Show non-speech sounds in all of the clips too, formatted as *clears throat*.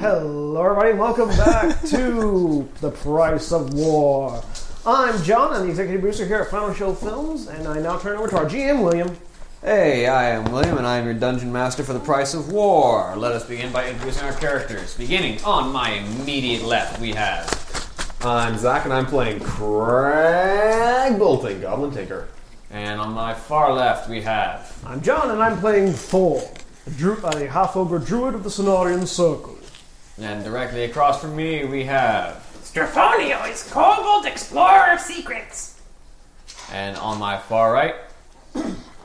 Hello, everybody, and welcome back to The Price of War. I'm John, I'm the executive producer here at Final Show Films, and I now turn over to our GM, William. Hey, I am William, and I am your dungeon master for the price of war. Let us begin by introducing our characters. Beginning on my immediate left, we have. I'm Zach, and I'm playing Craig Bolting, Goblin Tinker. And on my far left, we have. I'm John, and I'm playing Thor, a, dru- a half ogre druid of the Sonarian Circle. And directly across from me, we have. Strafonio is Kobold Explorer of Secrets. And on my far right,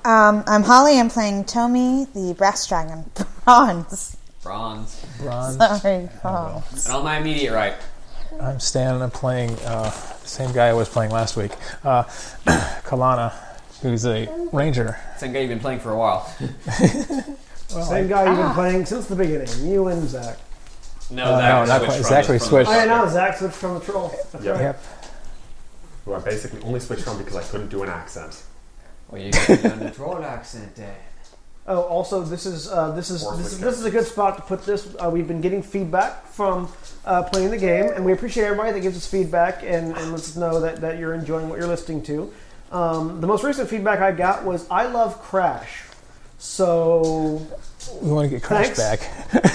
Um, I'm Holly. I'm playing Tomy, the brass dragon, *laughs* bronze. Bronze. Bronze. Sorry, Oh, bronze. And on my immediate right, I'm Stan, and I'm playing uh, the same guy I was playing last week, uh, *clears throat* Kalana, who's a ranger. same guy you've been playing for a while. *laughs* Same guy you've been playing since the beginning, you and Oh, Zach. No, Uh, Zach no, not switched from quite. Zach us we from switched. the I start. know, Zach switched from the troll. That's Yep. right. Yep. Who I basically only switched from because I couldn't do an accent. Well, you got the uncontrolled accent, Dan. Oh, also, this is uh, this is Or this, is switch this is a good spot to put this. Uh, we've been getting feedback from uh, playing the game, and we appreciate everybody that gives us feedback and, and lets us know that, that you're enjoying what you're listening to. Um, the most recent feedback I got was "I love Crash," so We want to get Crash Thanks. back.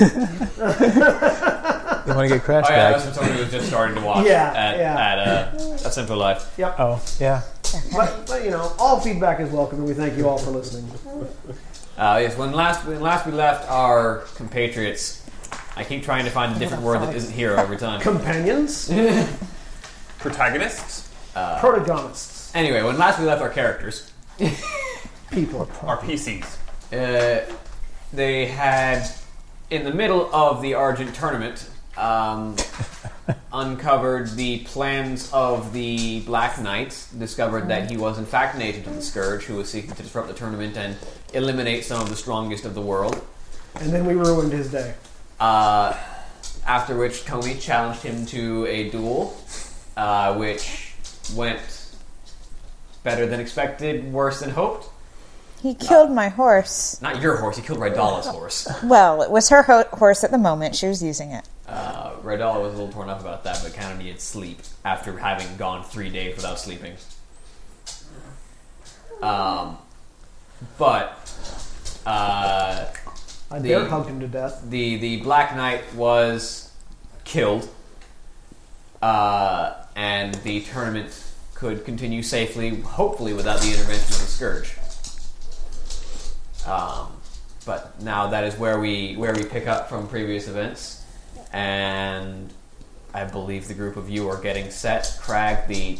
*laughs* you want to get Crash Oh, yeah, back? that's what somebody was just starting to watch *laughs* Yeah, at, yeah. at uh, A Simple Life. Oh, yeah. but, but you know, all feedback is welcome, and we thank you all for listening. Uh, yes, when last when last we left our compatriots, I keep trying to find a different word that isn't hero every time. Companions, Protagonists protagonists, Anyway, when last we left our characters, people. are PCs. uh, they had in the middle of the Argent tournament um, uncovered the plans of the Black Knight, discovered that he was in fact an agent of the Scourge who was seeking to disrupt the tournament and eliminate some of the strongest of the world. And then we ruined his day. Uh, after which Tony challenged him to a duel, uh, which went better than expected, worse than hoped. He killed my horse. Not your horse, he killed Rydala's horse. Well, it was her ho- horse at the moment. She was using it. Uh, Rydala was a little torn up about that, but kind of needed sleep after having gone three days without sleeping. Um, but uh, I The- bear hugged him to death. the the Black Knight was killed, uh, and the tournament could continue safely, hopefully without the intervention of the Scourge. Um, but now that is where we where we pick up from previous events, and I believe the group of you are getting set. Crag the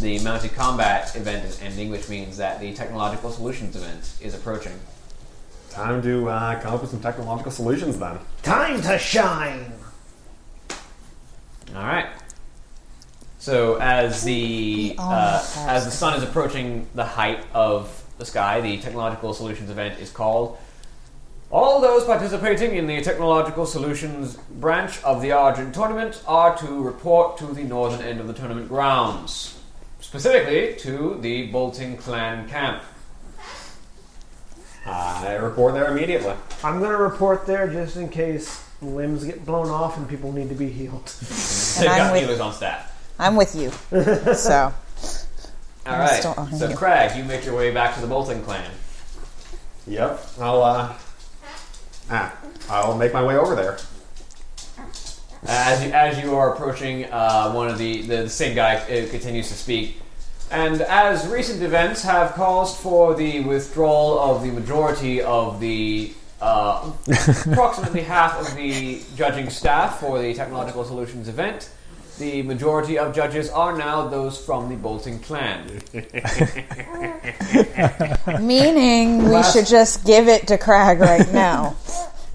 the mounted combat event is ending, which means that the technological solutions event is approaching. Time to uh, come up with some technological solutions then. Time to shine. All right. So as the uh, almost as the sun is approaching the height of the sky, the technological solutions event is called. All those participating in the technological solutions branch of the Argent tournament are to report to the northern end of the tournament grounds, specifically to the Bolting clan camp. I report there immediately. I'm gonna report there just in case limbs get blown off and people need to be healed. They've I'm got with- healers on staff. I'm with *laughs* you. All So I'm right. still on So you. Crag, you make your way back to the Bolting clan. Yep. I'll, uh, ah, I'll make my way over there. As you, as you are approaching, uh, one of the, the, the same guy uh, continues to speak. And as recent events have caused for the withdrawal of the majority of the *laughs* uh, approximately half of the judging staff for the Technological Solutions event, the majority of judges are now those from the Bolting clan. meaning we Last- should just give it to Crag right *laughs* now.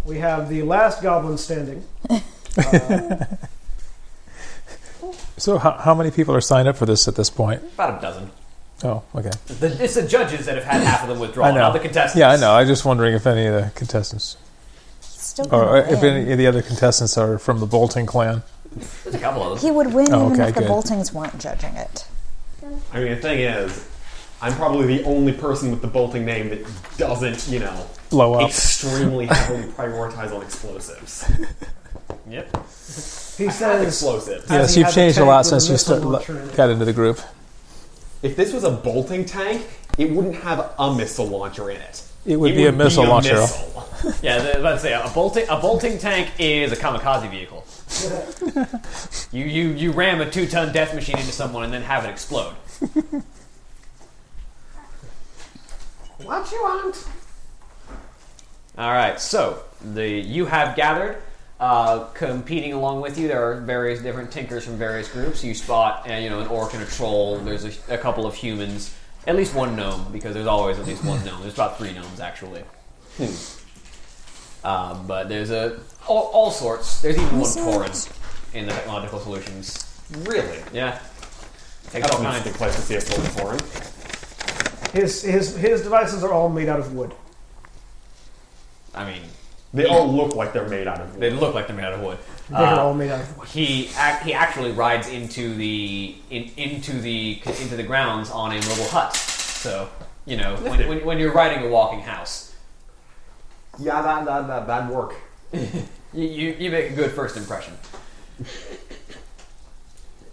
We have the last goblin standing. So, how, how many people are signed up for this at this point? About a dozen. Oh, okay. The, it's the judges that have had half of the withdrawal, I know. not the contestants. Yeah, I know. I'm just wondering if any of the contestants, Still or gonna if win. any of the other contestants are from the Bolting clan. There's a couple of them. he would win Oh, even okay, if the good. Boltings weren't judging it. I mean, the thing is, I'm probably the only person with the bolting name that doesn't, you know, Blow up. *laughs* extremely heavily prioritize on explosives. Yep. He That's says, explosive. As Yes, he you've had the changed a tank lot with since the you missile st- launcher in it. got into the group. If this was a bolting tank, it wouldn't have a missile launcher in it. It would be a missile launcher. missile. Yeah, the- let's say a bolting a bolting tank is a kamikaze vehicle. you you you ram a two ton death machine into someone and then have it explode. "What you want?" All right, so the you have gathered. Uh, competing along with you, there are various different tinkers from various groups. You spot, uh, you know, an orc and a troll. There's a, a couple of humans, at least one gnome, because there's always at least one gnome. There's about three gnomes actually. Hmm. Um, but there's a all, all sorts. There's even one torrent in the technological solutions. Really? Yeah, takes That's all an kinds. interesting place to see a full forum. His his his devices are all made out of wood. I mean, They all look like they're made out of wood. they look like they're made out of wood. Uh, They're Ah. all made out of wood. he ac- he actually rides into the in, into the into the grounds on a mobile hut. So you know when, when, when you're riding a walking house, Yeah, that, that, that, that'd work. you, you, you make a good first impression.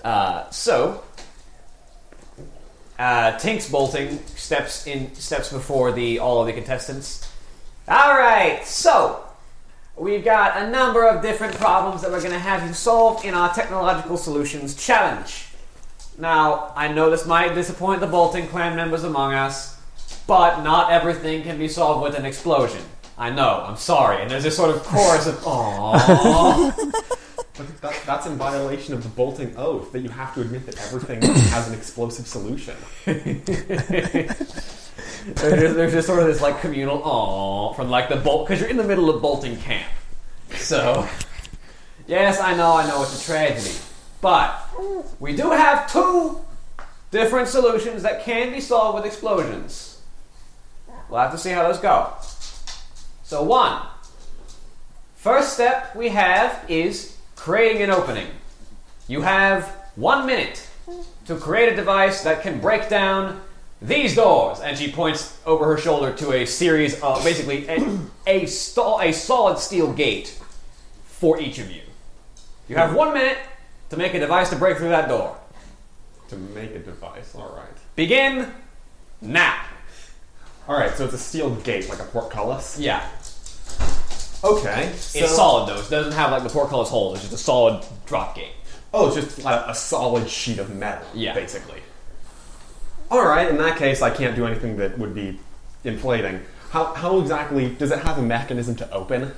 Uh, so uh, Tinks bolting steps in steps before the all of the contestants. All right, so we've got a number of different problems that we're going to have you solve in our technological solutions challenge. Now, I know this might disappoint the Bolton clan members among us, but not everything can be solved with an explosion. I know, I'm sorry. And there's this sort of chorus of, aww. But that, that's in violation of the bolting oath that you have to admit that *coughs* everything has an explosive solution. there's, just, there's just sort of this like communal, aww, from like the Bolt, because you're in the middle of Bolton camp. So, yes, I know, I know it's a tragedy. But we do have two different solutions that can be solved with explosions. We'll have to see how those go. So, one, first step we have is creating an opening. You have one minute to create a device that can break down these doors. And she points over her shoulder to a series of basically a, a, sto- a solid steel gate for each of you. You have one minute to make a device to break through that door. To make a device, alright. Begin now. Alright, so it's a steel gate, like a portcullis. Yeah. Okay. So, It's solid though. It doesn't have like the portcullis holes. It's just a solid drop gate. Oh, it's just like a solid sheet of metal, Yeah. basically. Alright, in that case, I can't do anything that would be inflating. How, how exactly does it have a mechanism to open?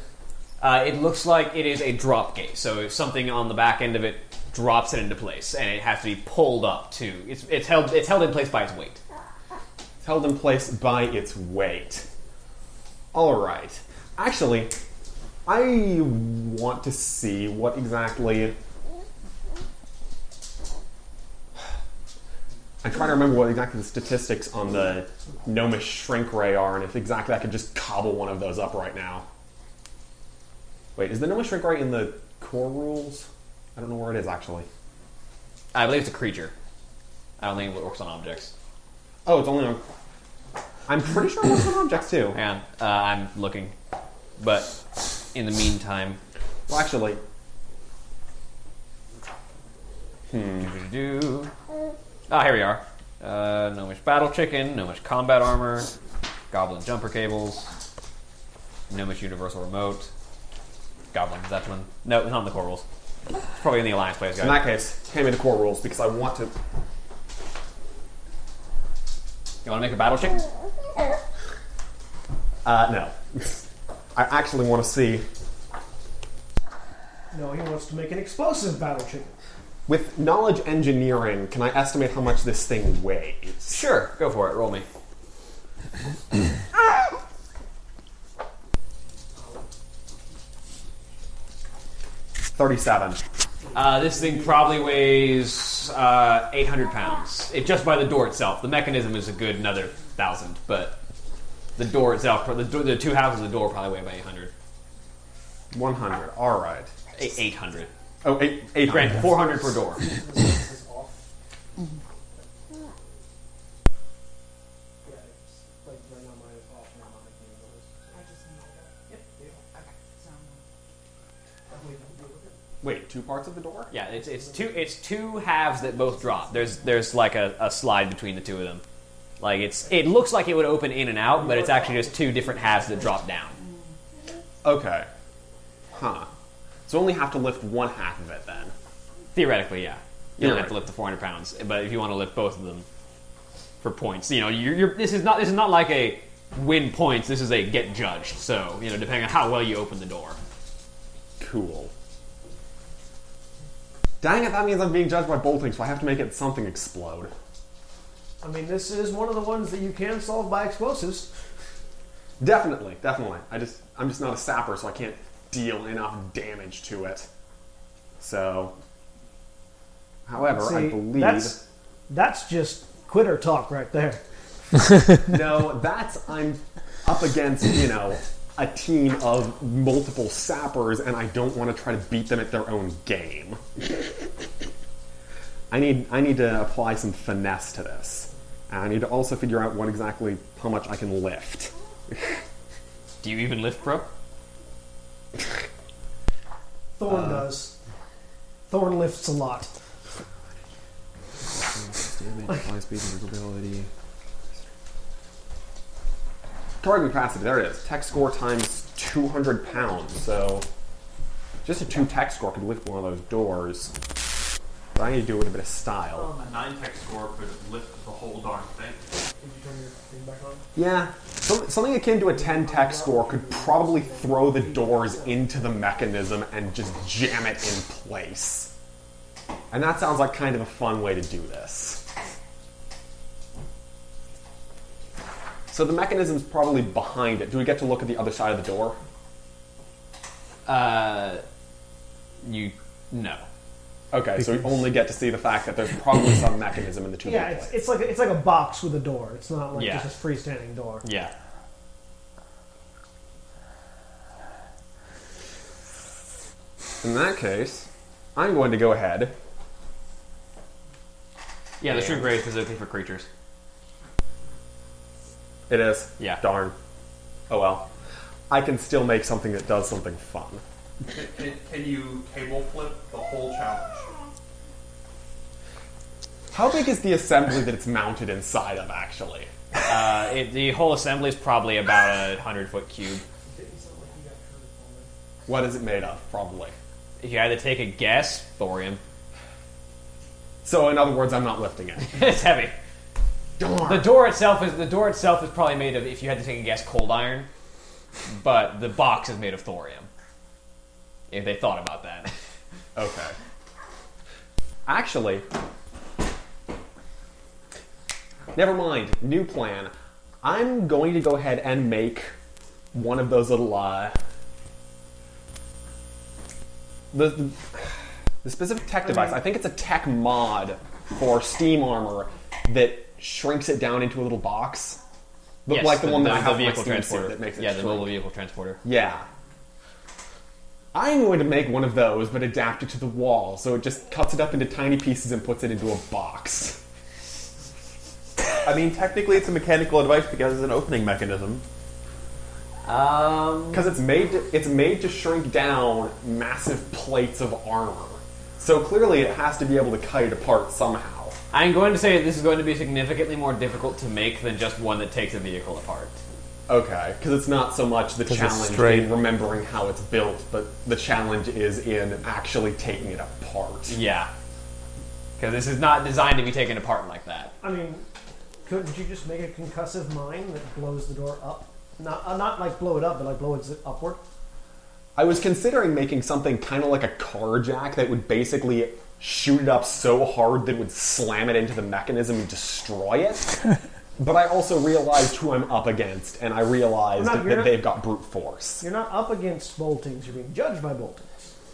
Uh, it looks like it is a drop gate. So if something on the back end of it drops it into place, and it has to be pulled up to. It's, it's held it's held in place by its weight. It's held in place by its weight. All right. Actually, I want to see what exactly. I'm trying to remember what exactly the statistics on the gnomish shrink ray are, and if exactly I could just cobble one of those up right now. Wait, is the gnomish shrink ray in the core rules? I don't know where it is actually. I believe it's a creature. I don't think it works on objects. Oh, it's only on. I'm pretty sure it works on objects too. Hang on, uh, I'm looking. But in the meantime, Well, actually, do-do-do. ah, here we are. Uh, gnomish battle chicken, gnomish combat armor, goblin jumper cables, gnomish universal remote, goblin zeppelin. No, it's not in the core rules. It's probably in the alliance players In guide. that case, hand me the core rules because I want to. You want to make a battle chicken? Uh, no. *laughs* I actually want to see No, he wants to make an explosive battle chicken. with knowledge engineering. Can I estimate how much this thing weighs? Sure, go for it. Roll me. Thirty-seven. Uh, this thing probably weighs uh, 800 pounds. It just by the door itself. The mechanism is a good another thousand, but the door itself, the, do- the two houses, of the door probably weigh about 800. One hundred. All right. Eight- 800. Oh, eight. eight Grant, 400 per door. Wait, two parts of the door? Yeah, it's, it's two it's two halves that both drop. There's there's like a, a slide between the two of them. Like it's it looks like it would open in and out, but it's actually just two different halves that drop down. Okay. Huh. So only have to lift one half of it then. Theoretically, yeah. You don't have to Theoretically. lift the 400 pounds, but if you want to lift both of them for points, you know, you're, you're this is not this is not like a win points. This is a get judged. So you know, depending on how well you open the door. Cool. Dang it, that means I'm being judged by bolting, so I have to make it something explode. I mean, this is one of the ones that you can solve by explosives. Definitely, definitely. I just I'm just not a sapper, so I can't deal enough damage to it. So however, I See, believe that's that's just quitter talk right there. No, that's I'm up against, you know, a team of multiple sappers, and I don't want to try to beat them at their own game. I need I need to apply some finesse to this. And I need to also figure out what exactly how much I can lift. Do you even lift, bro? Thorn Uh. does. Thorn lifts a lot. Target capacity, there it is. Tech score times 200 pounds. So just a two tech score could lift one of those doors. But I need to do it with a bit of style. A nine tech score could lift the whole darn thing. Yeah, some, something akin to a 10 tech score could probably throw the doors into the mechanism and just jam it in place. And that sounds like kind of a fun way to do this. So the mechanism's probably behind it. Do we get to look at the other side of the door? Uh, you no. Okay, so we only get to see the fact that there's probably some mechanism in the two. Yeah, big it's, plates. it's like a, it's like a box with a door. It's not like Yeah. just a freestanding door. Yeah. in that case, I'm going to go ahead. Yeah, the shrink ray is specifically for creatures. It is. Yeah. Darn. Oh well. I can still make something that does something fun. Can, can, can you table flip the whole challenge? How big is the assembly that it's mounted inside of, actually? Uh, it, the whole assembly is probably about a hundred foot cube. What is it made of, probably? If you had to take a guess, thorium. So, in other words, I'm not lifting it. *laughs* it's heavy. The door itself is the door itself is probably made of if you had to take a guess cold iron, but the box is made of thorium. If they thought about that, Okay. Actually, never mind. New plan. I'm going to go ahead and make one of those little uh, the, the the specific tech device. I think it's a tech mod for Steam Armor that shrinks it down into a little box, *laughs* Look Yes, like the, one that I have on my vehicle Steam suit transporter that makes it yeah, the shrink. little vehicle transporter. Yeah. I'm going to make one of those, but adapt it to the wall, so it just cuts it up into tiny pieces and puts it into a box. I mean, technically, it's a mechanical device because it's an opening mechanism. Um, Because it's made to, it's made to shrink down massive plates of armor. So clearly, it has to be able to cut it apart somehow. I'm going to say this is going to be significantly more difficult to make than just one that takes a vehicle apart. Okay, because it's not so much the 'Cause it's challenge straight. in remembering how it's built, but the challenge is in actually taking it apart. Yeah, because this is not designed to be taken apart like that. I mean, couldn't you just make a concussive mine that blows the door up? Not uh, not like blow it up, but like blow it z- upward. I was considering making something kind of like a car jack that would basically shoot it up so hard that it would slam it into the mechanism and destroy it. but I also realized who I'm up against, and I realized No, that, you're that not- they've got brute force. You're not up against boltings. You're being judged by boltings.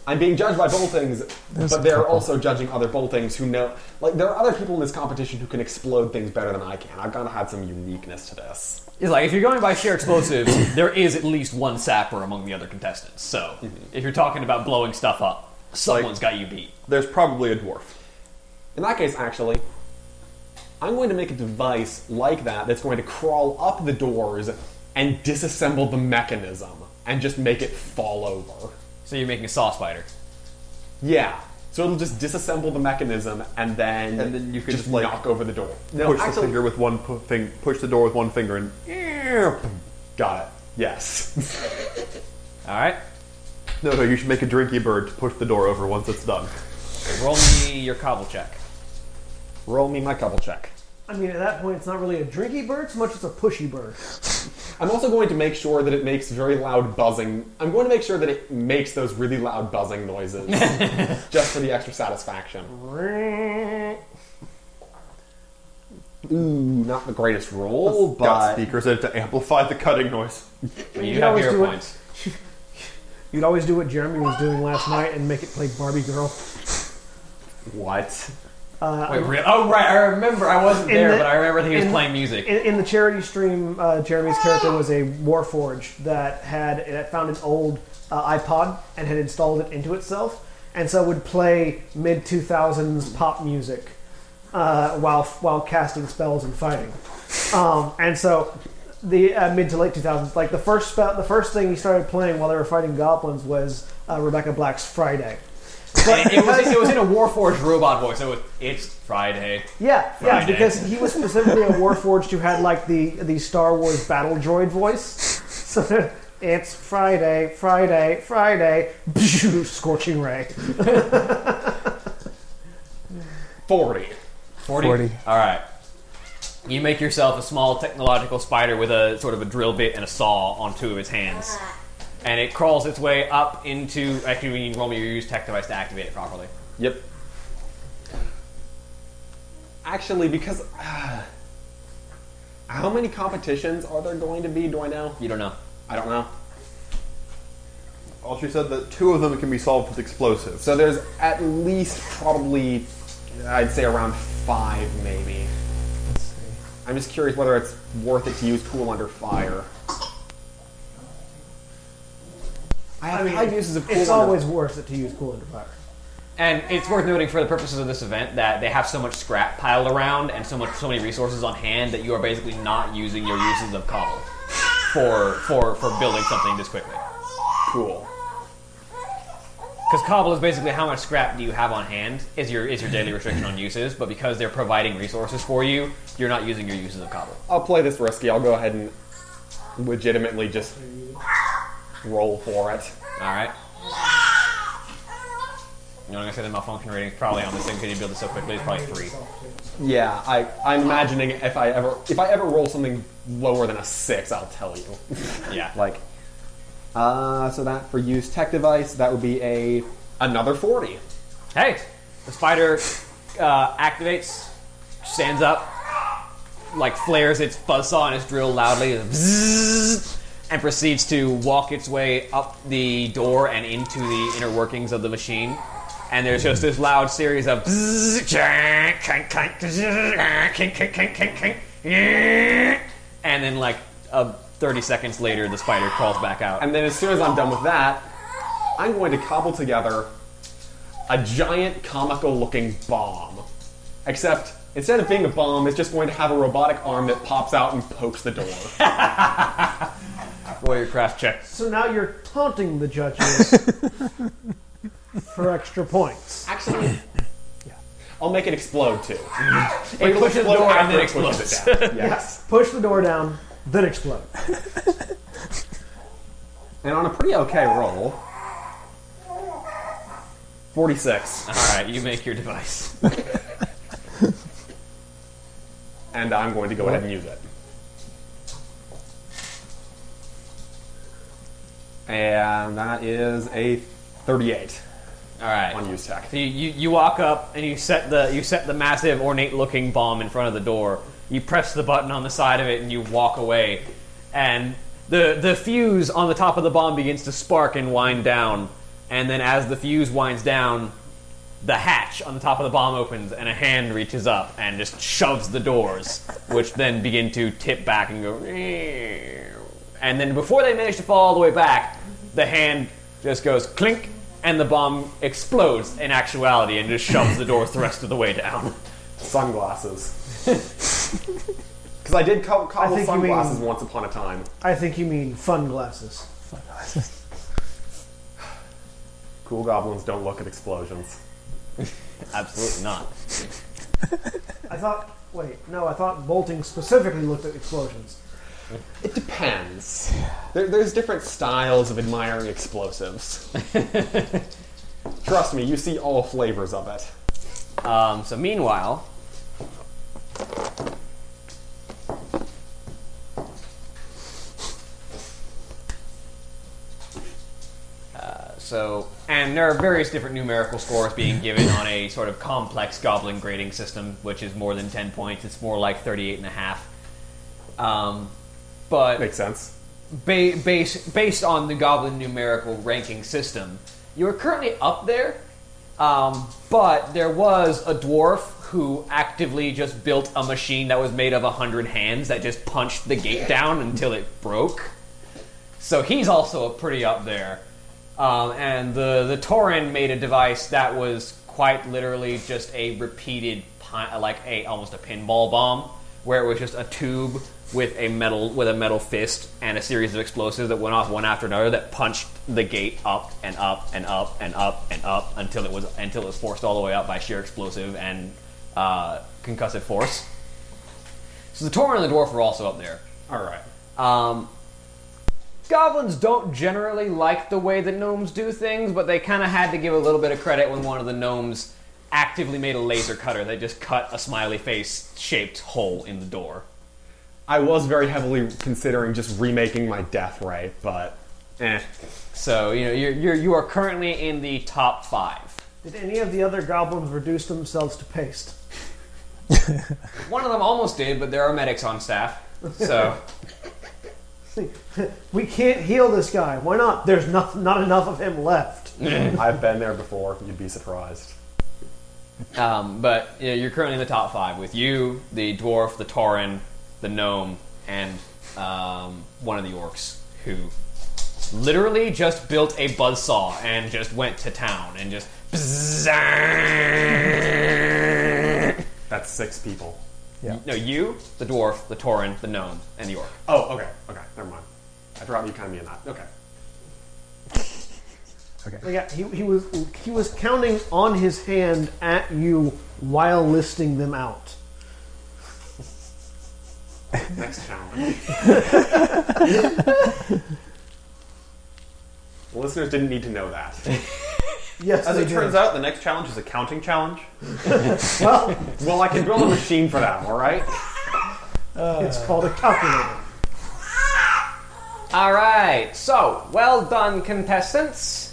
I'm being judged by boltings, a but they're couple. also judging other boltings who know. Like, there are other people in this competition who can explode things better than I can. I've got to have some uniqueness to this. It's like if you're going by sheer explosives, *coughs* there is at least one sapper among the other contestants. So if you're talking about blowing stuff up, someone's got you beat. There's probably a dwarf. In that case, actually, I'm going to make a device like that that's going to crawl up the doors and disassemble the mechanism and just make it fall over. So you're making a saw spider. Yeah. So it'll just disassemble the mechanism and then And then you can just just, like, knock over the door. push actually- the finger with one pu- thing. Push the door with one finger and. Got it. Yes. *laughs* All right. No, no. You should make a drinky bird to push the door over once it's done. Roll me your cobble check. Roll me my couple check. I mean, at that point, it's not really a drinky bird so much as a pushy bird. I'm also going to make sure that it makes very loud buzzing. I'm going to make sure that it makes those really loud *laughs* buzzing noises just for the extra satisfaction. Ooh, not the greatest roll, Got but speakers in it to amplify the cutting noise. You, can have always your do it. points. You'd always do what Jeremy was doing last night and make it play Barbie Girl. what? Wait, really? Oh, right. I remember. I wasn't uh, In there, the- but I remember that he was in- playing music. In, in the charity stream, uh, Jeremy's character was a warforge that had that found an old uh, iPod and had installed it into itself, and so would play mid two thousands pop music uh, while while casting spells and fighting. Um, and so the uh, mid to late two thousands, like the first spell, the first thing he started playing while they were fighting goblins was uh, Rebecca Black's Friday. it, it was, it was in a Warforged robot voice. So it was, it's Friday. Yeah, yeah, Friday. because he was specifically a Warforged who had like the the Star Wars battle droid voice. So it's Friday, Friday, Friday, *laughs* scorching ray. 40. 40? 40. All right. You make yourself a small technological spider with a sort of a drill bit and a saw on two of its hands. And it crawls its way up into. Actually, you can roll me your use tech device to activate it properly. Yep. Actually, because. *sighs* ah, how many competitions are there going to be? Do I know? You don't know. I don't know. All she said that two of them can be solved with explosives. So there's at least probably, I'd say around five maybe. I'm just curious whether it's worth it to use cool under fire. I have five uses of cool It's under always worth it to use cool under fire. And it's worth noting for the purposes of this event that they have so much scrap piled around and so much so many resources on hand that you are basically not using your uses of cobble for for for building something this quickly. cool. Because cobble is basically how much scrap do you have on hand is your is your daily restriction on uses, but because they're providing resources for you, you're not using your uses of cobble. I'll play this risky. I'll go ahead and legitimately just roll for it. All right. You know, I'm gonna say the malfunction rating is probably on this thing because you build it so quickly. It's probably three. Yeah, I, I'm imagining if I ever if I ever roll something lower than a six, I'll tell you. Yeah. *laughs* like uh, so that for use tech device that would be a another 40 Hey, the spider uh, activates, stands up, like flares its buzzsaw and its drill loudly, zzzz, and proceeds to walk its way up the door and into the inner workings of the machine. And there's just this loud series of bzzz, jank, kank, kank, zzzz, ah, kink, kink, kink, kink, kink, yeah. and then like uh, 30 seconds later, the spider crawls back out. and then as soon as i'm done with that i'm going to cobble together a giant comical looking bomb except instead of being a bomb it's just going to have a robotic arm that pops out and pokes the door Warrior craft check. So now you're taunting the judges for extra points. actually yeah, i'll make it explode too it pushes the door and then explodes. yes Push the door down, then explode. and on a pretty okay roll 46 All right, you make your device. and I'm going to go ahead and use it. And that is a 38 All right. on use tech. So you, you, you walk up and you set the you set the massive ornate looking bomb in front of the door. You press the button on the side of it and you walk away. And the the fuse on the top of the bomb begins to spark and wind down. And then as the fuse winds down, the hatch on the top of the bomb opens and a hand reaches up and just shoves the doors, which then begin to tip back and go. And then before they manage to fall all the way back, the hand just goes clink and the bomb explodes in actuality and just shoves the doors the rest of the way down. *laughs* Sunglasses. *laughs* Because I did co- I cobble think you mean- sunglasses once upon a time. I think you mean fun glasses. Cool goblins don't look at explosions. Absolutely not. I thought. Wait, no, I thought bolting specifically looked at explosions. It depends. There, there's different styles of admiring explosives. Trust me, you see all flavors of it. Um, so meanwhile, uh, So, and there are various different numerical scores being given on a sort of complex goblin grading system, which is more than 10 points. It's more like 38 and a half. Um, but Makes sense. ba- base, based on the goblin numerical ranking system, you're currently up there, um, but there was a dwarf who actively just built a machine that was made of 100 hands that just punched the gate down until it broke. So he's also pretty up there. Um, and the, the Torin made a device that was quite literally just a repeated, pi- like a almost a pinball bomb, where it was just a tube with a metal with a metal fist and a series of explosives that went off one after another that punched the gate up and up and up and up and up until it was until it was forced all the way up by sheer explosive and uh, concussive force. So the Torin and the dwarf were also up there. All right. Um, goblins don't generally like the way that gnomes do things, but they kind of had to give a little bit of credit when one of the gnomes actively made a laser cutter that just cut a smiley face shaped hole in the door. I was very heavily considering just remaking my death ray, but eh. So you know you're, you're you are currently in the top five. Did any of the other goblins reduce themselves to paste? *laughs* One of them almost did, but there are medics on staff, so We can't heal this guy. Why not? There's not not enough of him *laughs* left. I've been there before. You'd be surprised. Um, but you know, you're currently in the top five with you, the dwarf, the tauren, the gnome, and um, one of the orcs who literally just built a buzzsaw and just went to town and just. bzzz. That's six people. no, you, the dwarf, the tauren, the gnome, and the orc. Oh, okay, okay, never mind. I forgot you counted me in that. Okay. Yeah, he, he was he was counting on his hand at you while listing them out. Next challenge. the listeners didn't need to know that. Yes, As they it did. turns out, the next challenge is a counting challenge. *laughs* well, Well, I can build a machine for that, alright? it's called a calculator. All right. So, well done, contestants.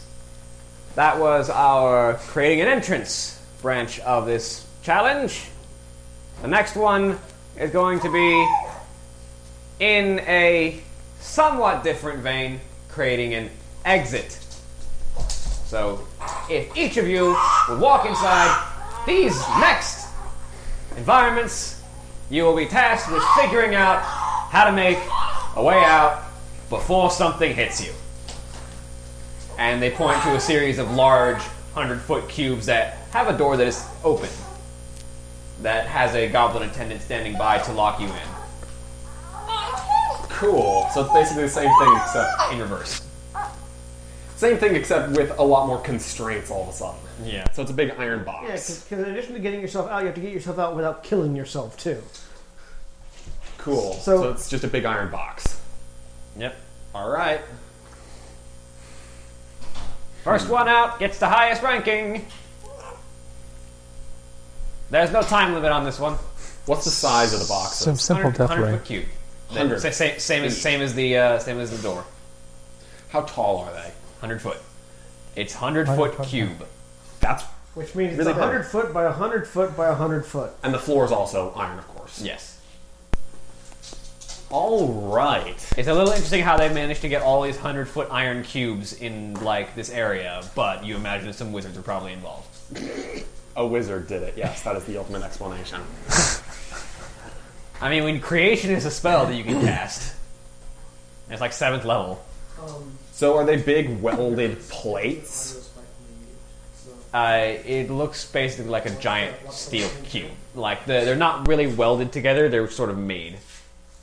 That was our creating an entrance branch of this challenge. The next one is going to be in a somewhat different vein, creating an exit. So, if each of you would walk inside these next environments, you will be tasked with figuring out how to make a way out before something hits you. And they point to a series of large 100 foot cubes that have a door that is open, that has a goblin attendant standing by to lock you in, Cool. So it's basically the same thing except in reverse. same thing except with a lot more constraints all of a sudden. Yeah. So it's a big iron box. Yeah, because in addition to getting yourself out, you have to get yourself out without killing yourself too. cool. so- so it's just a big iron box. Yep. All right. First one out gets the highest ranking. There's no time limit on this one. What's the size of the box? Some simple 100, death 100 ray. foot cube. 100. Sa- Same, same, as, same as the uh, same as the door. How tall are they? 100 foot. It's 100 100 foot foot. cube. That's Which means Really it's hard. 100 foot by 100 foot by 100 foot. and the floor is also iron, of course. Yes. All right. It's a little interesting how they managed to get all these 100 foot iron cubes in like this area, but you imagine some wizards are probably involved. A wizard did it. Yes, that is the ultimate explanation. I mean, when creation is a spell that you can cast, and it's like 7th level. So are they big welded plates? Uh, it looks basically like a giant steel cube. Like the, they're not really welded together; they're sort of made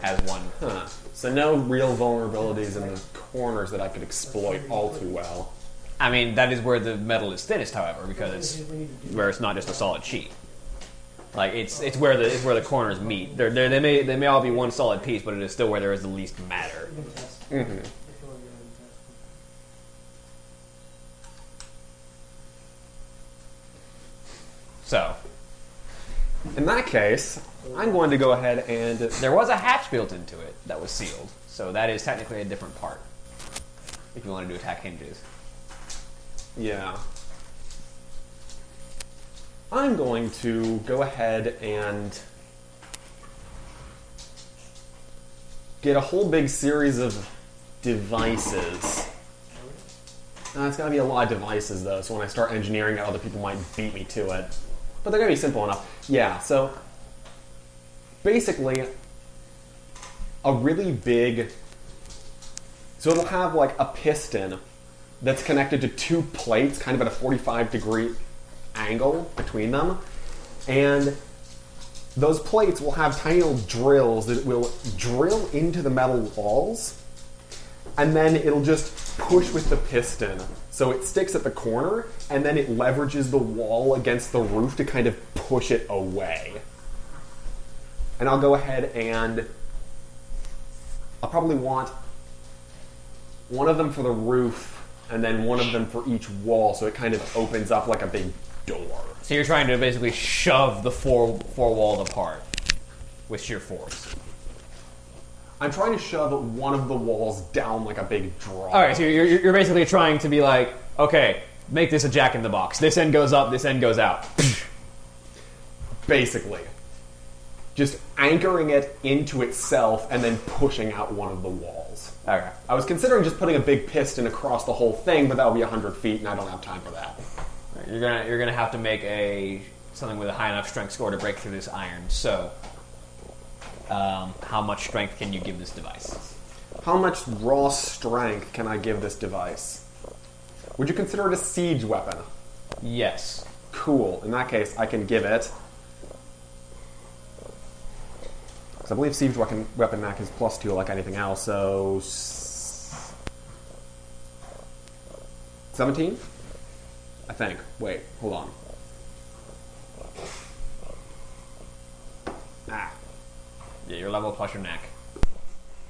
as one. Huh. So no real vulnerabilities in the corners that I could exploit all too well. I mean, that is where the metal is thinnest, however, because it's where it's not just a solid sheet. Like it's it's where the it's where the corners meet. They're, they're, they may they may all be one solid piece, but it is still where there is the least matter. Mm-hmm. So In that case, I'm going to go ahead and there was a hatch built into it that was sealed. So that is technically a different part. If you want to do attack hinges, Yeah. I'm going to go ahead and get a whole big series of devices. Uh, it's going to be a lot of devices, though, so when I start engineering it, other people might beat me to it. But they're going to be simple enough. Yeah, so basically, a really big. So it'll have like a piston that's connected to two plates, kind of at a 45 degree angle between them. And those plates will have tiny little drills that will drill into the metal walls, and then it'll just push with the piston. So it sticks at the corner, and then it leverages the wall against the roof to kind of push it away. And I'll go ahead and I'll probably want one of them for the roof and then one of them for each wall so it kind of opens up like a big door so you're trying to basically shove the four four walls apart with sheer force. i'm trying to shove one of the walls down like a big draw All right, so you're, you're you're basically trying to be like, okay, make this a jack in the box. This end goes up, this end goes out. basically just anchoring it into itself and then pushing out one of the walls Okay. i was considering just putting a big piston across the whole thing but that would be 100 feet and i don't have time for that You're gonna you're gonna have to make a something with a high enough strength score to break through this iron. So, um, how much strength can you give this device? how much raw strength can i give this device would you consider it a siege weapon Yes. Cool. In that case, I can give it. Because I believe siege weapon, weapon mac is plus two like anything else, so. s- 17? I think. Wait, hold on. Ah. Yeah, your level plus your knack.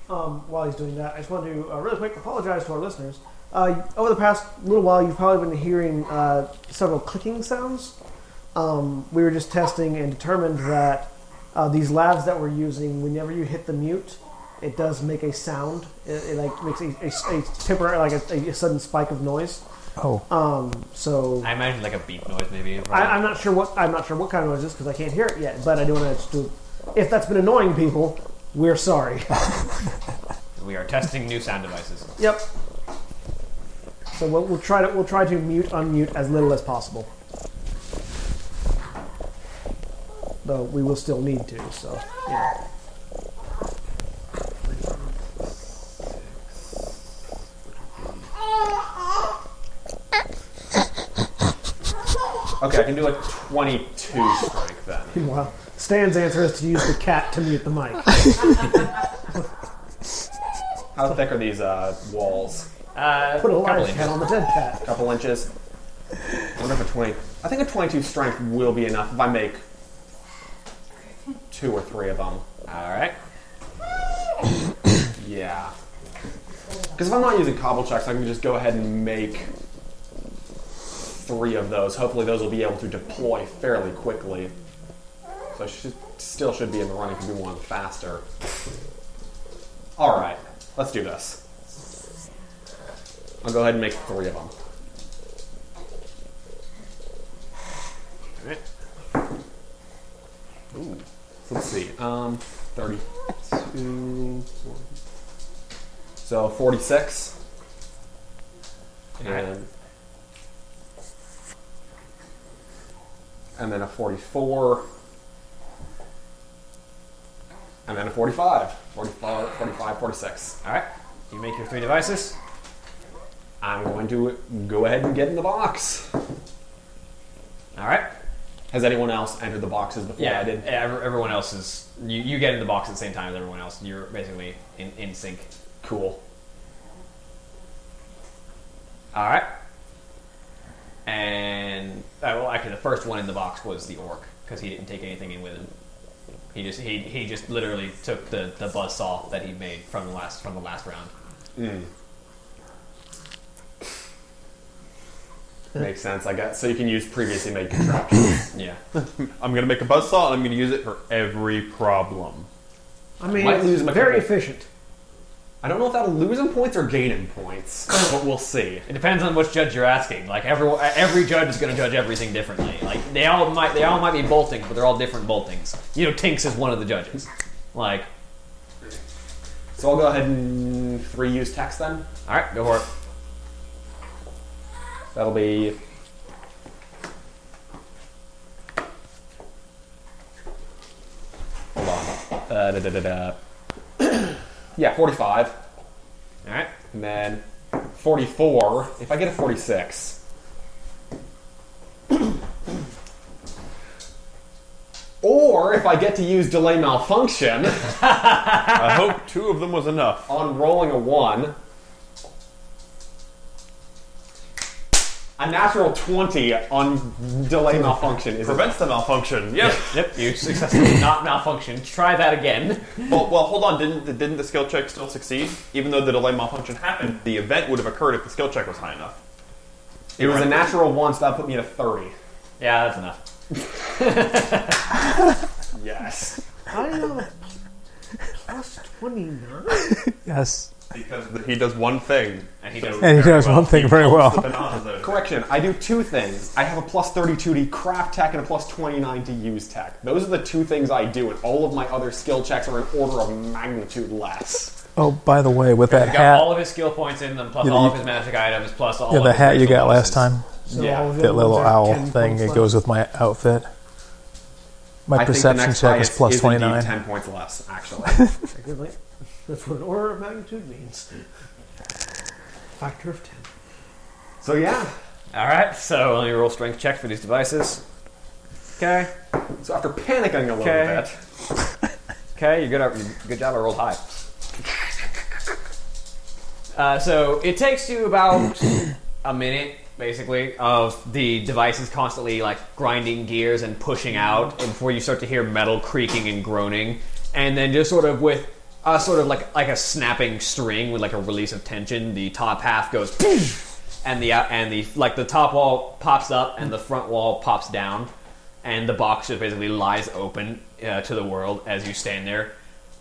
um, while he's doing that, I just want to uh, really quick apologize to our listeners. Uh, over the past little while, you've probably been hearing uh, several clicking sounds. Um, we were just testing and determined that uh, these labs that we're using, whenever you hit the mute, it does make a sound. It, it like makes a, a, a temporary, like a, a sudden spike of noise. Oh, Um, so I imagine like a beep noise maybe. I, I'm not sure what I'm not sure what kind of noise it is because I can't hear it yet. But I do want to. do- If that's been annoying people, we're sorry. *laughs* we are testing new sound devices. Yep. So we'll, we'll try to we'll try to mute unmute as little as possible. Though we will still need to. So yeah. Okay, I can do a 22 strength then. Meanwhile, Stan's answer is to use the cat to mute the mic. How thick are these uh, walls? Uh, Put a couple live inches. cat on the dead cat. couple inches. I wonder if a 20. I think a 22 strength will be enough if I make two or three of them. All right. *coughs* Yeah. Because if I'm not using cobble checks, I can just go ahead and make three of those. Hopefully, those will be able to deploy fairly quickly. So I should, still should be in the running to do one faster. All right, let's do this. I'll go ahead and make three of them. Ooh, let's see. Um, thirty-two. 40. So 46. And, and then a 44. And then a 45. 45, 45, 46. All right. You make your three devices. I'm going to go ahead and get in the box. All right. Has anyone else entered the boxes before Yeah, I did? ev- everyone else is. You, you get in the box at the same time as everyone else. You're basically in, in sync. Cool. All right. uh, well, actually, the first one in the box was the orc because he didn't take anything in with him. He just he, he just literally took the the buzzsaw that he made from the last from the last round. Makes sense, I guess. So you can use previously made contraptions. Yeah, I'm gonna make a buzzsaw and I'm gonna use it for every problem. I mean, Might lose him a very couple. efficient. I don't know if that'll lose him points or gain him points, but we'll see. it depends on which judge you're asking. Like every every judge is going to judge everything differently. Like they all might they all might be boltings, but they're all different boltings. You know, Tinks is one of the judges. Like, So I'll go ahead and three use text then. all right, go for it. That'll be. Hold on. Uh, da, da, da, da. *clears throat* yeah, 45. All right, And then 44. If I get a 46. *clears throat* or if I get to use delay *laughs* malfunction I hope two of them was enough. on rolling a 1. A natural 20 on delay malfunction is *laughs* a Prevents the malfunction. Yep. yep, you *laughs* successfully not malfunctioned. Try that again. well, well, hold on. Didn't the, didn't the skill check still succeed? Even though the delay malfunction happened, the event would have occurred if the skill check was high enough. It was a natural one, so that put me at a 30. Yeah, that's enough. Yes. I know. Plus 29? Yes. Because he does one thing. And he does. And he does one thing very well. Correction, I do two things. I have a plus 32 to craft tech and a plus 29 to use tech. Those are the two things I do, and all of my other skill checks are an order of magnitude less. Oh, by the way, with that He got all hat, of his skill points in them, plus Yeah, all you- of his magic items, plus all yeah, of the his hat you racial got last bonuses. time, So Yeah, all of the that other little ones are owl 10 thing, points it left. goes with my outfit. My perception check is plus indeed 29. 10 points less, actually. *laughs* Really? That's what an order of magnitude means. Factor of 10. so, yeah. All right, so let me roll strength check for these devices. Okay, So, after panicking a little Okay. bit, *laughs* okay, you good. at- you- Good job. I rolled high. Uh, so it takes you about a minute, basically, of the devices constantly like grinding gears and pushing out before you start to hear metal creaking and groaning, and then just sort of with a sort of like like a snapping string with like a release of tension, the top half goes, *laughs* and the out- and the like the top wall pops up and the front wall pops down, and the box just basically lies open uh, to the world as you stand there.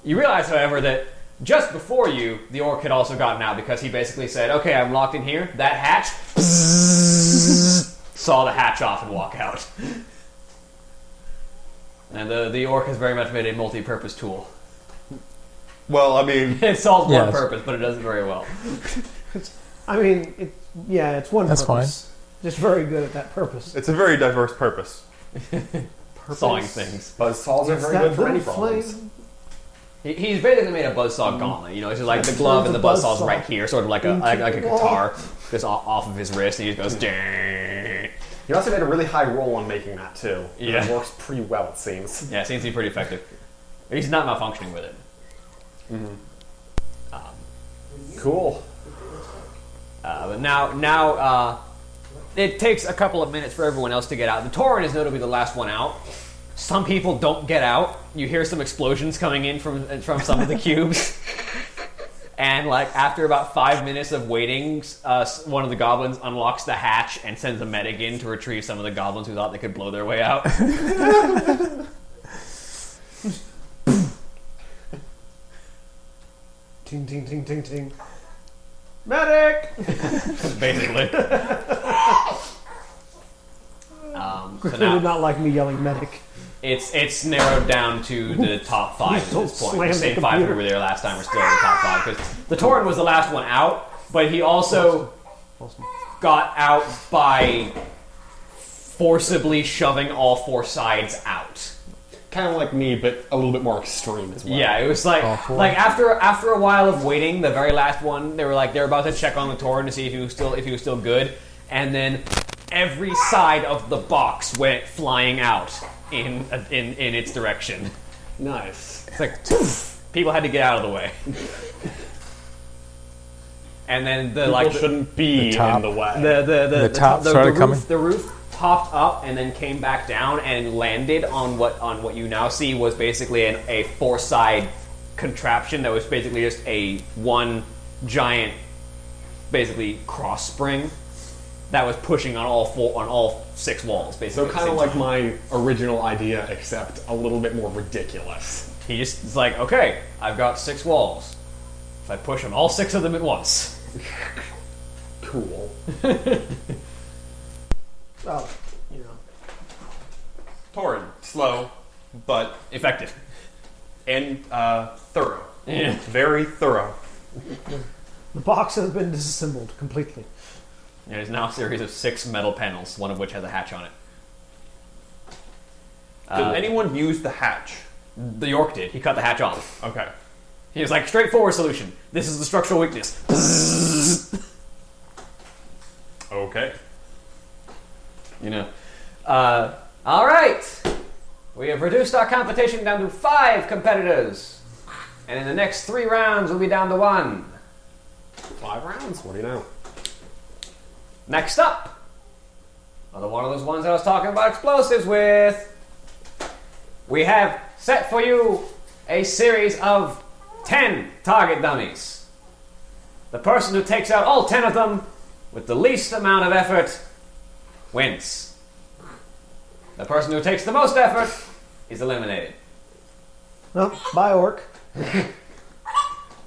You realize, however, that just before you, the orc had also gotten out because he basically said, "Okay, I'm locked in here." That hatch *laughs* saw the hatch off and walk out. And the the orc has very much made a multi-purpose tool. *laughs* Well, I mean, It solves one Yes. purpose, but it does it very well. I mean, it, yeah, it's one That's purpose. Just very good at that purpose. it's a very diverse purpose. Sawing things. buzzsaws are It's very good that for any little problems. flame. He, he's basically made a buzzsaw gauntlet. You know, it's just like the glove and the Turns the buzzsaw's buzzsaw right here, sort of like a into like, like a the wall. guitar, just off, off of his wrist, and he just goes. "Dang." You also made a really high roll on making that, too. And Yeah. It works pretty well, it seems. Yeah, seems to be pretty effective. He's not malfunctioning with it. Cool. Uh, but now, now uh, it takes a couple of minutes for everyone else to get out. The Torrent is notably the last one out. Some people don't get out. You hear some explosions coming in from from some *laughs* of the cubes. And like after about five minutes of waiting, uh, s- one of the goblins unlocks the hatch and sends a medic in to retrieve some of the goblins who thought they could blow their way out. *laughs* Ting, ting, ting, ting, ting. Medic! *laughs* basically. um, so They now would not like me yelling medic. it's it's narrowed down to the top five at Don't this point. slam The the same five who computer. were there last time are still in the top five because the Torrent was the last one out, but he also got out by forcibly shoving all four sides out. Kind of like me, but a little bit more extreme as well. Yeah, it was like Awful. like after after a while of waiting, the very last one, they were like they're about to check on the torrent to see if he was still if he was still good, and then every side of the box went flying out in in in its direction. Nice. It's like poof, people had to get out of the way. *laughs* And then the like People shouldn't be top. in the way. the the the, The top the, started the roof, coming. The roof topped up and then came back down and landed on what on what you now see was basically an, a four side contraption that was basically just a one giant, basically cross spring that was pushing on all four on all six walls. Basically, So at the kind of same like time. my original idea, except a little bit more ridiculous. he just is like, okay, I've got six walls. If I push on all six of them at once, Cool. Oh, you know. Torrid, slow, but effective. *laughs* and uh, thorough. Yeah. Very thorough. The box has been disassembled completely. It is now a series of six metal panels, one of which has a hatch on it. Did anyone use the hatch? The York did. He cut the hatch off. Okay. He was like, straightforward solution. This is the structural weakness. Okay. You know. Uh, all right. We have reduced our competition down to five competitors. And in the next three rounds, we'll be down to one. Five rounds. What do you know? Next up, another one of those ones I was talking about explosives with. We have set for you a series of 10 target dummies. The person who takes out all 10 of them with the least amount of effort wins. The person who takes the most effort is eliminated. No, bye, orc.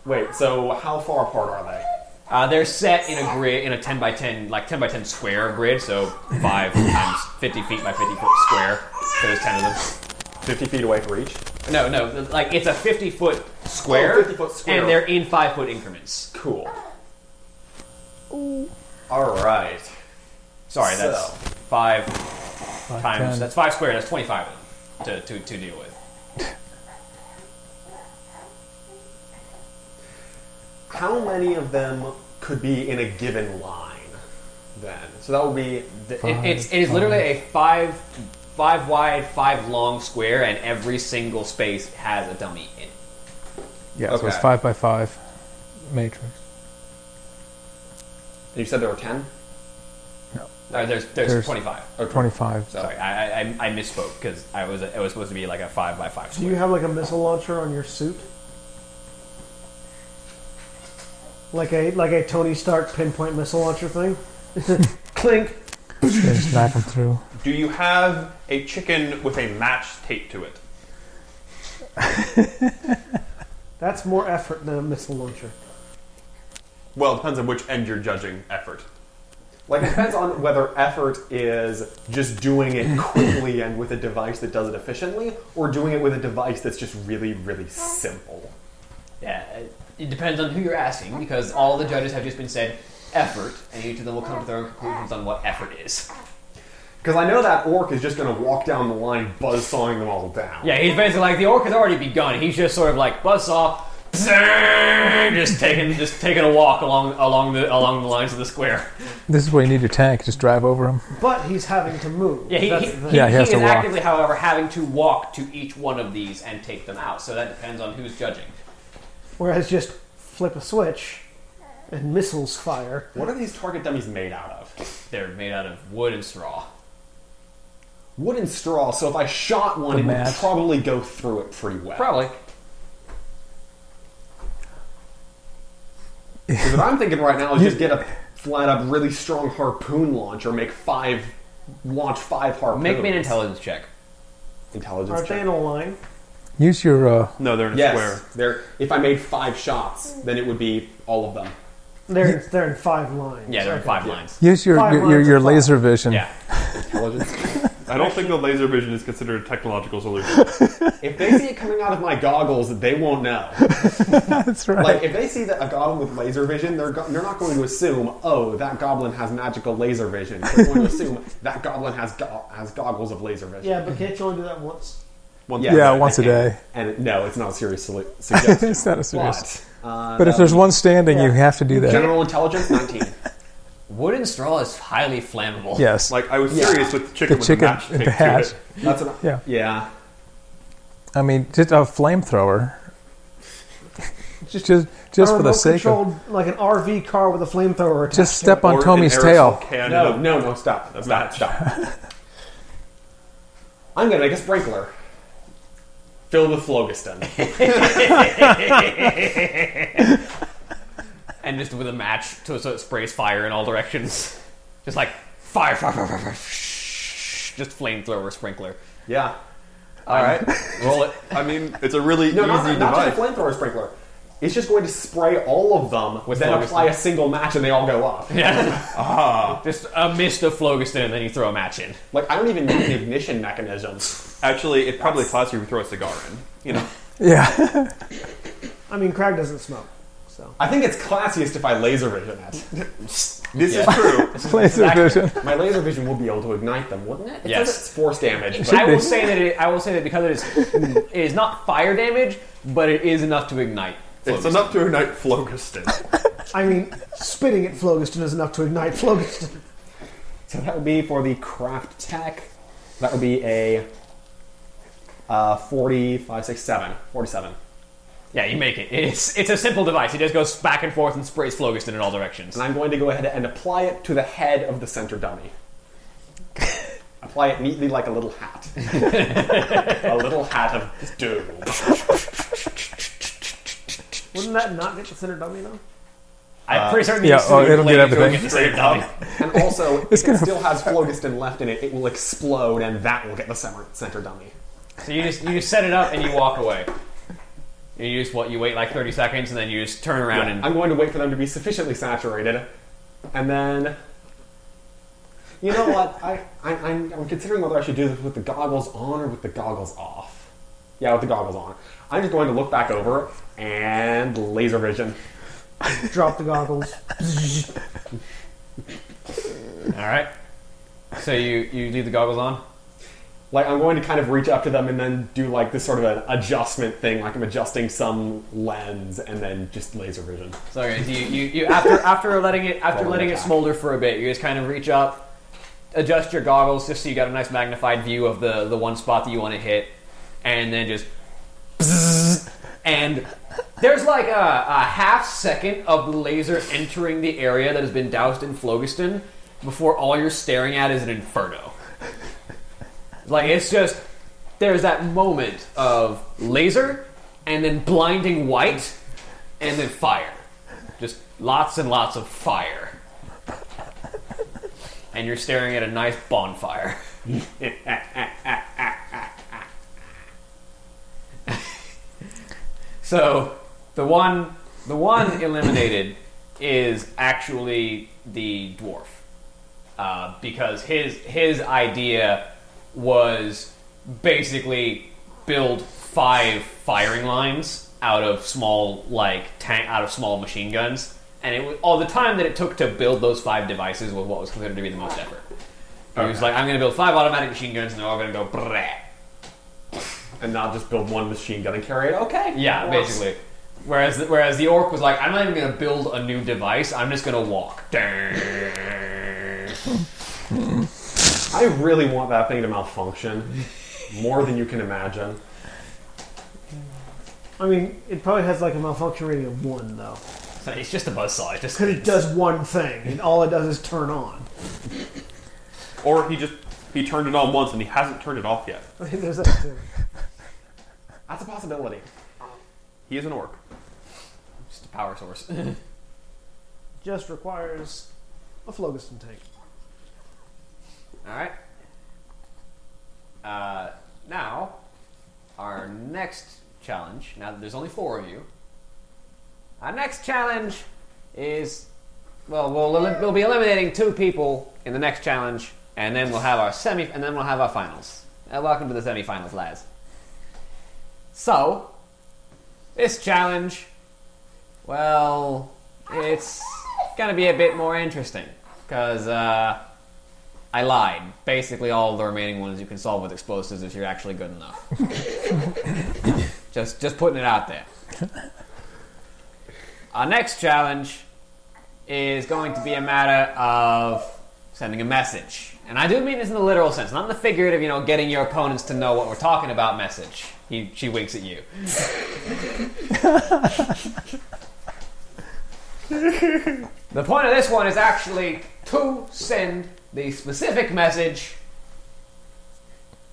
Wait. So how far apart are they? Uh, they're set in a grid, in a 10 by 10, like 10 by 10 square grid, so 5 times 50 feet by 50 foot square. So there's 10 of them. Fifty feet away from each. No, no, th- like it's a 50 foot square, 50 foot Oh, square. and they're in 5 foot increments. Cool. All right. Sorry, that's So. 5 Five, times, ten. that's 5 square, that's 25 of them to, to, to deal with. How many of them could be in a given line? Then, so that would be. The- it- it's, it is literally a 5 five wide, 5 long square, and every single space has a dummy in it. Yeah, so it's Okay. five by five matrix. You said there were ten. No, there's, there's, There's- 25. Twenty-five. Sorry, I, I, I- I misspoke because I was it was supposed to be like a 5 by 5 Do square. you have like a missile launcher on your suit? Like a like a Tony Stark pinpoint missile launcher thing? *laughs* Clink. They just knock them through. Do you have a chicken with a match taped to it? That's more effort than a missile launcher. Well, it depends on which end you're judging effort. Like it depends on whether effort is just doing it *laughs* quickly and with a device that does it efficiently, or doing it with a device that's just really, really simple. Yeah, it- it depends on who you're asking because all the judges have just been said effort, and each of them will come to their own conclusions on what effort is. Because I know that orc is just going to walk down the line, buzzsawing them all down. Yeah, he's basically like the orc has already begun. He's just sort of like buzzsaw, zing, just taking just taking a walk along along the along the lines of the square. This is where you need your tank. Just drive over them. But he's having to move. Yeah, he, That's he, the thing. he- Yeah, he he has is to walk. actively, however, having to walk to each one of these and take them out. So that depends on who's judging. Whereas just flip a switch and missiles fire. What are these target dummies made out of? They're made out of wood and straw. Wood and straw. So if I shot one, The it would match. probably go through it pretty well. Probably. Because what I'm thinking right now is just get a flat up, really strong harpoon launcher, make five, launch five harpoons. Make me an intelligence check. intelligence. Aren't they check. in a line? Use your. Uh, No, they're in a Yes, square. there. If I made five shots, then it would be all of them. They're they're in five lines. Yeah, they're in Okay. five lines. use your Five your, your, lines your of fire. laser vision. Yeah. Intelligence. I don't think the laser vision is considered a technological solution. *laughs* if they see it coming out of my goggles, they won't know. *laughs* that's right. Like if they see that a goblin with laser vision, they're go- they're not going to assume, oh, that goblin has magical laser vision. They're going to assume *laughs* that goblin has go- has goggles of laser vision. Yeah, but can't you only do that once? One Yeah. yeah, once a day. And it, no, it's not a serious solu- *laughs* *laughs* suggestion. It's not a serious- But, uh, But if there's one standing, you Yeah. have to do that. general intelligence, nineteen. Wood and straw is highly flammable. yes. Like I was Yeah. serious with the chicken the with chicken the match with taped the hatch. to it. *laughs* That's an, Yeah. yeah. I mean, just a flamethrower. Just, just, just a for the sake of. remote-controlled, like an RV car with a flamethrower attached. Just to it. step on Or an Tommy's aerosol tail. Can No, of- no, no, stop. Stop, stop. I'm going to make a sprinkler filled with phlogiston. And just with a match to, so it sprays fire in all directions. *laughs* Just like fire, fire, fire, fire, fire. shh, Just flamethrower sprinkler. yeah. All right. Roll *laughs* it. I mean, it's a really No, easy not, not device. just a flamethrower sprinkler. It's just going to spray all of them, With then phlogiston. apply a single match, and they all go up. *laughs* Yeah. Ah. Just a mist of phlogiston and then you throw a match in. Like I don't even need an ignition mechanism. Actually, it probably costs you if you throw a cigar in. You *laughs* know, Yeah. *laughs* I mean, Crag doesn't smoke, so I think it's classiest if I laser vision it. this is *laughs* true. Laser vision. My laser vision will be able to ignite them, wouldn't it? It Yes. says it's force damage. I But will say that it, I will say that because it is *laughs* it is not fire damage, but it is enough to ignite. It's enough to ignite phlogiston. I mean, spitting at phlogiston is enough to ignite *laughs* phlogiston. so that would be for the craft tech. That would be a uh, 45, 6, 7. 47. Yeah, you make it. It's it's a simple device. It just goes back and forth and sprays phlogiston in all directions. And I'm going to go ahead and apply it to the head of the center dummy. *laughs* apply it neatly like a little hat. *laughs* a little hat of doom. Wouldn't that not get the center dummy though? I'm pretty certain yeah, you oh, it'll get everything. uh, Straight up. And also, if it still has phlogiston left in it, it will explode, and that will get the center, center dummy. So you just you just set it up and you walk away. You just what you wait like 30 seconds and then you just turn around and I'm going to wait for them to be sufficiently saturated, and then. You know what? I, I, I'm, I'm considering whether I should do this with the goggles on or with the goggles off. Yeah, with the goggles on. I'm just going to look back over and laser vision. Drop the goggles. all right. So you you leave the goggles on. Like, I'm going to kind of reach up to them and then do like this sort of an adjustment thing, like I'm adjusting some lens and then just laser vision. So okay, so you, you, you after after letting it after Follow letting the it pack. smolder for a bit, you just kind of reach up, adjust your goggles just so you got a nice magnified view of the the one spot that you want to hit, and then just *laughs* bzzz, and there's like a, a half second of the laser entering the area that has been doused in phlogiston before all you're staring at is an inferno. Like it's just there's that moment of laser and then blinding white and then fire. Just lots and lots of fire. And you're staring at a nice bonfire. *laughs* so the one the one eliminated is actually the dwarf. Uh, because his his idea was basically build five firing lines out of small like tank out of small machine guns and it was all the time that it took to build those five devices was what was considered to be the most effort he was like i'm going to build five automatic machine guns and they're all going to go brrrr. And not just build one machine gun and carry it. Okay. yeah Works. basically whereas the, whereas the orc was like i'm not even going to build a new device i'm just going to walk I really want that thing to malfunction more than you can imagine. I mean, it probably has like a malfunction rating of one though, so it's just a buzzsaw it just because it does one thing, and all it does is turn on. *laughs* or he just he turned it on once and he hasn't turned it off yet. I mean, there's that too. That's a possibility. He is an orc. just a power source *laughs* Just requires a phlogiston tank. All right. Uh, now, our next challenge. Now that there's only four of you, our next challenge is well, we'll elim- we'll be eliminating two people in the next challenge, and then we'll have our semi, and then we'll have our finals. Uh, welcome to the semifinals, lads. So, this challenge, well, it's gonna be a bit more interesting because. Uh, I lied. Basically, all the remaining ones you can solve with explosives if you're actually good enough. just, just putting it out there. Our next challenge is going to be a matter of sending a message, And I do mean this in the literal sense, not in the figurative, you know, getting your opponents to know what we're talking about message. He, she winks at you. the point of this one is actually to send the specific message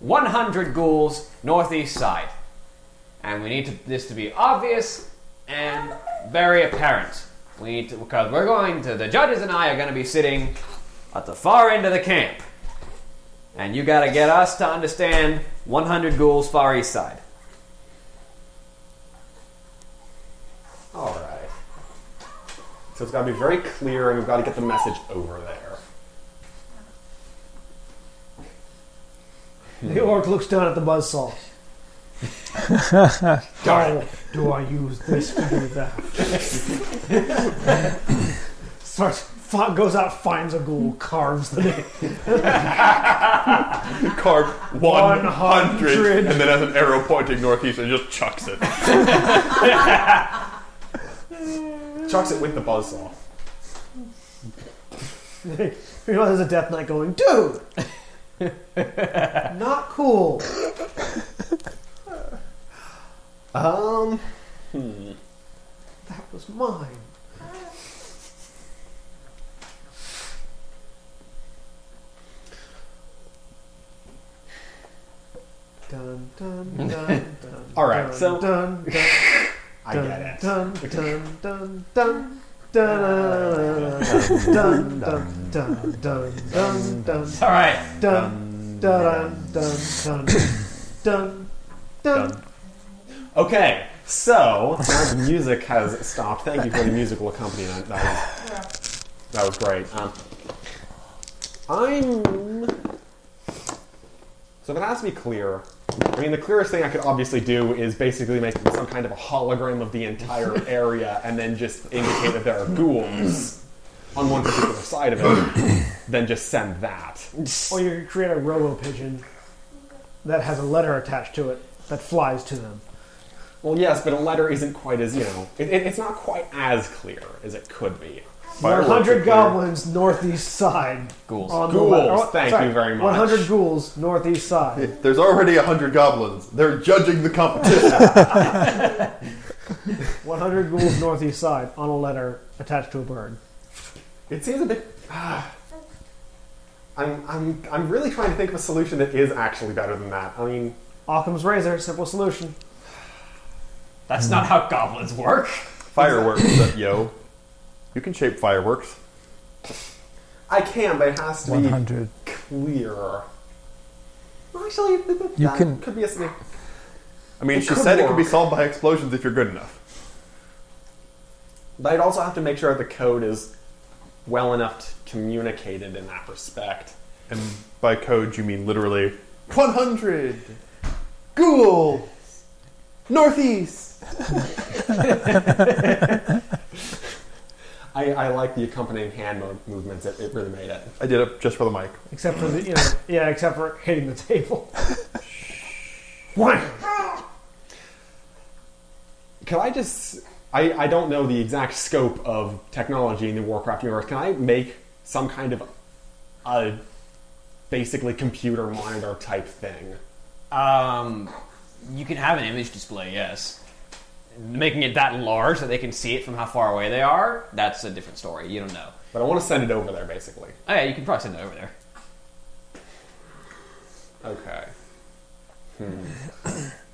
100 ghouls northeast side. And we need to, this to be obvious and very apparent. We need to, because we're going to, the judges and I are going to be sitting at the far end of the camp. And you got to get us to understand 100 ghouls far east side. All right. So it's got to be very clear, and we've got to get the message over there. Hmm. The orc looks down at the buzzsaw. Darn do I use this to do that? Starts, fi- goes out, finds a ghoul, carves the name. *laughs* Carved 100, 100. and then has an arrow pointing northeast and just chucks it. Chucks it with the buzzsaw. You know, there's a death knight going, dude! *laughs* Not cool. Um, That was mine. Dun, dun, *laughs* dun, dun, All right, dun, so- dun, dun, *laughs* I dun, get it. Dun, dun, dun, dun. Dun, dun, dun, dun, dun, dun, dun, dun, All right. dun, Um, dun, dun, dun, dun, dun. Okay, so now the music has stopped. Thank you for the musical accompaniment. That was, that was great. Um, I'm. So if it has to be clear, I mean, the clearest thing I could obviously do is basically make some kind of a hologram of the entire area and then just indicate that there are ghouls on one particular side of it. then just send that. Or you could create a robo pigeon that has a letter attached to it that flies to them. Well, yes, but a letter isn't quite as, you know, it, it, it's not quite as clear as it could be. Fireworks are 100 clear. goblins northeast side. Ghouls. On Ghouls, The Oh, left. thank you very much. 100 ghouls northeast *laughs* side. There's already a hundred goblins. They're judging the *laughs* competition. 100 ghouls northeast side on a letter attached to a bird. It seems a bit. ah. I'm, I'm, I'm really trying to think of a solution that is actually better than that. I mean, Occam's razor, simple solution. That's not how goblins work. fireworks, uh, yo. You can shape fireworks. I can, but it has to be 100. clear. Well, Actually, th- th- You that can- could be a snake. I mean, It she could said it could be work. solved by explosions if you're good enough. But I'd also have to make sure the code is well enough t- communicated in that respect. And by code, you mean literally 100 ghoul northeast. *laughs* I, I like the accompanying hand mo- movements. It, it really made it. I did it just for the mic. Except for the, you know, yeah, except for hitting the *laughs* table. Can I just? I, I don't know the exact scope of technology in the Warcraft universe. Can I make some kind of a basically computer monitor type thing? Um, you can have an image display, yes. Making it that large that they can see it from how far away they are, that's a different story. You don't know. But I want to send it over there, basically. Oh, yeah, you can probably send it over there. Okay.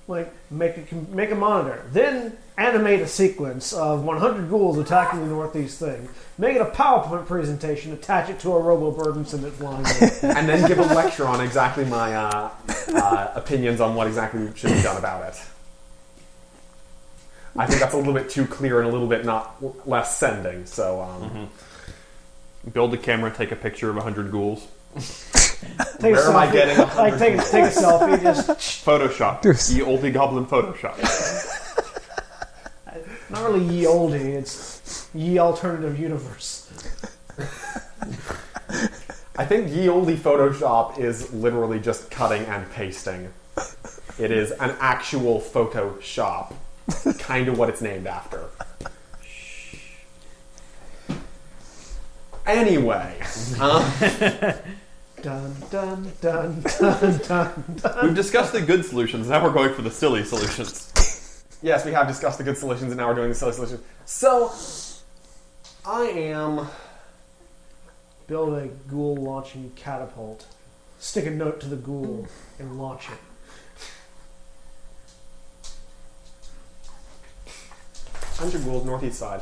like, make a, com- make a monitor. Then animate a sequence of 100 ghouls attacking the northeast thing. Make it a PowerPoint presentation, attach it to a robo bird and send it *laughs* flying in. And then give a lecture on exactly my uh, uh, opinions on what exactly should be done about it. I think that's a little bit too clear and a little bit not less sending. So um, Build a camera, take a picture of 100 ghouls. Take a where am I selfie. getting? a Like, take, a- take a selfie, just *laughs* Photoshop. Deuce. The oldie goblin *laughs* Photoshop. Not really ye oldie, it's ye alternative universe. I think ye olde Photoshop is literally just cutting and pasting. It is an actual Photoshop, kind of what it's named after. Anyway, um, Dun dun dun *laughs* dun dun. We've discussed the good solutions. Now we're going for the silly solutions. Yes, we have discussed the good solutions, and now we're doing the silly solutions. So I am build a ghoul launching catapult. Stick a note to the ghoul and launch it. *laughs* Under Ghoul's northeast side.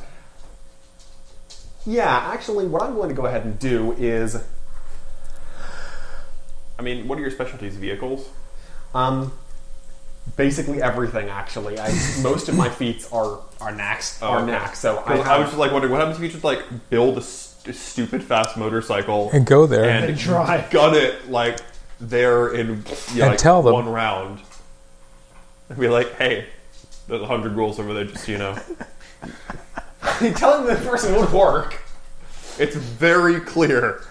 Yeah, actually, what I'm going to go ahead and do is I mean, what are your specialties? Vehicles? um, basically everything. Actually, I, most of my feats are are naxed. Are okay. naxed. So I, I, I was have, just like wondering what happens if you just like build a, st- stupid fast motorcycle And go there. and Try. gun it like there in yeah, And like, tell them. one round. And be like, hey, there's a hundred rules over there. Just so you know, telling the person would work. it's very clear.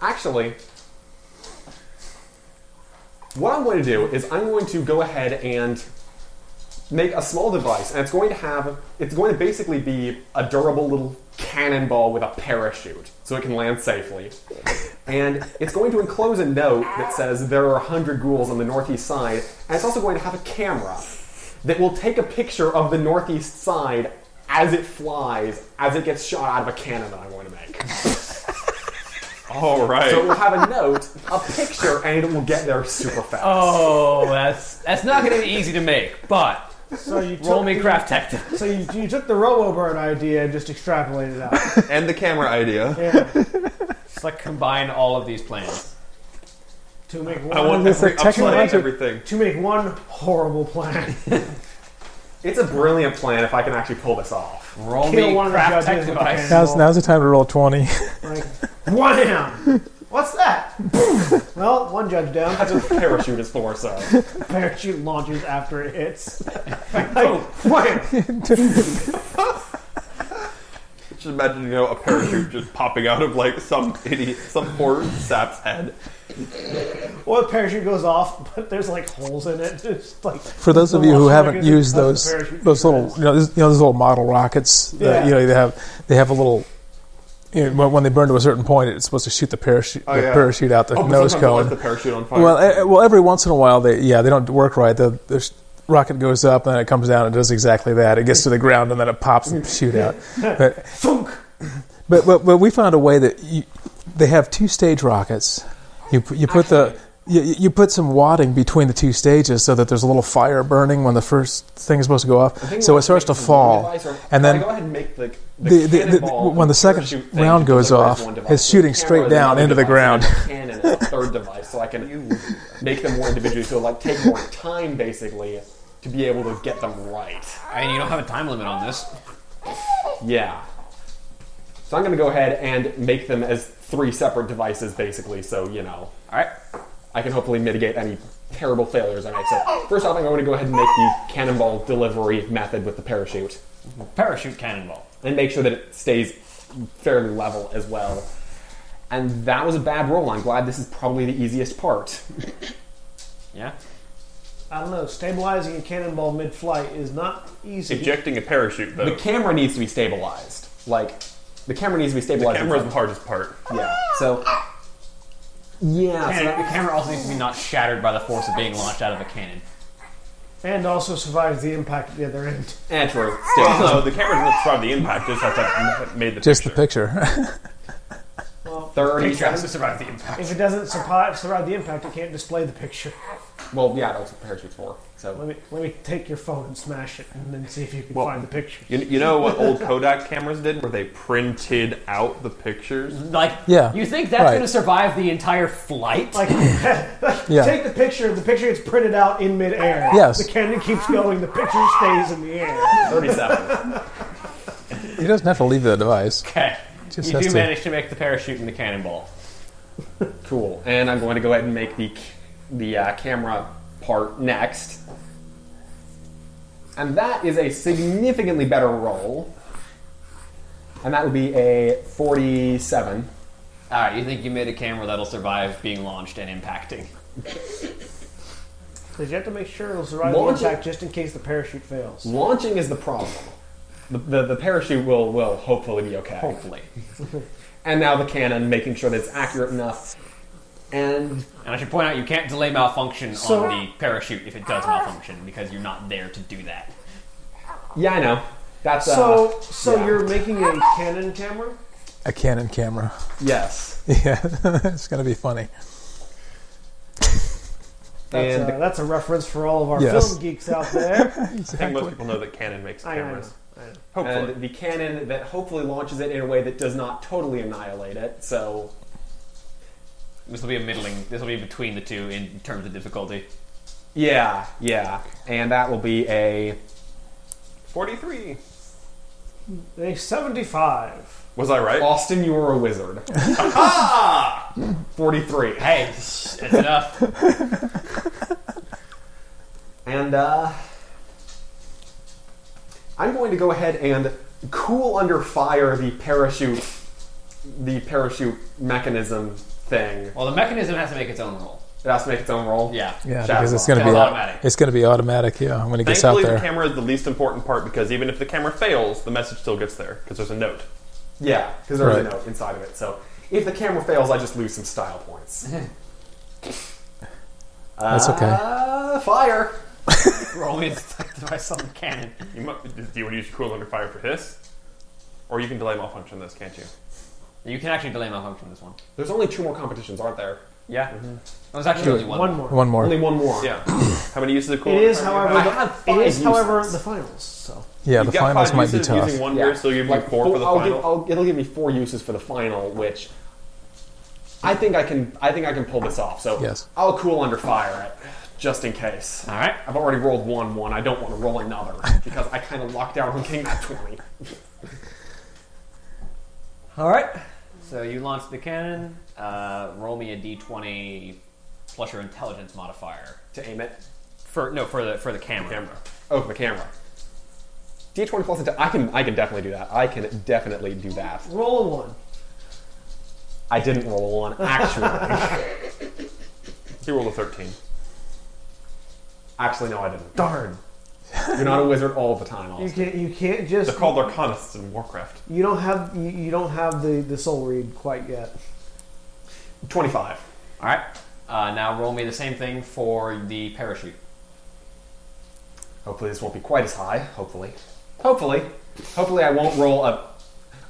Actually, what I'm going to do is I'm going to go ahead and make a small device, and it's going to have it's going to basically be a durable little cannonball with a parachute, so it can land safely. And it's going to enclose a note that says there are 100 ghouls on the northeast side, and it's also going to have a camera that will take a picture of the northeast side as it flies, as it gets shot out of a cannon that I'm going to make. All right. So it will have a note, a picture, and it will get there super fast. *laughs* Oh, that's that's not going to be easy to make, but So you took, roll me craft tech. So you, you took the Robo-Bird idea and just extrapolated it *laughs* out. *laughs* and the camera idea. Yeah. Just like combine all of these plans. to make one, I want It's a every upside technologic- everything. to make one horrible plan. It's a brilliant plan if I can actually pull this off. Roll Kill me one of the craft tech judges with a device. Now's, cannonball. now's the time to roll 20. Like, wham! What's that? Boom! well, one judge down. That's what the *laughs* parachute is for, so. parachute launches after it hits. like, wham! Just imagine, you know, a *coughs* parachute just popping out of like some idiot, some poor sap's head. Well, the parachute goes off, but there's like holes in it. *laughs* It's like *laughs* For those of you who Launch haven't rocket used doesn't those touch the parachute those little first. you know, those- you know those little model rockets that Yeah. you know they have they have a little you know, when- when they burn to a certain point it's supposed to shoot the parachute the yeah. parachute out the Oh, but nose sometimes I'll cone. light the parachute on fire. Well, eh, well, every once in a while they yeah they don't work right. The, the sh- rocket goes up and then it comes down and does exactly that. It gets to the ground and then it pops *laughs* and shoot out. But thunk. but but, but we found a way that you, they have two stage rockets. You pu- you put the you, you put some wadding between the two stages so that there's a little fire burning when the first thing is supposed to go off. So it starts to fall, and Can I go then ahead and make the, the, the, the, the, cannonball when the second parachute thing round just goes like there's off, one device. it's So the shooting straight camera is down another into the ground. device, and a Cannon is a third device, so I can make them more individual, so like take more time basically to be able to get them right. And you don't have a time limit on this. Yeah. So I'm going to go ahead and make them as three separate devices, basically, so, you know, All right. I can hopefully mitigate any terrible failures I make. So, first off, I'm going to go ahead and make the cannonball delivery method with the parachute Parachute cannonball. and make sure that it stays fairly level as well. And that was a bad roll. I'm glad this is probably the *coughs* easiest part. Yeah. I don't know. Stabilizing a cannonball mid-flight is not easy. Ejecting a parachute though. The camera needs to be stabilized. Like, the camera needs to be The stabilized. camera's the hardest part. Yeah. So, yeah. So And the camera also needs to be not shattered by the force of being launched out of a cannon. and also survives the impact at the other end. eh, true. Well, Still, no, the camera doesn't survive the impact. It Just has to have made the *laughs* Ah. just the picture. picture. *laughs* 30 Tries to survive the impact. If it doesn't survive, survive the impact, it can't display the picture. Well, yeah, that's what parachutes for. So Let me let me take your phone and smash it, and then see if you can Well, find the picture. You, you know what old Kodak cameras did, where they printed out the pictures. Mm-hmm. Like, Yeah, you think that's right. going to survive the entire flight? Like, Yeah. *laughs* take the picture. The picture gets printed out in midair. Yes. The cannon keeps going. The picture stays in the air. 37. He doesn't have to leave the device. okay. Just you has do to- manage to make the parachute and the cannonball. cool. And I'm going to go ahead and make the c- the uh, camera part next. And that is a significantly better roll. And that would be a 47. All right. You think you made a camera that'll survive being launched and impacting? Because you have to make sure it'll survive Launch the impact just in case the parachute fails. Launching is the problem. The, the, the parachute will, will hopefully be okay. Hopefully. *laughs* and now the cannon, making sure that it's accurate enough. And And I should point out you can't delay malfunction So- on the parachute if it does Ah. malfunction because you're not there to do that. yeah, I know. That's uh, So, so yeah. you're making a Canon camera? A Canon camera. *laughs* *laughs* yes. Yeah, *laughs* it's going to be funny. That's, uh, And- a, that's a reference for all of our Yes. film geeks out *laughs* there. I think most people know that Canon makes I know, I know. cameras. I know. Hopefully. And the cannon that hopefully launches it in a way that does not totally annihilate it. So This will be a middling. This will be between the two in terms of difficulty. yeah, yeah. And that will be a 43. A 75. Was I right? Austin. You were a wizard. Forty-three. Hey, that's enough. And uh, I'm going to go ahead and cool under fire the parachute, the parachute mechanism thing. Well, the mechanism has to make its own roll. It has to make its own roll. Yeah. Yeah, because That's it's going to be that's au- automatic. It's going to be automatic. Yeah, when it gets out Thankfully, the there. camera is the least important part because even if the camera fails, the message still gets there because there's a note. Yeah, because there's Right. a note inside of it. So if the camera fails, I just lose some style points. That's okay. Uh, fire. Roll me inspected by some cannon. You mu- do you want to use your cool under fire for hiss? Or you can delay malfunction this, can't you? You can actually delay malfunction this one. There's only two more competitions, aren't there? Yeah. There's actually only one. One more. One more. Only one more. Yeah. How many uses of cool It under is, fire do you however, have? the, it is, however, the finals. So yeah, You've the got five finals might be uses tough. Using one weird, so you'll give me four for the I'll final. Give, I'll, it'll give me four uses for the final, which I think I can. I think I can pull this off. So Yes. I'll cool under fire it, just in case. All right. I've already rolled one one. I don't want to roll another *laughs* because I kind of locked out on getting that twenty. All right. So you launch the cannon. Uh, roll me a d20 plus your intelligence modifier to aim it. for no for the for the camera. Camera. Oh, for the camera. D twenty plus. Into, I can. I can definitely do that. I can definitely do that. roll a one. I didn't roll one *laughs* actually. You roll a 13. actually, no, I didn't. Darn. You're not a wizard all the time. You Austin. can't. You can't just. They're called Arcanists in Warcraft. You don't have. You, you don't have the the soul read quite yet. Twenty-five. All right. Uh, now roll me the same thing for the parachute. Hopefully, this won't be quite as high. Hopefully. Hopefully. Hopefully, I won't roll a.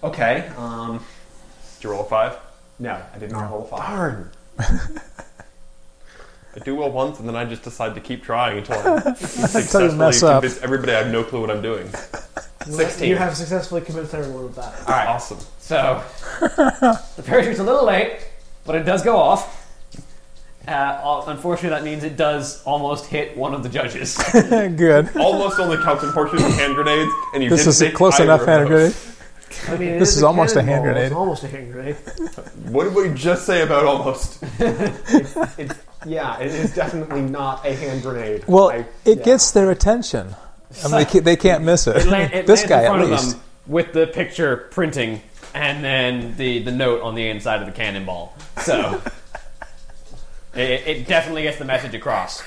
Okay. Um, Did you roll a 5? no, I did not roll a five. Darn. I do well once, and then I just decide to keep trying until I successfully mess up. convince everybody I have no clue what I'm doing. Sixteen. You have successfully convinced everyone of that. All right. Awesome. *laughs* So the parachute's a little late, but it does go off. Uh, al- unfortunately, that means it does almost hit one of the *laughs* judges. Good. Almost only counts unfortunately with hand grenades, and you This didn't is a take close either enough of hand those. grenade. I mean, it This is a almost a hand cannonball, grenade. It's almost a hand grenade. What did we just say about almost? It's, yeah, it is definitely not a hand grenade. Well, I- it yeah. gets their attention. I mean, they, ca- they can't miss it. It land- it this lands guy, in at front of least. them with the picture printing and then the, the note on the inside of the cannonball. *laughs* So it, it definitely gets the message across.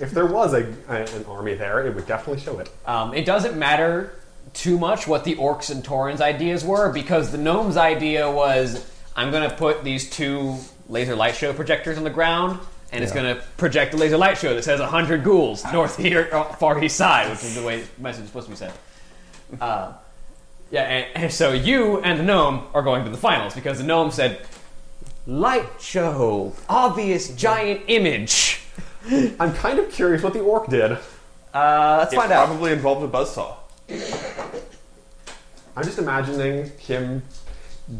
If there was a, a- an army there, it would definitely show it. Um, it doesn't matter too much what the orcs and taurans ideas were because the gnomes idea was I'm going to put these two laser light show projectors on the ground. And it's going to project a laser light show that says 100 ghouls north *laughs* here, uh, far east side, which is the way the message is supposed to be sent. Uh, yeah, and, and so you and the gnome are going to the finals because the gnome said, "Light show, obvious giant image." I'm kind of curious what the orc did. Uh, let's It find out. probably involved a buzzsaw. I'm just imagining him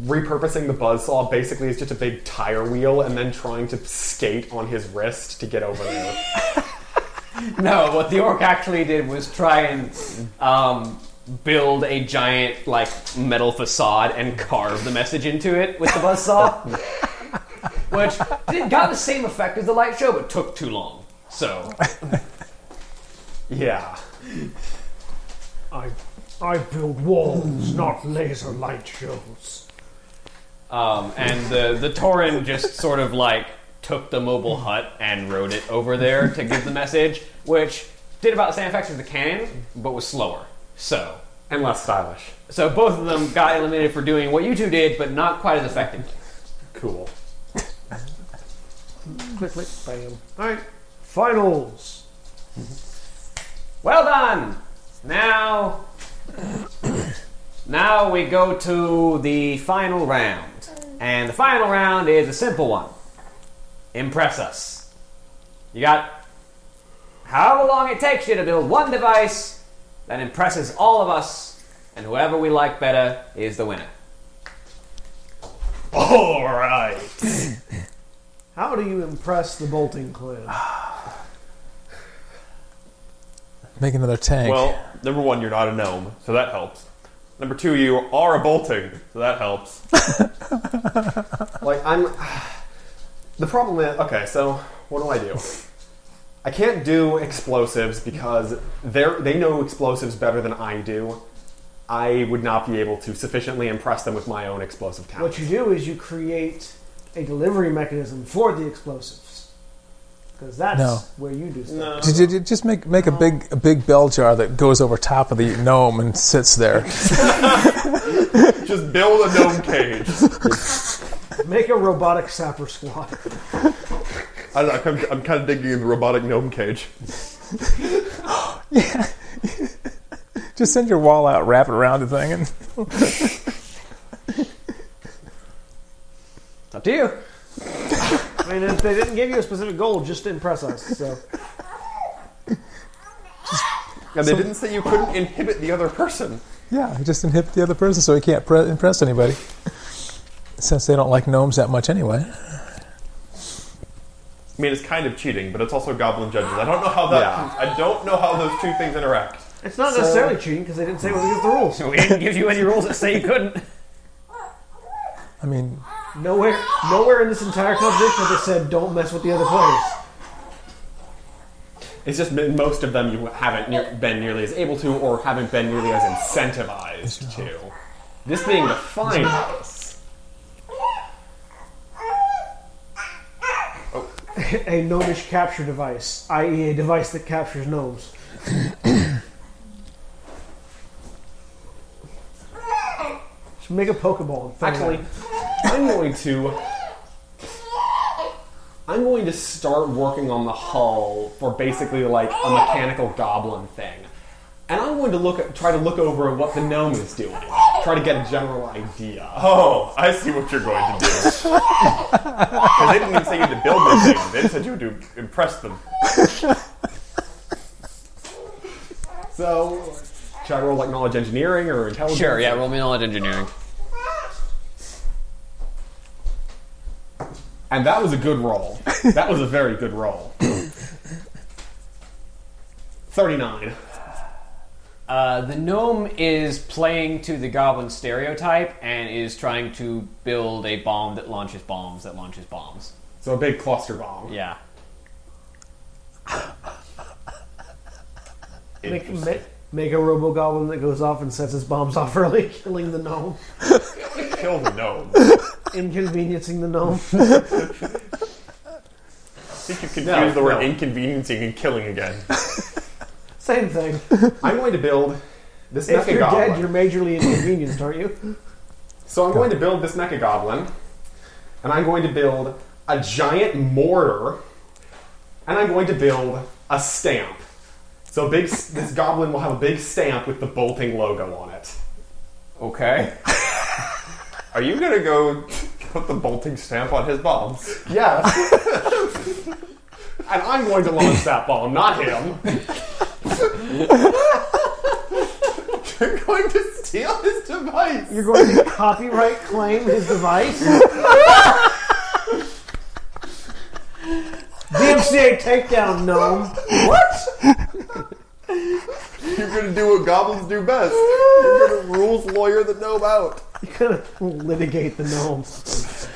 repurposing the buzzsaw basically as just a big tire wheel and then trying to skate on his wrist to get over there. *laughs* No, what the orc actually did was try and um, build a giant like metal facade and carve the message into it with the *laughs* buzzsaw, which did, got the same effect as the light show, but took too long. So yeah. I I build walls, not laser light shows. Um, and the the Torin just sort of like took the mobile hut and rode it over there to give the message, which did about the same effect as the cannon, but was slower. So and less stylish. So both of them got eliminated for doing what you two did, but not quite as effectively. Cool. Click, click, bam. All right, finals. Well done. Now, now we go to the final round, and the final round is a simple one. Impress us. You got however long it takes you to build one device that impresses all of us, and whoever we like better is the winner. All right. How do you impress the bolting clan? Make another tank. Well, number one, you're not a gnome, so that helps. Number two, you are a bolting, so that helps. *laughs* Like I'm. *sighs* The problem is okay. So what do I do? I can't do explosives because they they know explosives better than I do. I would not be able to sufficiently impress them with my own explosive What talent. you do is you create a delivery mechanism for the explosives, because that's No. where you do stuff. J- j- j- Just make make a big a big bell jar that goes over top of the gnome and sits there. *laughs* Just build a gnome cage. Make a robotic sapper squad. I don't know, I'm, I'm kind of digging in the robotic gnome cage. *laughs* Just send your wall out, wrap it around the thing, and It's up to you. I mean, if they didn't give you a specific goal, just to impress us. So And they didn't say you couldn't inhibit the other person. yeah, just inhibit the other person so he can't pre- impress anybody. Since they don't like gnomes that much anyway. I mean, it's kind of cheating, but it's also goblin judges. I don't know how that. I don't know how those two things interact. it's not necessarily cheating because they didn't say it was against the rules. We didn't give you any rules that say you couldn't. I mean, Nowhere, nowhere in this entire conversation have they said don't mess with the other players. It's just been- most of them you haven't near, been nearly as able to, or haven't been nearly as incentivized to. This being the finals. a gnomish capture device, i.e., a device that captures gnomes. Just make a Pokeball. And throw it Actually, out. I'm going to. I'm going to start working on the hull for basically like a mechanical goblin thing, and I'm going to look at, try to look over at what the gnome is doing, try to get a general idea. Oh, I see what you're going to do. *laughs* 'Cause they didn't even say you had to build the thing. They just said you had to impress them. So, should I roll like knowledge engineering or intelligence? Sure, yeah, roll me knowledge engineering. And that was a good roll. That was a very good roll. 39. Uh, the gnome is playing to the goblin stereotype and is trying to build a bomb that launches bombs that launches bombs. So a big cluster bomb. Yeah. make, make, make a Robogoblin that goes off and sets his bombs off *laughs* early, killing the gnome, Kill the *laughs* gnome. inconveniencing the gnome. I think you confused No, the word no. inconveniencing and killing again. Same thing. I'm going to build this If mecha you're goblin. dead, you're majorly inconvenienced, aren't you? So I'm going to build this mecha goblin, and I'm going to build a giant mortar, and I'm going to build a stamp. So big, s- this goblin will have a big stamp with the bolting logo on it. Okay. Are you gonna go put the bolting stamp on his bombs? Yes. and I'm going to launch that bomb, not him. You're going to steal his device. You're going to copyright claim his device. DMCA takedown, gnome. *laughs* You're gonna do what goblins do best. You're gonna *laughs* rules lawyer the gnome out. Gonna litigate the gnomes.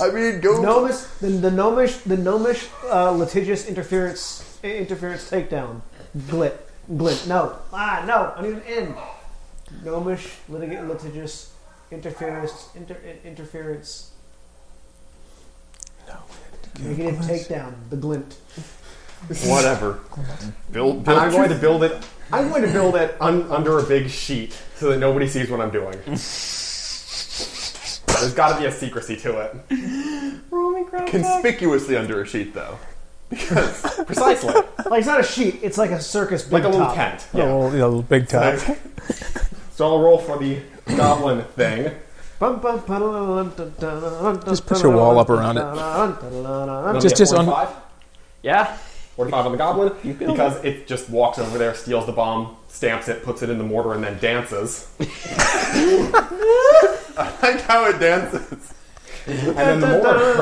I mean, go. Gnomish, the, the gnomish, the gnomish uh, litigious interference i- interference takedown. Glit, glit. No, ah, no. I need an N. Gnomish litigate litigious interference inter, in- interference. No. Negative takedown. The glint. Whatever. Build, build And I'm going to build it. I'm going to build it un- under a big sheet so that nobody sees what *laughs* I'm doing. There's got to be a secrecy to it. conspicuously under a sheet, though. Precisely, Like it's not a sheet. It's like a circus. Big like a little top. tent. A little, you know, little big top. Okay. *laughs* So I'll roll for the goblin thing. Bum, bum, ba-da-da-da-da-da-da-da-da-da-da-da-da-da. Just put your wall up around it. I'll Just- get just on- 45, Yeah. 45 on the goblin because it just walks over there, steals the bomb, stamps it, puts it in the mortar, and then dances. *laughs* I like how it dances. And then the *laughs* mortar,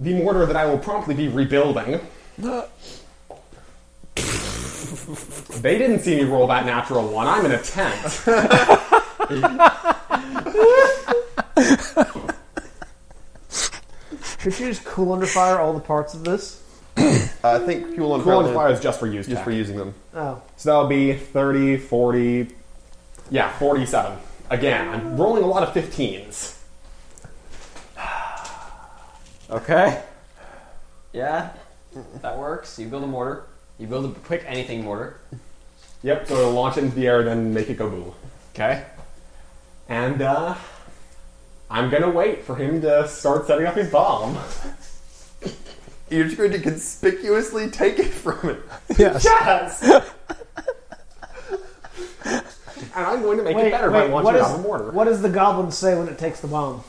the mortar that I will promptly be rebuilding. They didn't see me roll that natural one. I'm in a tent. Should you just cool under fire all the parts of this? I think fuel on Cool on fire- fire is just for use. Just for using them. Oh, So that'll be 30, 40, yeah, 47. Again, I'm rolling a lot of 15s. Okay. Yeah. That works. You build a mortar. You build a quick anything mortar. Yep, so it'll launch it into the air, then make it go boom. Okay. And, uh, I'm gonna wait for him to start setting up his bomb. *laughs* You're just going to conspicuously take it from it. *laughs* *laughs* *laughs* Yes. Yes! and I'm going to make it wait, better by wait. launching What, it is, out of the mortar. what does the goblin say when it takes the bomb?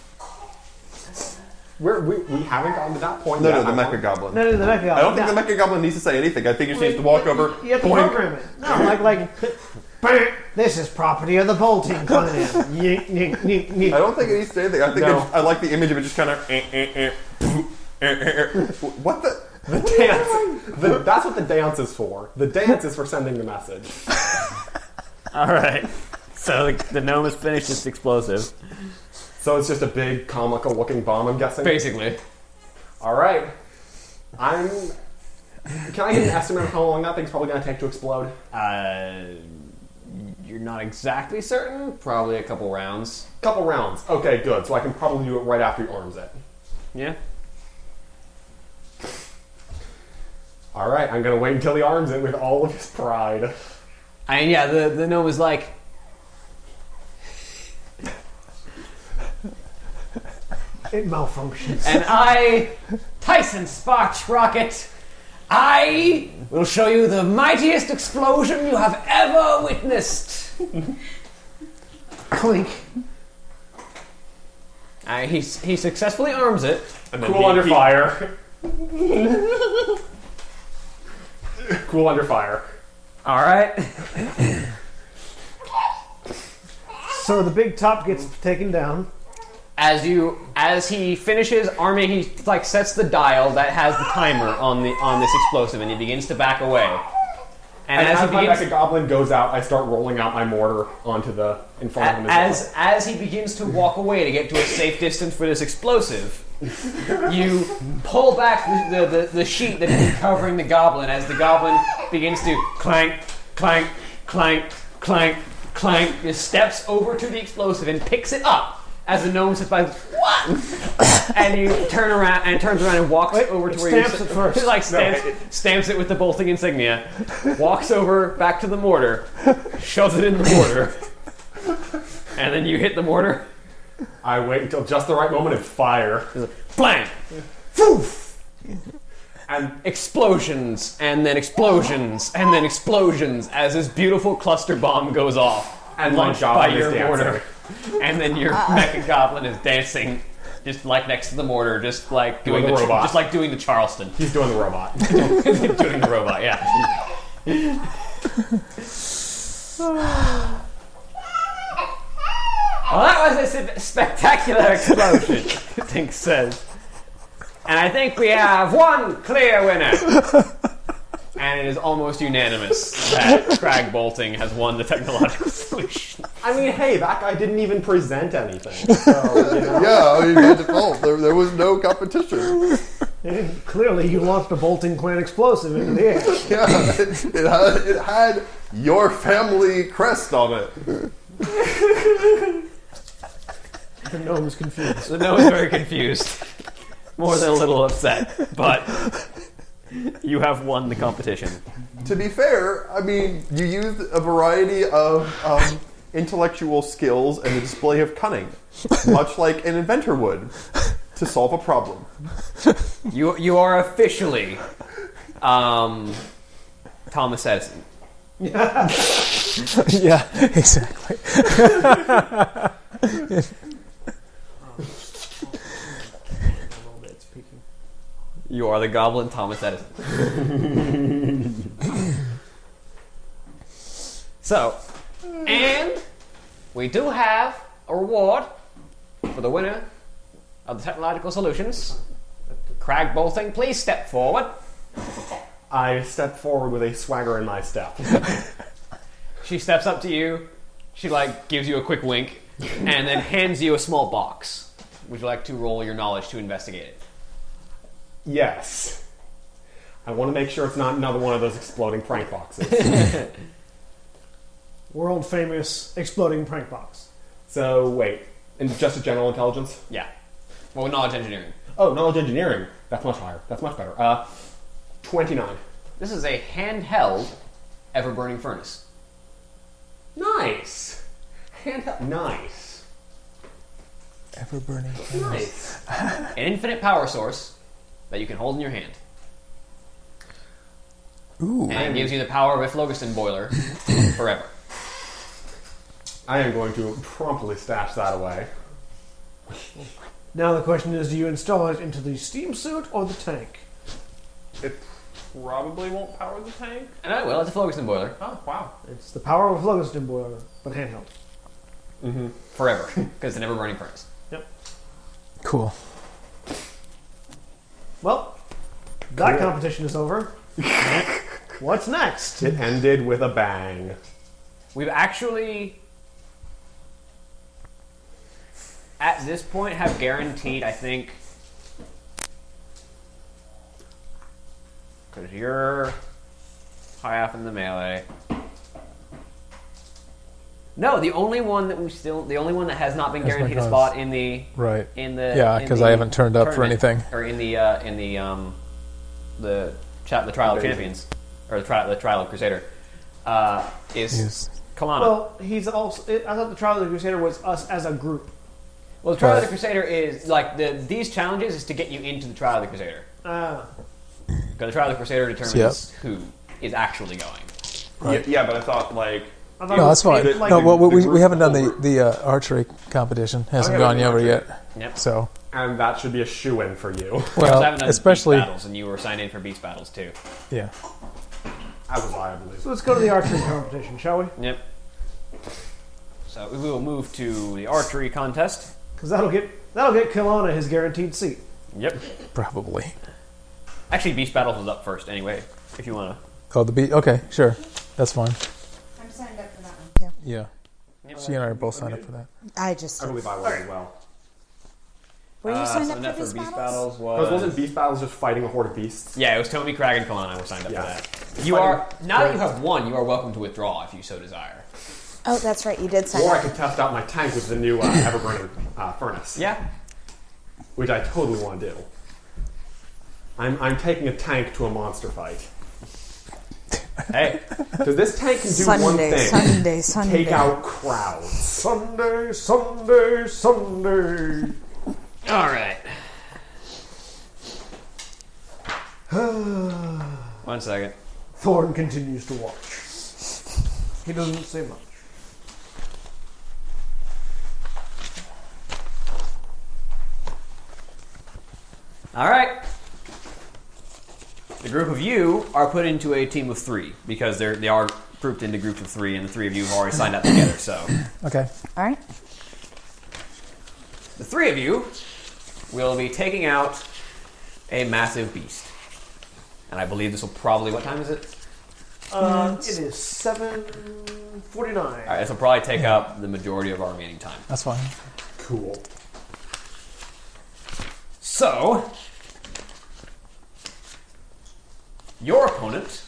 We're, we, we haven't gotten to that point No, yet. no, the I Mecha want- Goblin. No, no, the mecha goblin. I don't think no. the Mecha Goblin needs to say anything. I think he just needs to walk over. You have to boink. program it. No, like like. *laughs* "Bang, This is property of the bolting *laughs* clan. Yeek, yeek, yeek, yeek. I don't think it needs to say anything. I think No. I, just- I like the image of it just kind of. Eh, eh, eh, poof, eh, eh, eh. What the? The dance. the, that's what the dance is for. The dance is for sending the message. *laughs* All right. So the, the gnome has finished its explosive. So it's just a big comical looking bomb, I'm guessing. Basically. All right. I'm. Can I get an estimate of how long that thing's probably going to take to explode? Uh, you're not exactly certain. Probably a couple rounds. couple rounds. Okay, good. So I can probably do it right after he arms it. Yeah. All right, I'm going to wait until he arms it with all of his pride. And yeah, the, the gnome was like, It malfunctions. *laughs* and Ah. I, Tyson Sparch Rocket, I will show you the mightiest explosion you have ever witnessed. *laughs* Clink. Uh, he, he successfully arms it. Cool under *laughs* fire. cool under fire. All right. So the big top gets taken down. As you as he finishes arming, he like sets the dial that has the timer on the on this explosive, and he begins to back away. And, And as, as, he my begins, mecha goblin goes out, I start rolling out my mortar onto the in front of him. as well. as as he begins to walk away to get to a safe distance for this explosive, you pull back the, the, the, the sheet that is covering the goblin as the goblin begins to clank, clank, clank, clank, clank. Just steps over to the explosive and picks it up. As the gnome sits by, what? and you turn around and turns around and walks over to it where stamps you it first. *laughs* like stamps, stamps it with the bolting insignia, walks over back to the mortar, shoves it in the mortar, and then you hit the mortar. I wait until just the right moment and fire. Blank. And explosions and then explosions and then explosions as this beautiful cluster bomb goes off and my launched job by is your dancing. mortar and then your mecha goblin is dancing just like next to the mortar just like doing the the, robot. just like doing the charleston He's doing the *laughs* robot. *laughs* doing the robot *sighs* yeah well that was a s- spectacular explosion think says and i think we have one clear winner and it is almost unanimous that crag bolting has won the technological *laughs* solution I mean, hey, that guy didn't even present anything. *laughs* So, you know. Yeah, I mean, by default, there, there was no competition. *laughs* And clearly, you launched a bolting clan explosive into the air. Yeah, it, it, had, it had your family crest on it. The gnome's confused. the gnome is very confused more than a little upset, but you have won the competition. To be fair, I mean, you used a variety of um, intellectual skills and a display of *laughs* cunning, much like an inventor would, to solve a problem. You you are officially um, Thomas Edison. *laughs* yeah, exactly. You are the Goblin Thomas Edison. *laughs* so, and we do have a reward for the winner of the technological solutions. Crag Bolting, please step forward. I step forward with a swagger in my step. She steps up to you. She like gives you a quick wink, and then hands you a small box. Would you like to roll your knowledge to investigate it? yes. I want to make sure it's not another one of those exploding prank *laughs* boxes. World famous exploding prank box. so, wait. And just a general intelligence? Yeah. Well, knowledge engineering. Oh, knowledge engineering. That's much higher. That's much better. Uh, 29. This is a handheld, ever-burning furnace. Nice. Handheld. Nice. Ever burning. Nice. An infinite power source that you can hold in your hand. Ooh. And it gives you the power of a *coughs* phlogiston boiler forever. I am going to promptly stash that away. Now the question is, do you install it into the steam suit or the tank? It probably won't power the tank. And I will, it's a phlogiston boiler. Oh wow! It's the power of a phlogiston boiler, but handheld. Forever. Because it's an ever-burning furnace. Cool. Well, that competition is over. What's next? It ended with a bang. We've actually, at this point, have guaranteed, I think, because you're high off in the melee. No, the only one that we still, the only one that has not been That's my guaranteed a guess. spot in the Right. in the Yeah, in 'cause the I haven't turned up for tournament, anything. or in the uh, in the um, the chat the trial of champions or the trial the trial of crusader uh, is Yes. Kalana. Well, Well, he's also. It, I thought the Trial of the Crusader was us as a group. the trial of the Right. crusader is like the these challenges is to get you into the trial of the crusader Ah, because the trial of the crusader determines who is actually going. Right. Yeah, yeah, but I thought like I thought it No, was that's fine. shaped like- no, well, the we, we group haven't done the over. the uh, archery competition. Oh, Hasn't Okay, gone we over haven't yet. Yep. So, And that should be a shoe in for you. *laughs* Because well, I haven't done especially beast battles, and you were signed in for beast battles too. yeah. As was I, I believe. let's go to the archery competition, shall we? Yep. So we will move to the archery contest. Because that'll get that'll get Kelowna his guaranteed seat. Yep. Probably. Actually, beast battles was up first anyway. If you want Oh, the beat. Okay, sure. That's fine. I'm signed up for that one too. Yeah. She and I are both signed up for that. I just I believe I was as well. were you Ah, to, signed sign up for these battles? Because wasn't Beast Battles just fighting a horde of beasts? Yeah, it was Toby Crag and Kalana who signed up Yeah. for that. You are now that you have won, you are welcome to withdraw if you so desire. Oh, that's right, you did sign Or I up. could test out my tank with the new uh, Everburning uh, furnace, Yeah. which I totally want to do. I'm, I'm taking a tank to a monster fight. *laughs* Hey, Because this tank can do one Sunday, thing Sunday, Sunday. take out crowds. Sunday, Sunday, Sunday. all right. One second. Thorn continues to watch. He doesn't say much. All right. The group of you are put into a team of three because they're they are grouped into groups of three, and the three of you have already signed up together. So Okay. All right. the three of you will be taking out a massive beast, and I believe this will probably. What time is it? Uh, it is seven forty-nine. All right, this will probably take up the majority of our remaining time. That's fine. Cool. So, your opponent,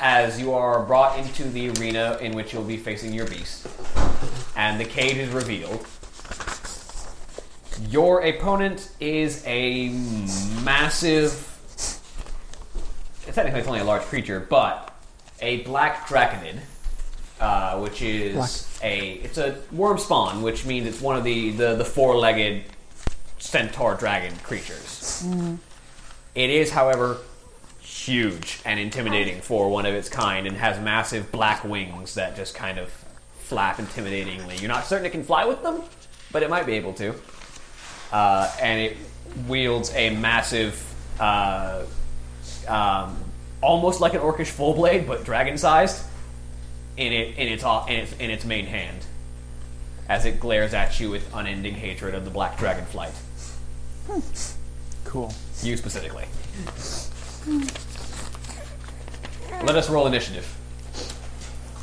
as you are brought into the arena in which you'll be facing your beast, and the cage is revealed, Your opponent is a massive. Technically, it's only a large creature, but a black draconid, uh, which is Black. a it's a worm spawn, which means it's one of the the, the four legged centaur dragon creatures. It is, however, huge and intimidating for one of its kind, and has massive black wings that just kind of flap intimidatingly. You're not certain it can fly with them, but it might be able to. Uh, and it wields a massive, uh, um, almost like an orcish full blade, but dragon-sized, in it in its o- in its in its main hand, as it glares at you with unending hatred of the black dragon flight. Cool. You specifically. Let us roll initiative.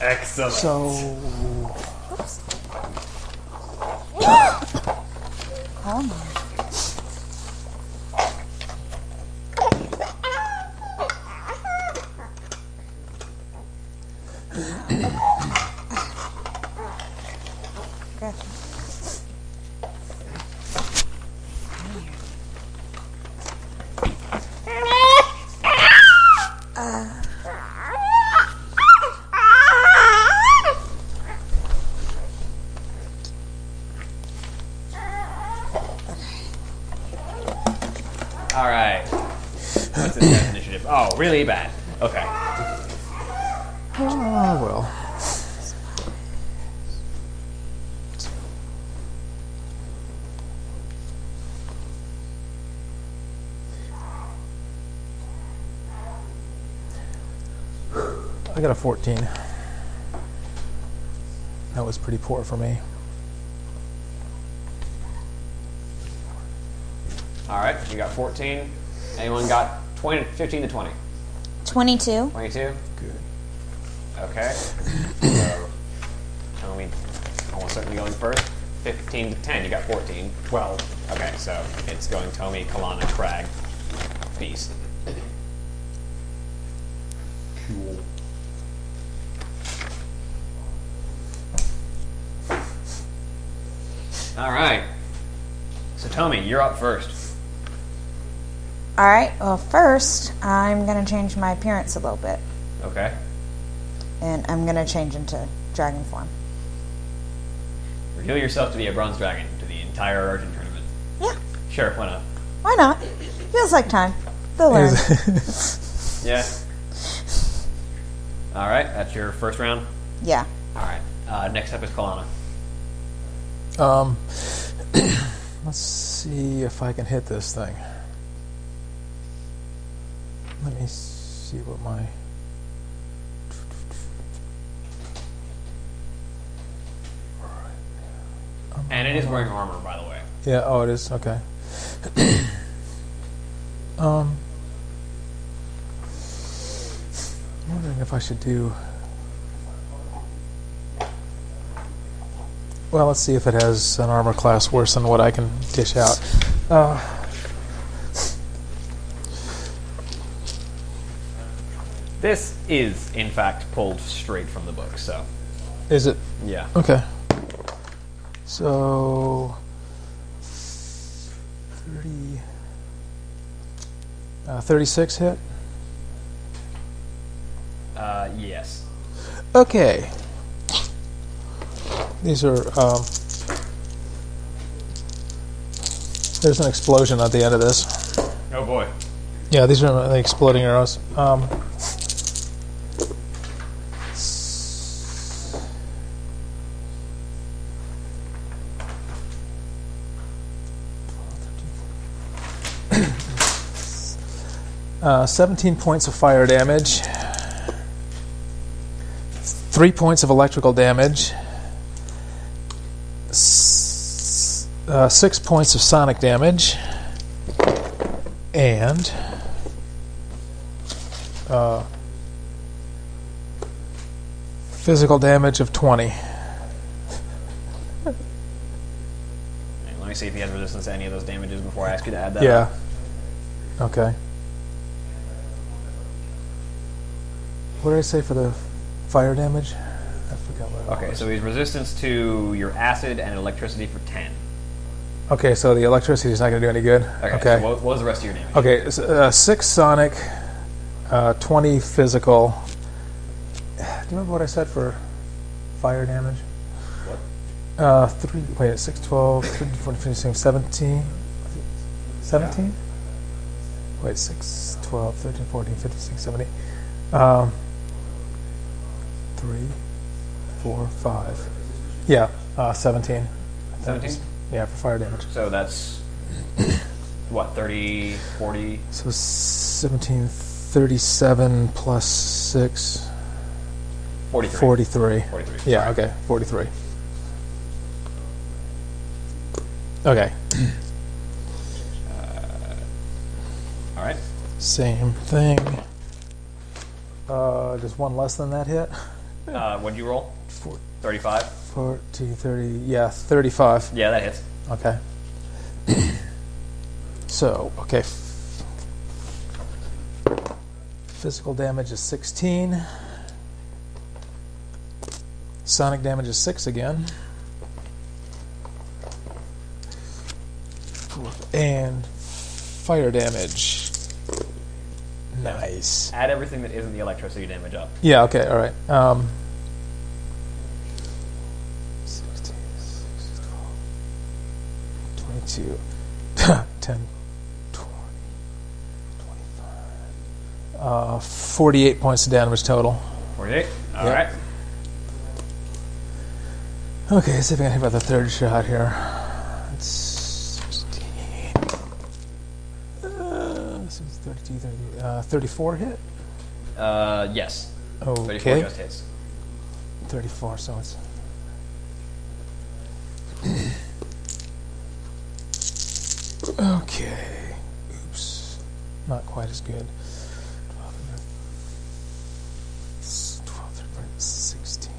Excellent. So. Oh my. Good. All right. What's this guy's initiative? Oh, really bad. Okay. Ah, well. I got a 14. That was pretty poor for me. All right. You got 14. Anyone got 20, 15 to 20? 22. 22? Good. Okay. So, tell me, almost certainly going first. 15 to 10, you got 14. 12. Okay, so it's going Tomy, Kalana, Crag, Beast. Alright. So, Tomy, you're up first. All right. Well, first, I'm going to change my appearance a little bit, Okay. and I'm going to change into dragon form. Reveal yourself to be a bronze dragon to the entire Origin tournament. Yeah. Sure, why not? Why not? Feels like time. They'll learn. Yeah. All right, that's your first round. yeah. All right. Uh, next up is Kalana. *laughs* Um, *clears throat* let's see if I can hit this thing. Let me see what my. And it is wearing armor, by the way. Yeah. Oh, it is okay. *clears throat* um, I'm wondering if I should do. Well, let's see if it has an armor class worse than what I can dish out. Uh, This is, in fact, pulled straight from the book, so. is it Yeah. Okay. So, 30, uh, 36 hit? Uh, yes. Okay. These are. Um, there's an explosion at the end of this. Oh boy. Yeah, these are the exploding arrows. Um, uh, 17 points of fire damage, 3 points of electrical damage, s- uh, 6 points of sonic damage, and uh, physical damage of 20. And let me see if he has resistance to any of those damages before I ask you to add that. Yeah. Okay. What did I say for the fire damage? I forgot what. Okay, so he's resistance to your acid and electricity for 10. Okay, so the electricity is not going to do any good. Okay. so what, what was the rest of your damage? Okay, s- uh, six sonic, uh, twenty physical. Do you remember what I said for fire damage? What? Uh, three. Wait, six, twelve, 13, 14, 15, 17. 17? Wait, 6, 12, 13, 14, 15, 16, 17. Um, 3, 4, 5. Yeah, uh, 17. 17? Yeah, for fire damage. So that's *coughs* what 30, 40. So 17, 37 plus 6. 43. 43. 43, Yeah, okay, 43. Okay, All right. same thing. Uh, does one less than that hit? Uh, what'd you roll? Thirty-five. 40, 30, yeah, 35. Yeah, that hits. Okay. *clears throat* so, okay. Physical damage is 16. Sonic damage is 6 again. And fire damage. Nice. Add everything that isn't the electricity damage up. Yeah, okay, all right. Um, Twenty-two, *laughs* ten, twenty, twenty-five. Uh, forty-eight points of damage total. Forty-eight. All right. Yep. Okay, let's see if I can hit by the third shot here. It's 16. Uh, this is 32, 30, uh, 34 hit? Uh, yes. Thirty-four Okay. just hits. 34, so it's. *coughs* okay. Oops. Not quite as good. 12, 12, 13, 16.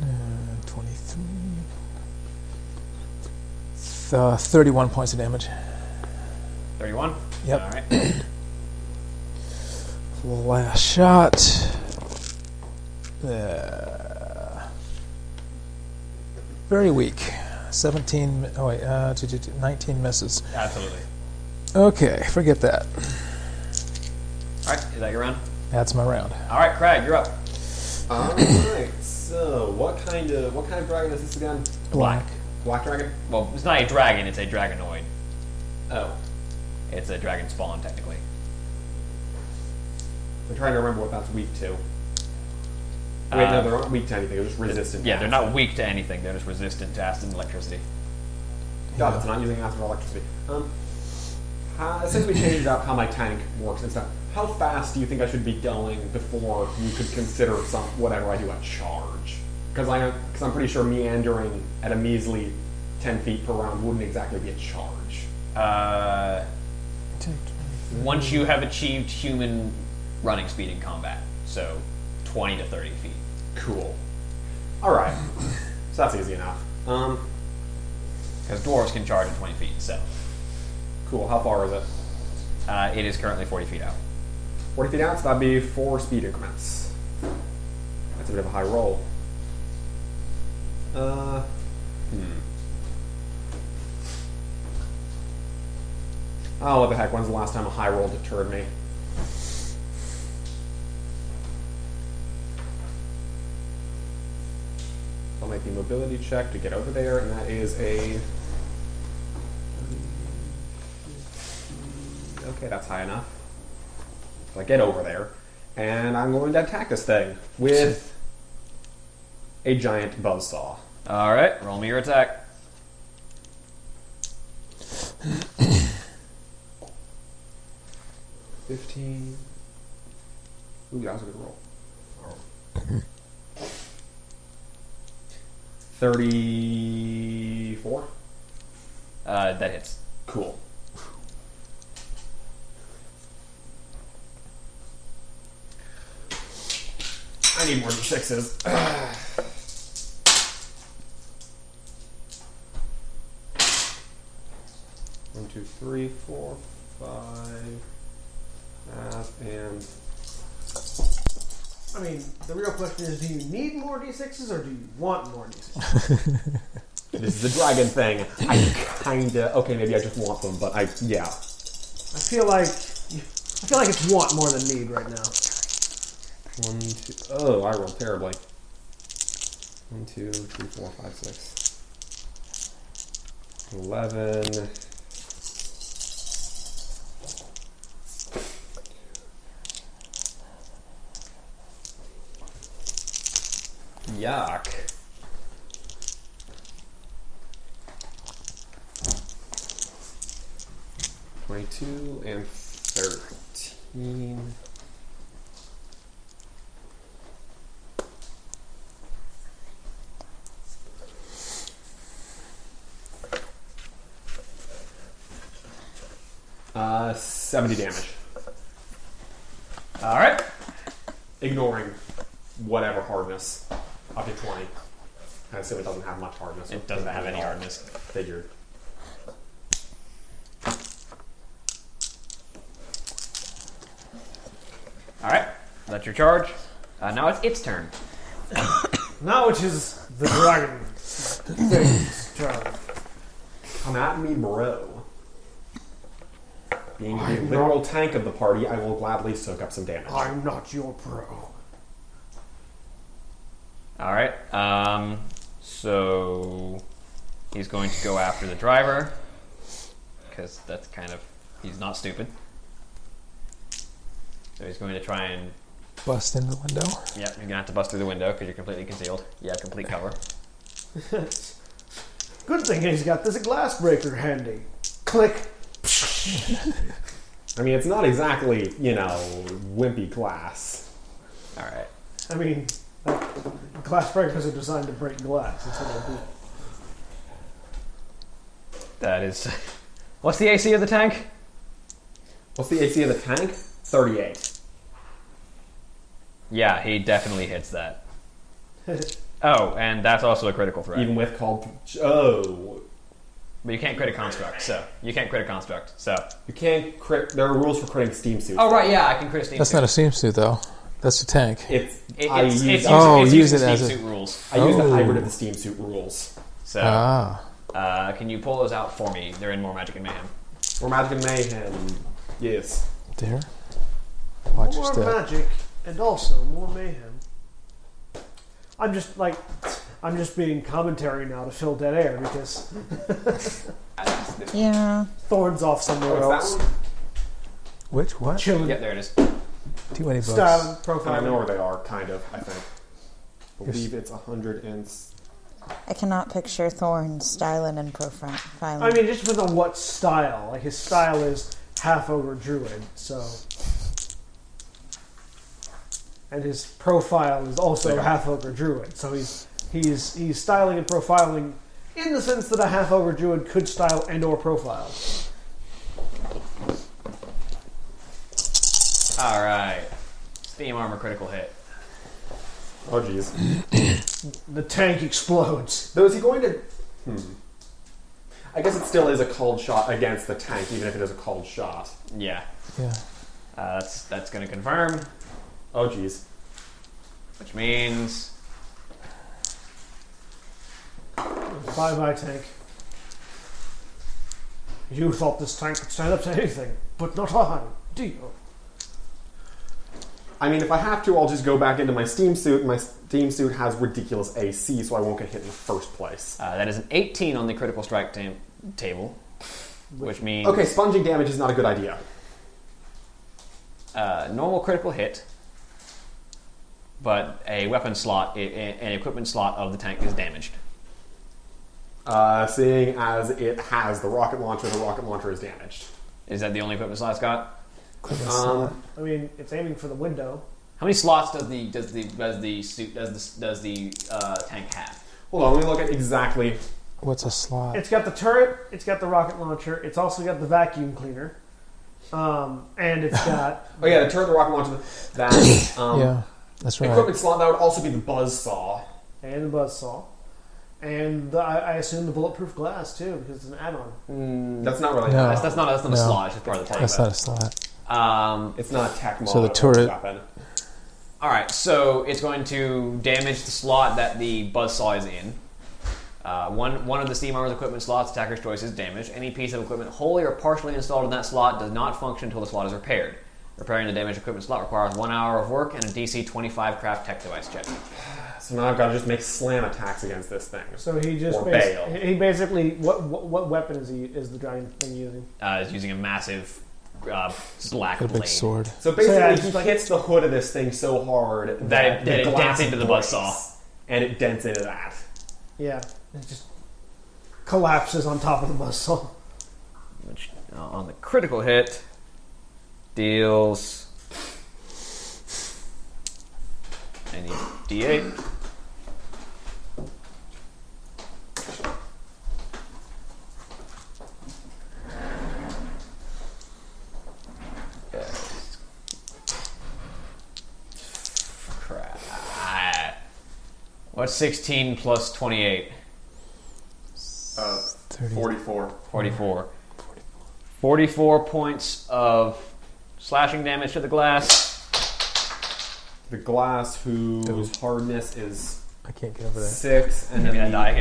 19, uh, 23. Uh, 31 points of damage. Thirty-one. Yep. All right. *clears throat* Last shot. Uh, very weak. 17, mi- oh wait, uh, t- t- t- 19 misses. Absolutely. Okay, forget that. All right. Is that your round? That's my round. All right, Craig, you're up. *sighs* Alright, so what kind of what kind of dragon is this again? Black. Black dragon? Well, it's not a dragon. It's a dragonoid. Oh. It's a dragon spawn technically. I'm trying to remember what that's weak to. Wait, no, Uh, they're not weak to anything, they're just resistant. Yeah, they're not weak to anything. They're just resistant to acid and electricity. God, it's not using acid or electricity. Um how, since we changed up how my tank works and stuff, how fast do you think I should be going before you could consider some whatever I do a charge? Because I because I'm pretty sure meandering at a measly ten feet per round wouldn't exactly be a charge. Uh, once you have achieved human running speed in combat, so 20 to 30 feet. Cool. All right. So that's easy enough. Um, Because dwarves can charge at 20 feet, so. cool. How far is it? Uh, it is currently 40 feet out. 40 feet out, so that'd be four speed increments. That's a bit of a high roll. Uh, hmm. Oh, what the heck? When's the last time a high roll deterred me? I'll make the mobility check to get over there, and that is a. Okay, that's high enough. So I get over there, and I'm going to attack this thing with a giant buzzsaw. Alright, roll me your attack. Fifteen. Ooh, that was a good roll. *laughs* Thirty-four. Uh, that hits. Cool. I need more than sixes. *clears throat* One, two, three, four, five. That and I mean, the real question is: Do you need more d6s or do you want more d6s? This is a dragon thing. I kinda okay, maybe I just want them, but I yeah. I feel like I feel like it's want more than need right now. One, two, oh, I rolled terribly. One, two, three, four, five, six. Eleven. Yuck. Twenty-two and thirteen. Uh, 70 damage. All right. Ignoring whatever hardness. Up to 20. I assume it doesn't have much hardness. It doesn't have any hardness. Figured. All right, that's your charge. Uh, now it's its turn. Now, which is the dragon thing's turn. Come at me, bro. Being the literal tank of the party, I will gladly soak up some damage. I'm not your pro. All right. Um, so he's going to go after the driver because that's kind of he's not stupid. So he's going to try and Bust in the window. yeah, you're gonna have to bust through the window because you're completely concealed. Yeah, complete cover. *laughs* Good thing he's got this glass breaker handy. Click. I mean, it's not exactly, you know, wimpy glass. All right. I mean, glass breakers are designed to break glass. That's what they do. That is. *laughs* What's the AC of the tank? What's the AC of the tank? 38. Yeah, he definitely hits that. *laughs* Oh, and that's also a critical threat. Even with called. Oh. But you can't crit a construct, so you can't crit a construct. So. You can't crit. There are rules for critting steam suits. Oh right, yeah, I can crit a steam That's suit. not a steam suit, though. That's a tank. It's, It- I, it's, use, it's I Oh, using, it's use using it as steam a- suit rules. use the Oh. hybrid of the steam suit rules. So, Ah. uh, can you pull those out for me? They're in more magic and mayhem. Or magic and mayhem. Yes. There. Watch your more step. magic and also more mayhem. I'm just like, I'm just being commentary now to fill dead air because Yeah. Thorn's off somewhere Oh, else, is that one? Which? What? chilling, Yep, there it is. Too many books. styling, I know where profiling. they are, kind of, I think. believe it's 100 and. s- I cannot picture Thorn styling and profiling. I mean, it just depends on what style. Like his style is half over druid, so. And his profile is also half over druid, so he's he's he's styling and profiling in the sense that a half over druid could style and or profile. All right, steam armor critical hit. Oh, jeez. The tank explodes. Though, is he going to. Hmm. I guess it still is a called shot against the tank, even if it is a called shot. Yeah, Yeah. uh, that's that's going to confirm, Oh, jeez. which means Bye bye, tank. You thought this tank could stand up to anything, but not I, do you? I mean, if I have to, I'll just go back into my steam suit. My steam suit has ridiculous AC, so I won't get hit in the first place. uh, that is an 18 on the critical strike tam- table, which means Okay, sponging damage is not a good idea. uh, normal critical hit, but a weapon slot, i- i- an equipment slot of the tank is damaged. Uh, seeing as it has the rocket launcher, the rocket launcher is damaged. Is that the only equipment slot it's got? Um, I mean, it's aiming for the window. How many slots does the does the does the suit does the does the uh, tank have? hold on, let me look at exactly. What's a slot? It's got the turret, it's got the rocket launcher, it's also got the vacuum cleaner, um, and it's got. Oh yeah, the turret, the rocket launcher, *coughs* that um, yeah. That's right. equipment slot. That would also be the buzz saw. and the buzzsaw. And the, I, I assume the bulletproof glass, too, because it's an add on. That's not really. No. That's, that's not that's not a No. slot. It's just part of the tank. That's not a slot. Um, It's not a tech mod. So the turret- Weapon. All right, so it's going to damage the slot that the buzzsaw is in. Uh, one one of the steam armor's equipment slots, attacker's choice, is damaged. Any piece of equipment wholly or partially installed in that slot does not function until the slot is repaired. Repairing the damaged equipment slot requires one hour of work and a DC 25 craft tech device check. So now I've got to just make slam attacks against this thing. So he just or bas- bail. he basically what, what what weapon is he is the dragon thing using? Uh, is using a massive uh, black Got a blade. big sword. So basically, So, yeah, he hits the hood of this thing so hard that, That it- the that it dents glass into the breaks, buzzsaw. and it dents into that. Yeah, it just collapses on top of the muscle. Which, uh, on the critical hit, deals any d8. Crap. What's 16 plus 28? Uh, 30. 44. 44. 44 points of slashing damage to the glass. The glass, whose hardness is I can't get over that. six, and then Maybe I die the,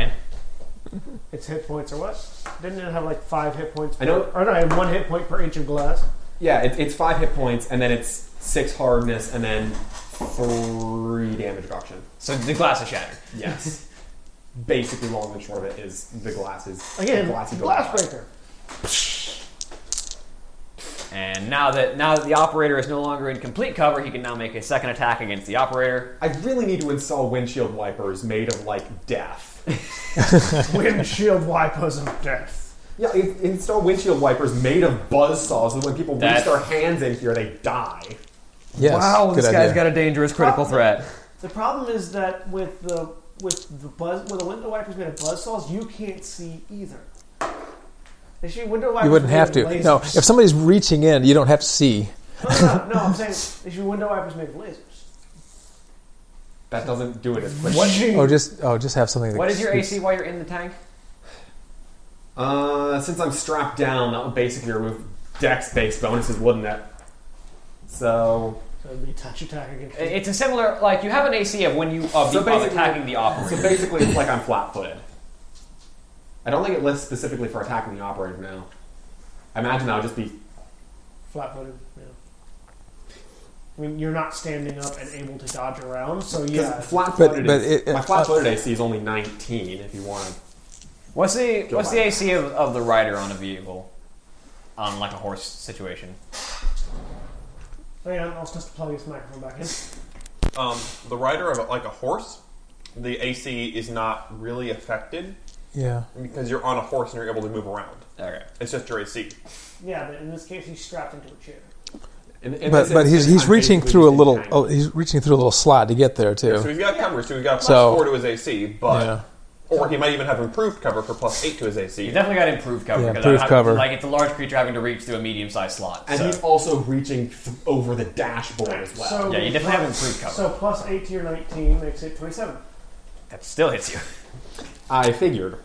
again. Its hit points or what? Didn't it have like five hit points? Per, I know- Or no, I had one hit point per inch of glass. yeah, it, it's five hit points, and then it's six hardness, and then three damage reduction. So the glass is shattered. Yes. Basically, long and short of it is the glass is Again, the glass is going glass out. breaker. And now that now that the operator is no longer in complete cover, he can now make a second attack against the operator. I really need to install windshield wipers made of like death. Windshield wipers of death. Yeah, in- install windshield wipers made of buzz saws, so when people That- reach their hands in here, they die. Yes, wow, good Oh, this idea. guy's got a dangerous critical threat. The problem is that with the with the buzz with the window wipers made of buzz saws, you can't see either. Actually, window wipers you wouldn't made have of to. lasers. No, if somebody's reaching in, you don't have to see. no, no, no, I'm saying they should be window wipers made of lasers. That doesn't do it as quick. Oh, just oh, just have something. That What is your AC while you're in the tank? Uh, since I'm strapped down, that would basically remove dex-based bonuses, wouldn't it? So, So it'd be touch attack against. I- It's a similar like you have an AC of when you of, So the, of basically- attacking the so operator. basically, it's like I'm flat-footed. I don't think it lists specifically for attacking the operator now. I imagine that would just be flat footed. Yeah. I mean, you're not standing up and able to dodge around, so yeah. yeah. flat-footed. but is- it- uh, it- my flat-footed AC is only 19. If you want to What's the what's by. the AC of, of the rider on a vehicle? On like a horse situation. Hang on, Oh, I'll just plug this microphone back in. Um, the rider of like a horse, the AC is not really affected Yeah. because you're on a horse and you're able to move around. Okay. It's just your AC. Yeah, but in this case, he's strapped into a chair. In- in But this but he's instance, he's I'm reaching basically through a just little. hanging. Oh, he's reaching through a little slot to get there So too. he's got cover, so he's got plus So- four to his AC, but Yeah. or he might even have improved cover for plus eight to his You AC. definitely got improved cover. Yeah, because improved I- I- cover. Like it's a large creature having to reach through a medium-sized oh, slot. and so- he's also reaching th- over the dashboard as well. So yeah, you definitely have improved cover. So plus 18 or 19 makes it 27. that still hits you. I figured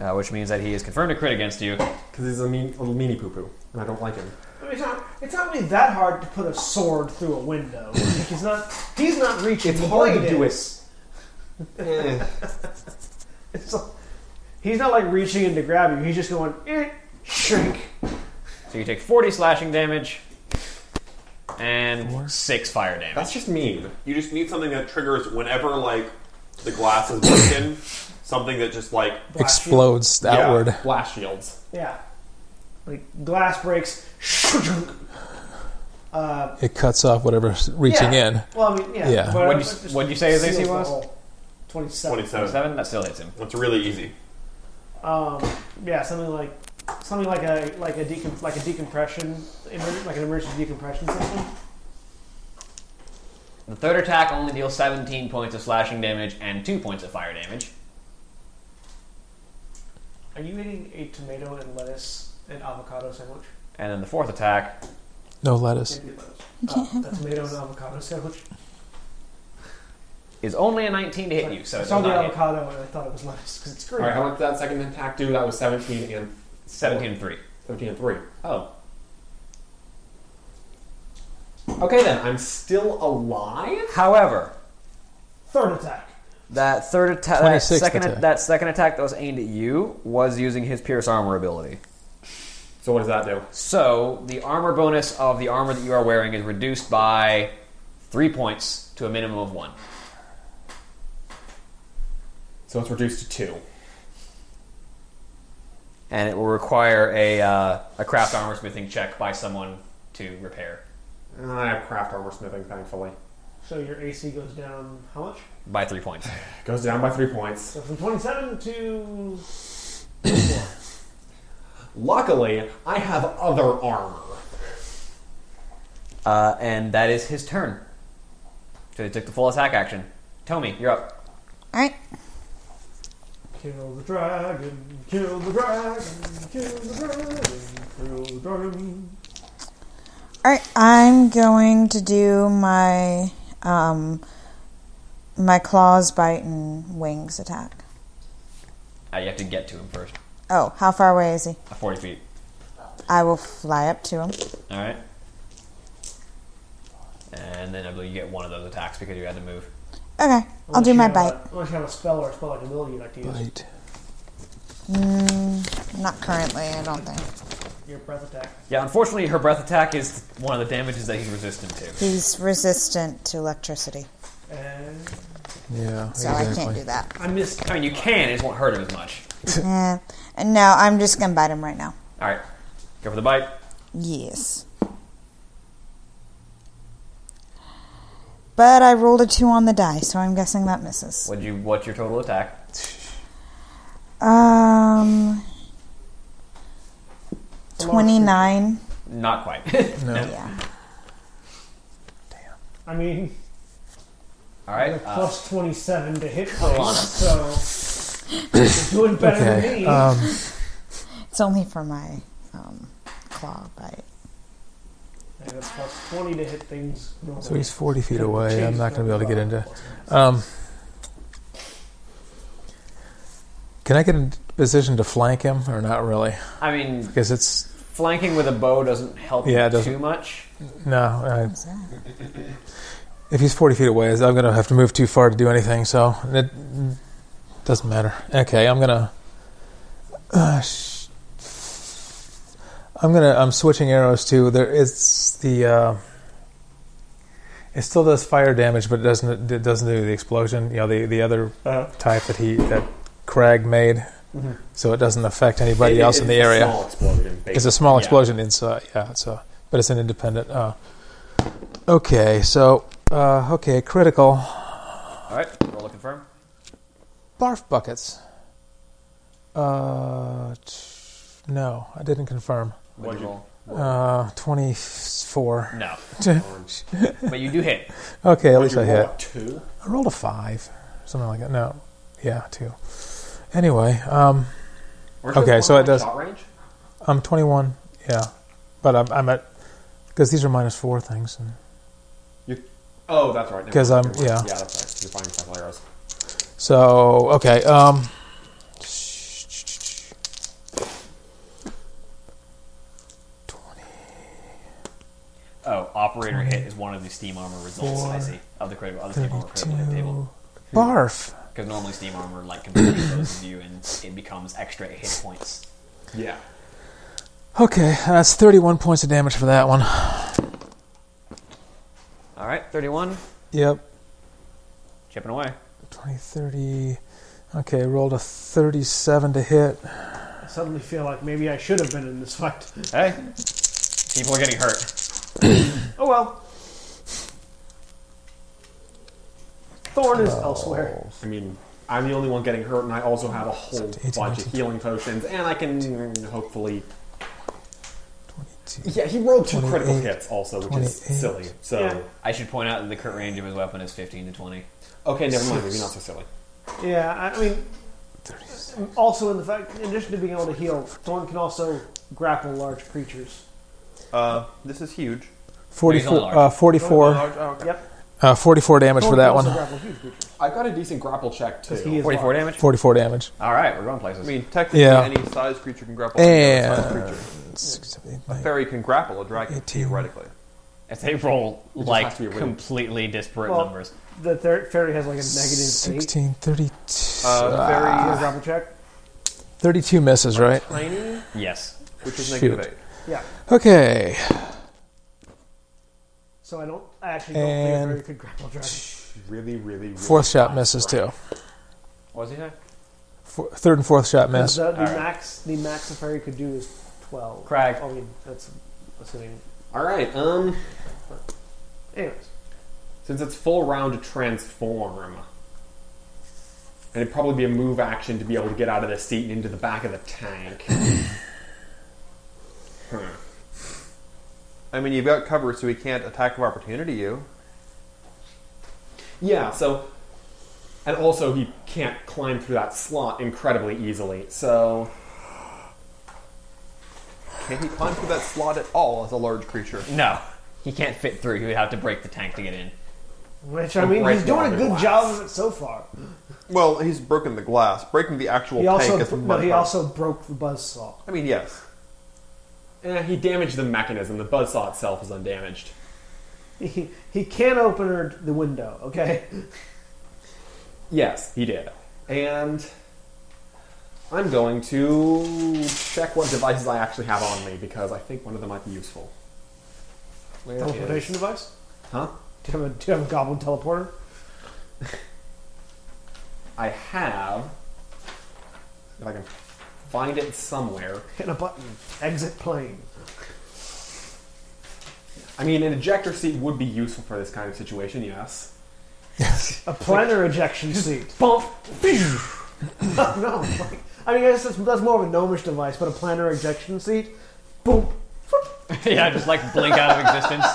Uh, which means that he is confirmed a crit against you. because he's a mean, little meanie poo poo, and I don't like him. I mean, it's not, it's not really that hard to put a sword through a window. Like, he's not he's not reaching. It's the hard to blade do in. it. Eh. *laughs* It's like- he's not like reaching in to grab you. He's just going eh, shrink. So you take 40 slashing damage and six fire damage. That's just mean. You just need something that triggers whenever like the glass is broken, *coughs* something that just like Explodes outward. Yeah, blast shields. Yeah, like glass breaks. shrunk. Uh, It cuts off whatever's reaching yeah. in. Well, I mean, yeah. Yeah. but What'd it you- just what'd you say his AC seals the was? Oh, hole. 27. twenty-seven. Seven, that still hits him. It's really easy. Um, yeah, something like something like a like a decom- like a decompression, emer- like an emergency decompression system. The third attack only deals 17 points of slashing damage and two points of fire damage. Are you eating a tomato and lettuce and avocado sandwich? And then the fourth attack, No lettuce. Maybe lettuce. Uh, a tomato and avocado sandwich. is only a 19 to hit you, so I it's saw the not hit. avocado and I thought it was lettuce because it's All green. right, how much did that second attack do? That was seventeen and 17 and 3. 17 and three. Oh, Okay then. I'm still alive. However, Third attack. that third attack, that 26th second, attack. that second attack that was aimed at you was using his pierce armor ability. So what does that do? So the armor bonus of the armor that you are wearing is reduced by three points to a minimum of one. So it's reduced to two. and it will require a uh, a craft armor smithing check by someone to repair I have craft armor smithing, thankfully. So your AC goes down how much? by three points. It goes down by three points. So from 27 to. Luckily, I have other armor. Uh, and that is his turn. So he took the full attack action. Tomy, you're up. All right. Kill the dragon, kill the dragon, kill the dragon, kill the dragon. All right, I'm going to do my um, my claws bite and wings attack. Uh, you have to get to him first. Oh, how far away is he? Uh, Forty feet. I will fly up to him. All right. And then I believe you get one of those attacks because you had to move. Okay, I'll Unless do you my have bite. A, unless you have a spell or a spell like ability you like to use. Bite. Not currently, I don't think. Your breath attack. Yeah, unfortunately, her breath attack is one of the damages that he's resistant to. He's resistant to electricity, And Yeah. so I can't do that. I missed. I mean, you can, it just won't hurt him as much. *laughs* Eh, and no, I'm just gonna bite him right now. All right, go for the bite. Yes. But I rolled a two on the die, so I'm guessing that misses. What you? What's your total attack? Um, twenty-nine. Not quite. *laughs* Yeah. I mean, All right. Ah. uh, plus 27 to hit points, so. *laughs* You're doing better than Okay. me. Um, It's only for my um, claw bite. and it's plus 20 to hit things. so he's 40 feet away. I'm Change not going to be able to get into. the- Um, can I get in position to flank him or not really? I mean, Because it's flanking with a bow doesn't help Yeah, it doesn't. too much. no. I, What's that? if he's 40 feet away, I'm going to have to move too far to do anything. So it doesn't matter. Okay, I'm gonna. Uh, sh- I'm gonna. I'm switching arrows too. There, it's the. Uh, it still does fire damage, but it doesn't. It doesn't do the explosion. You know the the other Uh-huh. type that he that Crag made, so it doesn't affect anybody Mm-hmm. It- else it- in the it's a area. Small explosion. It's a small Yeah. explosion inside. Yeah, it's a, but it's an independent. Uh, okay, so uh, okay, critical All right, roll to confirm. barf buckets. Uh, t- no, I didn't confirm. What'd you roll? Uh, twenty-four. *laughs* No, but you do hit. okay, at Would least you I roll hit. a Two. I rolled a five, something like that. No, yeah, two. Anyway, um, Aren't those Okay, one so it point does- Shot range? I'm twenty-one. Yeah, but I'm, I'm at because these are minus four things. And, Oh, that's right. never 'Cause mind, I'm- never mind. yeah. Yeah, that's right. You're finding several arrows. So okay, um, Oh, operator hit is one of the steam armor results. I see of the critical of the steam armor critical hit thirty-two. table Barf. because normally steam armor like completely *coughs* closes you and it becomes extra hit points. Yeah. Okay, that's thirty-one points of damage for that one. All right, thirty-one, Yep. chipping away. 20, 30. Okay, rolled a 37 to hit. I suddenly feel like maybe I should have been in this fight. Hey, people are getting hurt. Oh well. Thorn is elsewhere. I mean, I'm the only one getting hurt, and I also have a whole 18, bunch of 19. healing potions, and I can hopefully. 22. Yeah, he rolled two critical 28, hits also, which is 28. silly. So, Yeah. I should point out that the current range of his weapon is fifteen to twenty. okay, never mind. Maybe not so silly. Yeah, I- I mean, also in the fact, in addition to being able to heal, Thorn can also grapple large creatures. Uh, this is huge. 44, large. uh, 44, Large- oh, okay. Yep. uh, 44 damage Thorn for can that also one. grapple huge creatures. I've got a decent grapple check 'cause he too. is Forty-four large. damage. 44 damage. All right, we're going places. I mean, technically, Yeah. any size creature can grapple. any other And size creature. six, seven, eight, A nine. fairy can grapple a dragon Eighteen. theoretically. If they roll just like has to be a win. completely disparate Well, numbers, The thir- fairy has like a negative eight. 16, 32. Uh, fairy Ah, is a grapple check. 32 misses, right? Tiny, yes. which is Shoot. negative eight. Yeah. Okay. So I don't. I actually don't think a And- fairy could grapple dragon. Really, really, really Fourth shot high misses strike. too. What was he saying? Four, third and fourth shot miss. The, the All right. max the max a fairy could do is twelve. Crag. I mean, that's assuming. All right. Um, Anyways, since it's full round to transform, and it'd probably be a move action to be able to get out of the seat and into the back of the tank. Huh. I mean, you've got cover, so he can't attack of opportunity you. Yeah, so. And also, he can't climb through that slot incredibly easily, so. Can he climb through that slot at all as a large creature? No, he can't fit through. He would have to break the tank to get in. *laughs* which I mean, he's break doing a the good glass. job of it so far. Well, he's broken the glass. Breaking the actual He tank also is no, one he part. also broke the buzzsaw. I mean, yes. Eh, he damaged the mechanism. The buzzsaw itself is undamaged. He he can't open her, the window. Okay. Yes, he did. And I'm going to check what devices I actually have on me because I think one of them might be useful. Where *laughs* is- Teleportation device. Huh? Do you have a do you have a goblin teleporter? I have. If I can find it somewhere. Hit a button. Hmm. Exit plane. I mean, an ejector seat would be useful for this kind of situation, yes. A *laughs* planar ejection seat. Bump. no. *laughs* Like, I mean, I guess that's, that's more of a gnomish device, but a planar ejection seat. Boom. yeah, just like blink out of existence.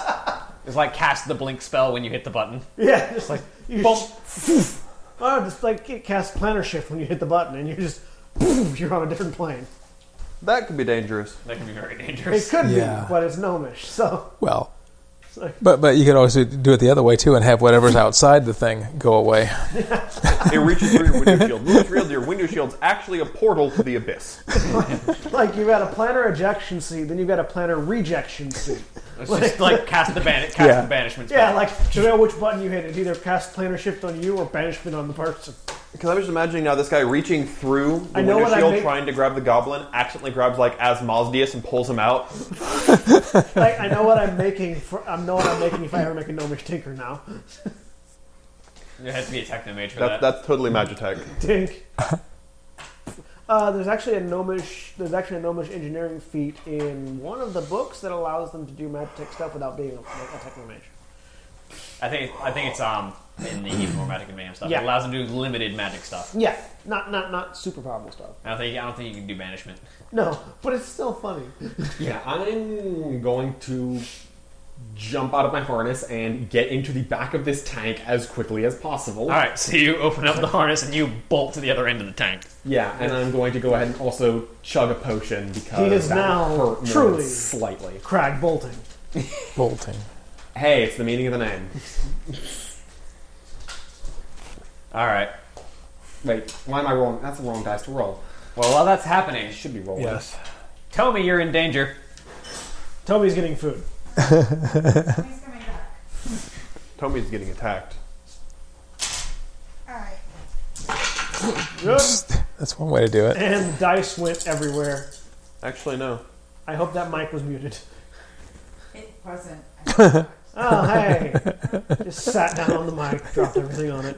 It's like cast the blink spell when you hit the button. Yeah, just like you Bump. just- Oh, just like it casts planar shift when you hit the button, and you're just boom, you're on a different plane. That could be dangerous. That can be very It dangerous. could Yeah. be, but it's gnomish, so Well, it's like, but but you could always do it the other way too and have whatever's outside the thing go away. It reaches through *laughs* your window shield. Reaches real your window shield's actually a portal to the abyss. like you've got a planar ejection seat, then you've got a planar rejection seat. It's just like cast the ban- cast Yeah. the banishment spell. Yeah, like to know which button you hit, it either casts planar shift on you or banishment on the person. Because I'm just imagining now this guy reaching through the I know window what I shield, make- trying to grab the goblin, accidentally grabs like Asmodeus and pulls him out. Like I know what I'm making. For, I know what I'm making if I ever make a gnomish tinker now. There has to be a technomage for that. That's that's totally Magitech. Dink. Uh, there's actually a gnomish. There's actually a gnomish engineering feat in one of the books that allows them to do magic stuff without being a, a technomage. I think I think it's um in the even more magic and mayhem stuff. Yeah. It allows them to do limited magic stuff. Yeah, not not not super powerful stuff. I don't think I don't think you can do banishment. No, but it's still funny. Yeah, I'm going to jump out of my harness and get into the back of this tank as quickly as possible. All right, so you open up the harness and you bolt to the other end of the tank. Yeah, and I'm going to go ahead and also chug a potion because He is that now hurt more than truly- slightly. Crag bolting. Bolting. Hey, it's the meaning of the name. All right. Wait, why am I rolling? That's the wrong dice to roll. Well, while that's happening, Should be rolling. Yes. tell me you're in danger. Toby's getting food. He's coming back. Tommy's getting attacked. All right. Yep. That's one way to do it. And dice went everywhere. Actually, no. I hope that mic was muted. It wasn't. Oh hey, just sat down on the mic, dropped everything on it.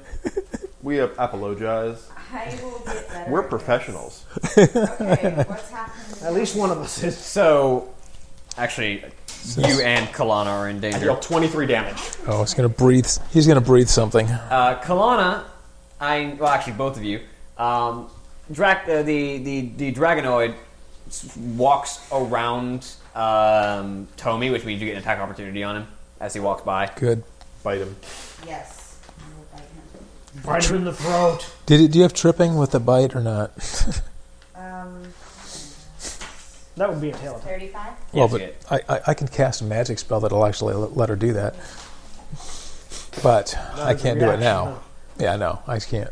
We apologize. I will get better. We're at this. professionals. Okay, what's happening? At least one of us is. So, actually, you and Kalana are in I danger. deal 23 damage. Oh, he's gonna breathe. He's gonna breathe something. Uh, Kalana, I well actually both of you. Um, Drac, uh, the the the dragonoid s- walks around um, Tomy, which means you get an attack opportunity on him as he walks by. Good. Bite him. Yes. I will bite him. Right him in the throat. Did it, do you have tripping with the bite or not? Um, That would be a tail attack. 35? well, you but I, I, I can cast a magic spell that'll actually l- let her do that. But I can't do it reaction, now. no. Yeah, I know. I can't.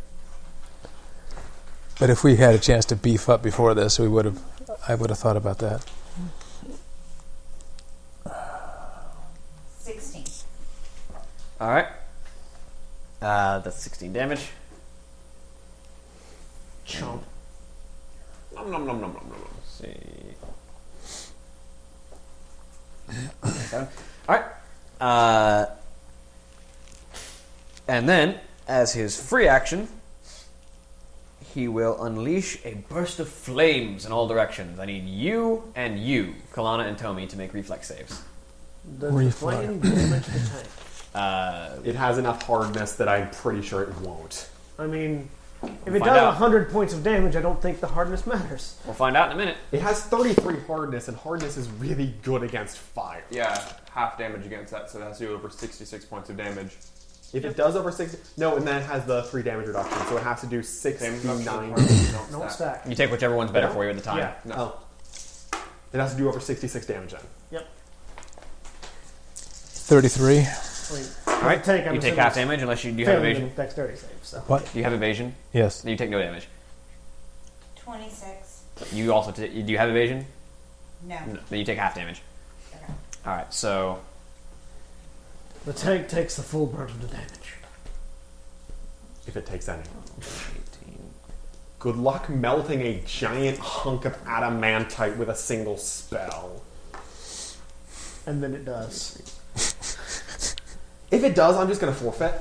But if we had a chance to beef up before this, we would have. I would have thought about that. 60. All right. Uh, that's 16 damage. Chomp. Nom nom nom nom nom nom. see. *coughs* All right. Uh, and then, as his free action, he will unleash a burst of flames in all directions. I need you and you, Kalana and Tomi, to make reflex saves. Does the flame damage the tank? Uh, It has enough hardness that I'm pretty sure it won't. I mean, if it Find does out. 100 points of damage, I don't think the hardness matters. we'll find out in a minute. It has 33 hardness, and hardness is really good against fire. Yeah, half damage against that, so it has to do over 66 points of damage. If it does over six, no, and then it has the three damage reduction, so it has to do six Damage to reduction nine. requires no No stat. stack. You take whichever one's better for you at the time. Yeah. No. Oh. It has to do over 66 damage then. Yep. 33. All All right. Tank, I'm you take assuming half it's damage unless you do you have failing evasion. the Dexterity save. So. What? Do you have evasion? Yes. Then You take no damage. 26. You also t- you- do you have evasion? No. Then you take half damage. Okay. All right. So The tank takes the full brunt of the damage. If it takes any. Good luck melting a giant hunk of adamantite with a single spell. And then it does. If it does, I'm just going to forfeit.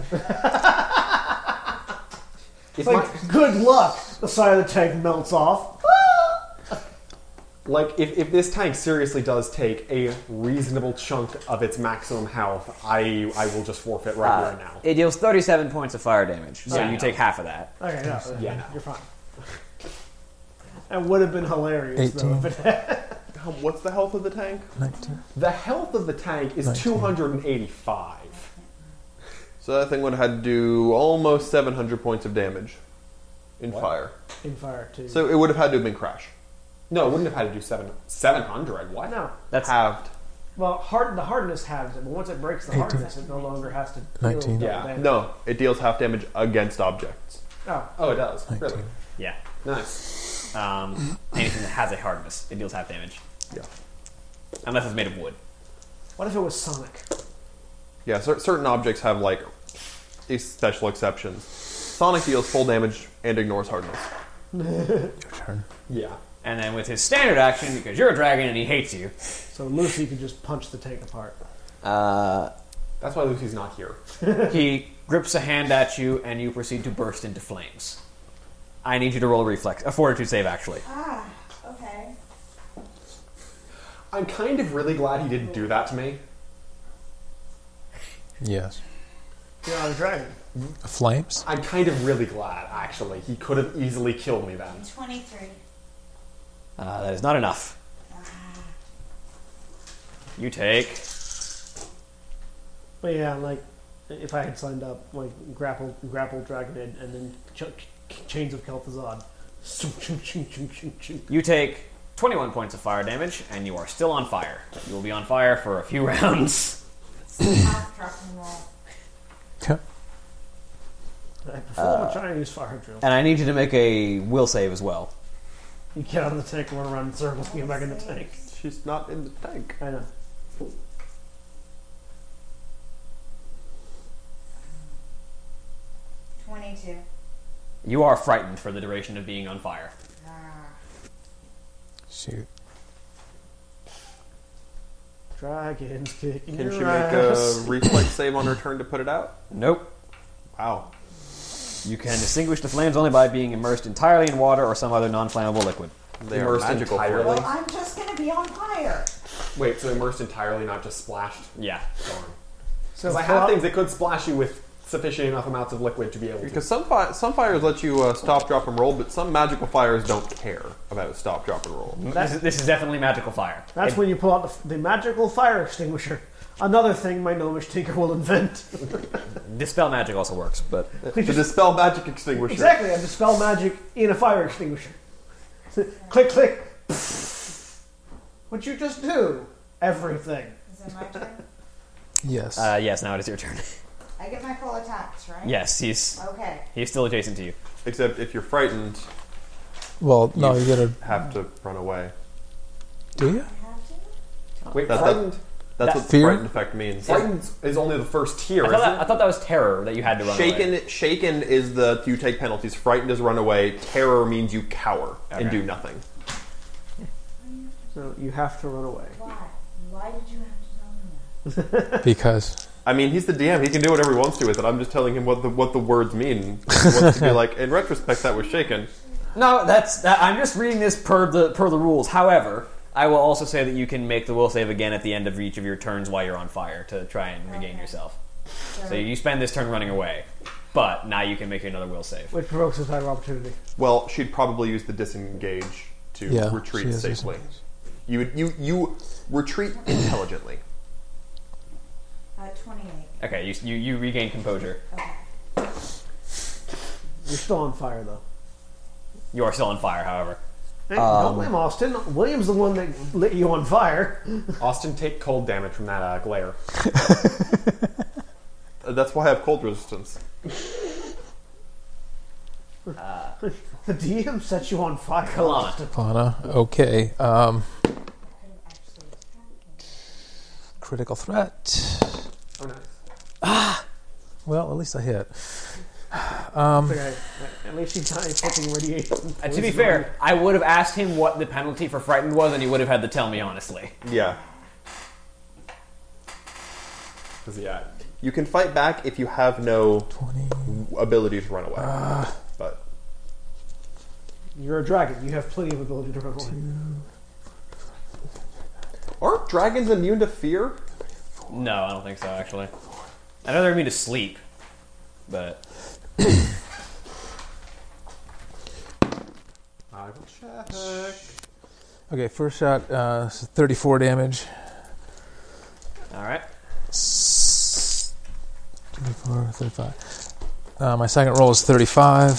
It's Like, my- good luck! The side of the tank melts off. Like, if, if this tank seriously does take a reasonable chunk of its maximum health, I I will just forfeit right Uh, here and now. It deals 37 points of fire damage, so Yeah. you take half of that. Okay, no. Yeah, no. You're fine. That would have been hilarious, though, if it had. How- Um, What's the health of the tank? 19. The health of the tank is 285. So that thing would have had to do almost 700 points of damage in fire. In fire, too. So it would have had to have been crashed. No, it wouldn't have had to do seven, 700. What? no. That's Halved. Well, hard, the hardness halves it, but once it breaks the hardness, it no longer has to. deal 19. double Yeah. damage. No, it deals half damage against objects. Oh, Oh, it does. Really? Nineteen. yeah. Nice. Um, anything that has a hardness, it deals half damage. Yeah. Unless it's made of wood. what if it was Sonic? Yeah, cer- certain objects have like these special exceptions. Sonic deals full damage and ignores hardness. Your turn. Yeah. And then with his standard action, because you're a dragon and he hates you, So Lucy could just punch the tank apart. uh, That's why Lucy's not here. he grips a hand at you and you proceed to burst into flames. I need you to roll a reflex, a fortitude save actually. Ah, okay. I'm kind of really glad he didn't do that to me. Yes. You're on a dragon. Flames? I'm kind of really glad, actually. He could have easily killed me then. 23. Uh, that is not enough. You take But yeah, like if I had signed up, like grapple, grapple dragon, and, and then ch- ch- chains of Kel'Thuzad. You take 21 points of fire damage, and you are still on fire. You will be on fire for a few *laughs* rounds. Half drop and roll. Okay. I perform a Uh. Chinese fire drill. And I need you to make a will save as well. You get out of the tank, run around in circles, and get back in the tank. She's not in the tank. I know. Twenty-two. You are frightened for the duration of being on fire. Ah. Shoot. Dragons kicking Can your she make a ass. reflex save on her turn to put it out? Nope. Wow. You can distinguish the flames only by being immersed entirely in water or some other non flammable liquid. They are Immersed magical. entirely. Well, I'm just gonna be on fire. Wait, so immersed entirely, not just splashed? Yeah. Darn. So Because I Fla- have things that could splash you with sufficient enough amounts of liquid to be able to. Because some fi- some fires let you uh, stop, drop, and roll, but some magical fires don't care about stop, drop, and roll. *laughs* This is, this is definitely magical fire. That's when you pull out the, f- the magical fire extinguisher. Another thing my gnomish tinker will *laughs* invent. Dispel magic also works, but To dispel magic extinguisher. Exactly, I dispel magic in a fire extinguisher. click, click. What'd you just do? Everything. Is it my turn? Yes. uh, yes, now it is your turn. *laughs* I get my full attacks, right? yes, he's Okay. he's still adjacent to you. Except if you're frightened, well, no, you gotta. have to run away. Do you? I have to? Wait, That's- frightened. That's what the Fear? frightened effect means. Frightened is only the first tier, I isn't thought, it? that, I thought that was terror that you had to run away. Shaken, shaken is the you take penalties. Frightened is run away. Terror means you cower and do nothing. So you have to run away. Why? Why did you have to tell me that? because I mean, he's the DM. He can do whatever he wants to with it. I'm just telling him what the what the words mean. *laughs* He wants to be like. In retrospect, that was shaken. No, that's. That, I'm just reading this per the per the rules. However, I will also say that you can make the will save again at the end of each of your turns while you're on fire to try and regain yourself. So you spend this turn running away, but now you can make another will save. Which provokes a title opportunity. Well, she'd probably use the disengage to Yeah, she retreat has safely. You would you you retreat intelligently. *clears throat* Uh, 28. Okay, you you, you regain composure. You're still on fire though. You are still on fire, however. Hey, Um, don't blame Austin. William's the one that lit you on fire. Austin, take cold damage from that uh, glare. Uh, That's why I have cold resistance. The DM set you on fire. Austin. Fauna. Okay. Um, critical threat. Ah! Oh, nice. Well, at least I hit. Okay. uh, At least he's not accepting radiation. And Uh, to be fair, I would have asked him what the penalty for frightened was, and he would have had to tell me honestly. Yeah, 'Cause, yeah, you can fight back if you have no ability to run away. Ah. but you're a dragon. You have plenty of ability to run away. aren't dragons immune to fear? No, I don't think so. Actually, I know they're immune to sleep, but I will check. Okay, first shot, uh, s- 34 damage. all right. S- 34, 35. Uh, my second roll is 35.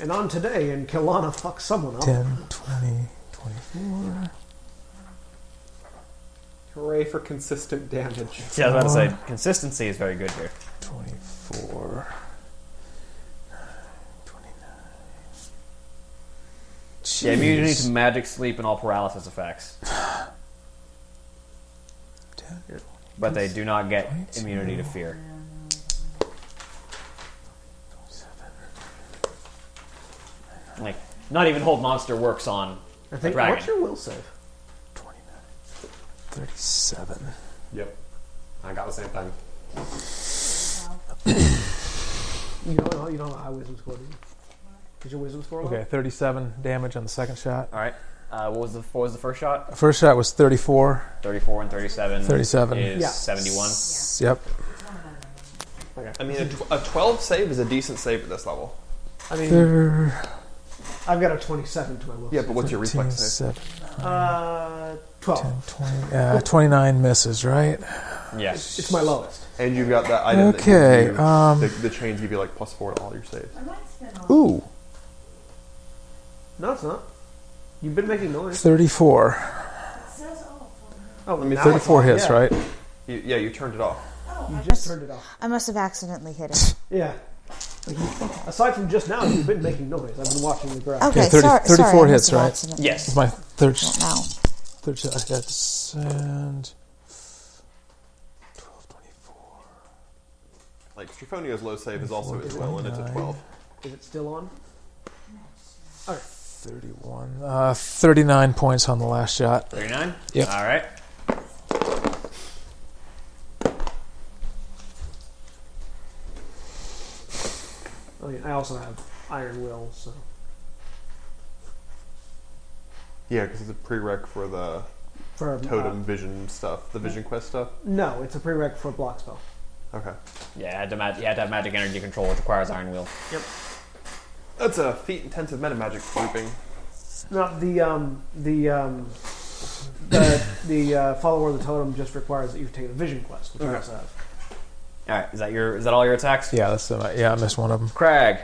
And on today, and Kelana fucks someone up. 10, 20, 24. Hooray for consistent damage. See, I was about to say consistency is very good here. 24. 29. Yeah, immunity Jeez. to magic, sleep, and all paralysis effects. But they do not get immunity to fear. Like, not even hold monster works on I a think. What's dragon. your will save? 29. 37. Yep. I got the same thing. You don't know. You don't know how wisdom score. Do you? Is your wisdom score? low? Okay, 37 damage on the second shot. Uh, All right. Uh, what was the what was the first shot? First shot was 34. Thirty-four and thirty-seven. 37. is Yeah. seventy-one. S- Yep. I mean, a, tw- a 12 save is a decent save at this level. I mean, There- I've got a 27 to my will. Yeah, but what's your reflex save? 7, Uh, 12. 20, uh, 29 misses, right? Yes. It's my lowest. And you've got that item. Okay, That gives you, um, the, the chains give you like plus four to all your saves. I might spend all Ooh. No, it's not. You've been making noise. 34. It says all for me. Oh, Let me now see. it's 34 on. hits, Yeah. right? You, yeah, you turned it off. Oh, You I just turned it off. I must have accidentally hit it. Yeah. Like, you- Aside from just now, you've been making noise. I've been watching the Oh. graph. Okay, 30 sorry, 34 sorry, I must hits, have right? accidentally- Yes. My third, sh- No. third shot I got sand. Like Strafonio's low save is also as well, and it's a 12. Is it still on? 31. Uh, 39 points on the last shot. Thirty-nine. Yep. All right. I mean, I also have Iron Will, so. Yeah, because it's a prereq for the For, uh, totem vision stuff, the vision quest stuff. no, it's a prereq for block spell. Okay. Yeah, you had to, mag- you had to have magic energy control, which requires iron will. That's a feat intensive meta magic grouping. No, the um, the um, the, the uh, follower of the totem just requires that you take a vision quest, which I also have. All right. Is that your is that all your attacks? Yeah, that's uh, yeah. I missed one of them. Crag.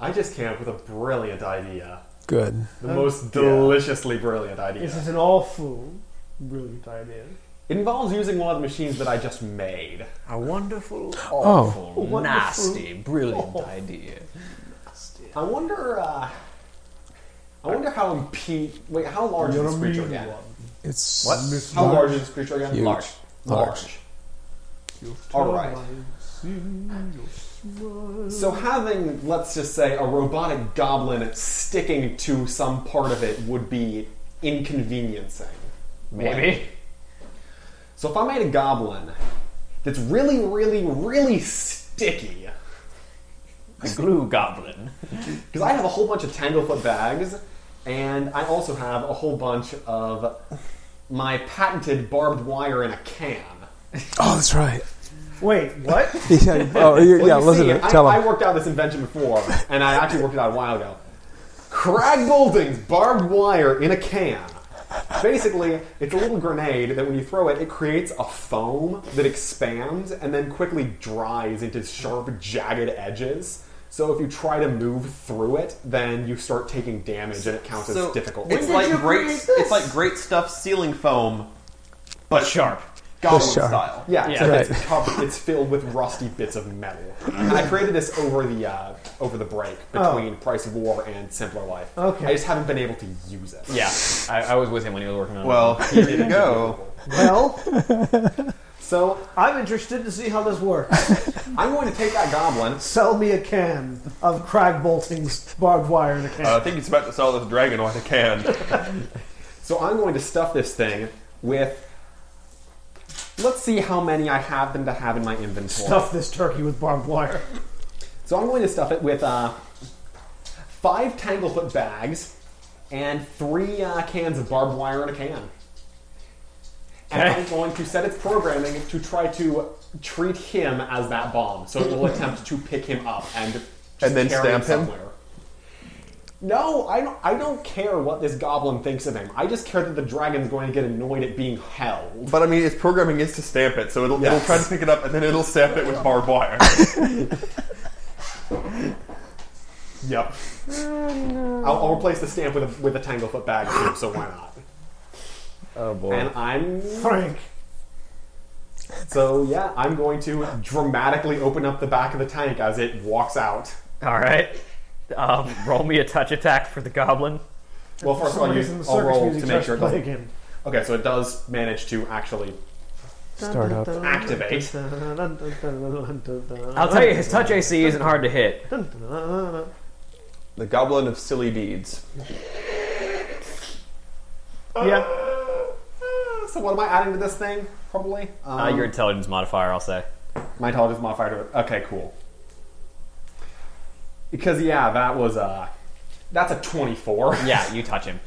I just came up with a brilliant idea. Good. The most deliciously brilliant idea. This is an awful, brilliant idea. It involves using one of the machines that I just made. A wonderful, Oh. awful, wonderful. nasty, brilliant idea. I wonder uh, I wonder how impe- Wait, how large is You're this a creature mean again? one. It's what? Miss How Large. large is this creature again? Huge. Large. Large. Large. All right. So having, let's just say, a robotic goblin sticking to some part of it would be inconveniencing. Maybe. Like- so if I made a goblin that's really, really, really sticky, A glue goblin. because I have a whole bunch of tanglefoot bags, and I also have a whole bunch of my patented barbed wire in a can. Oh, that's right. *laughs* Wait, what? Yeah, oh, you- yeah, you listen see, to- I, tell him. I worked out this invention before, and I actually worked it out a while ago. Crag Golding's barbed wire in a can. Basically, it's a little grenade that when you throw it, it creates a foam that expands and then quickly dries into sharp, jagged edges. So if you try to move through it, then you start taking damage and it counts So as difficult. It's like great. It's like great stuff ceiling foam, but sharp, goblin Goblin style. Yeah, except Right. it's, covered, it's filled with rusty bits of metal. And I created this over the uh, over the break Oh. between Price of War and Simpler Life. Okay. I just haven't been able to use it. Yeah, I, I was with him when he was working on *laughs* Well, it. here you go. Well, So I'm interested to see how this works. I'm going to take that goblin. Sell me a can of Crag Bolting's barbed wire in a can. Uh, I think he's about to sell this dragon like a can. So I'm going to stuff this thing with. Let's see how many I have them to have in my *laughs* inventory. Stuff this turkey with barbed wire. So I'm going to stuff it with uh, five tanglefoot bags and three uh, cans of barbed wire in a can. And I'm going to set its programming to try to treat him as that bomb. *laughs* So it will attempt to pick him up and just And then carry stamp him? somewhere. No, I don't, I don't care what this goblin thinks of him. I just care that the dragon's going to get annoyed at being held. But I mean, its programming is to stamp it, so it'll, it'll Yes. try to pick it up and then it'll stamp it with barbed wire. *laughs* Yep. I'll, I'll replace the stamp with a, with a tanglefoot bag too, so why not? Oh boy. And I'm Frank. So yeah, I'm going to dramatically open up the back of the tank as it walks out. all right. Um, roll me a touch attack for the goblin. Well, first of all, you, Reason the I'll circus roll music to make starts sure. It playing doesn't- again. okay, so it does manage to actually. Start up. Activate. I'll tell you, his touch AC isn't hard to hit. Uh, The goblin of silly deeds. Yeah. So what am I adding to this thing? Probably. Um, Uh, your intelligence modifier, I'll say. my intelligence modifier. To, okay, cool. Because yeah, that was uh, that's a twenty-four. Yeah, you touch him.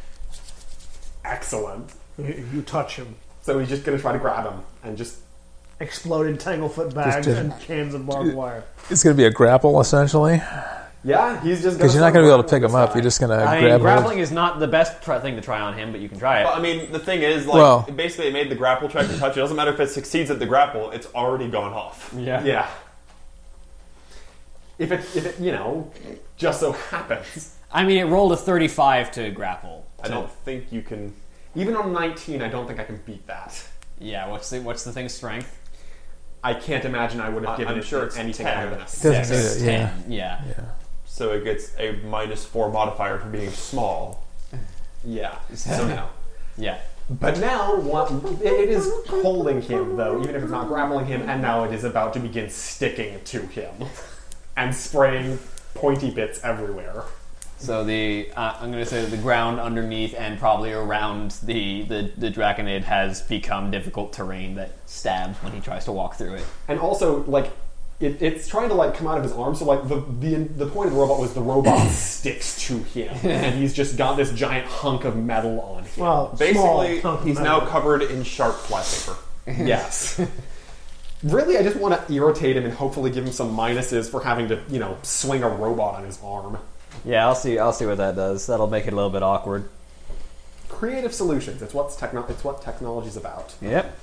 *laughs* Excellent. You touch him. So he's just gonna try to grab him and just Exploded tanglefoot bags just- and cans of barbed wire. It's going to be a grapple, essentially. yeah, he's just Because you're not going to be able to start pick him up. You're just going to I mean, grab him. grappling is not the best try- thing to try on him, but you can try it. Well, I mean, the thing is, like, Well- basically, it made the grapple check to touch. It doesn't matter if it succeeds at the grapple; it's already gone off. yeah. Yeah. If it, if it, you know, just so happens. I mean, it rolled a 35 to grapple. I don't think you can. Even on 19, I don't think I can beat that. Yeah, what's the what's the thing's strength? I can't imagine I would have I- given I'm it sure it's anything 10. higher than a Doesn't six. need it, yeah. Yeah. So it gets a minus four modifier for being small. Yeah. So no. Yeah. But now, what, it is holding him, though, even if it's not grappling him, and now it is about to begin sticking to him and spraying pointy bits everywhere. So the uh, I'm going to say the ground underneath and probably around the the, the draconid has become difficult terrain that stabs when he tries to walk through it. and also like it, it's trying to like come out of his arm. So like the the the point of the robot was the robot sticks to him, and he's just got this giant hunk of metal *laughs* on him. Well, Basically, small hunk of he's metal. now covered in sharp flypaper. yes. Really, I just want to irritate him and hopefully give him some minuses for having to, you know, swing a robot on his arm. Yeah, I'll see. I'll see what that does. That'll make it a little bit awkward. Creative solutions. It's what's techno- It's what technology's about. Yep.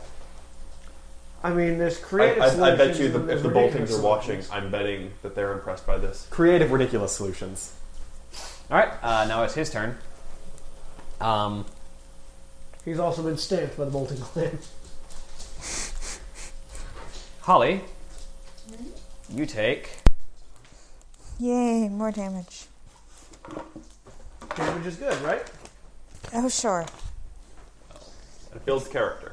I mean, there's I, creative I, I bet you, solutions the, and if there's the ridiculous Boltings are watching, solutions. I'm betting that they're impressed by this. Creative, ridiculous solutions. All right, uh, now it's his turn. Um, He's also been stamped by the Bolting clan. Holly, you take Yay, more damage. action, which is good, right? Oh, sure. It builds character.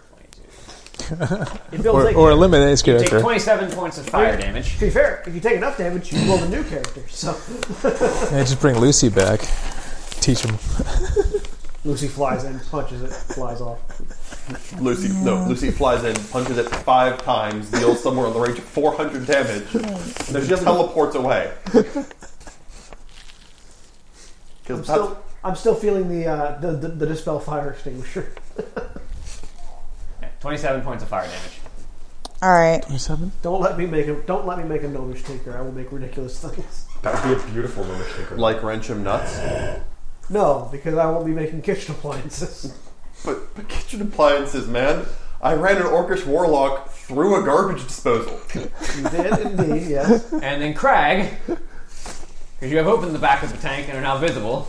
It builds Or, like- or eliminates You take character. 27 points of fire Yeah. damage. To be fair, if you take enough damage, you build a new character. So Yeah, just bring Lucy back. Teach him. Lucy flies in, punches it, flies off. Lucy, no, Lucy flies in, punches it five times, deals somewhere in the range of 400 damage, and then she teleports *laughs* away. I'm still, I'm still feeling the, uh, the, the the dispel fire extinguisher. 27 points of fire damage. All right. Twenty-seven. Don't let me make a don't let me make a gnomish tinker. I will make ridiculous things. That would be a beautiful Gnomish Tinker. like wrench him nuts. No, because I won't be making kitchen appliances. But, but kitchen appliances, man. I ran an orcish warlock through a garbage disposal. You did indeed, yes. And then Crag, because you have opened the back of the tank and are now visible,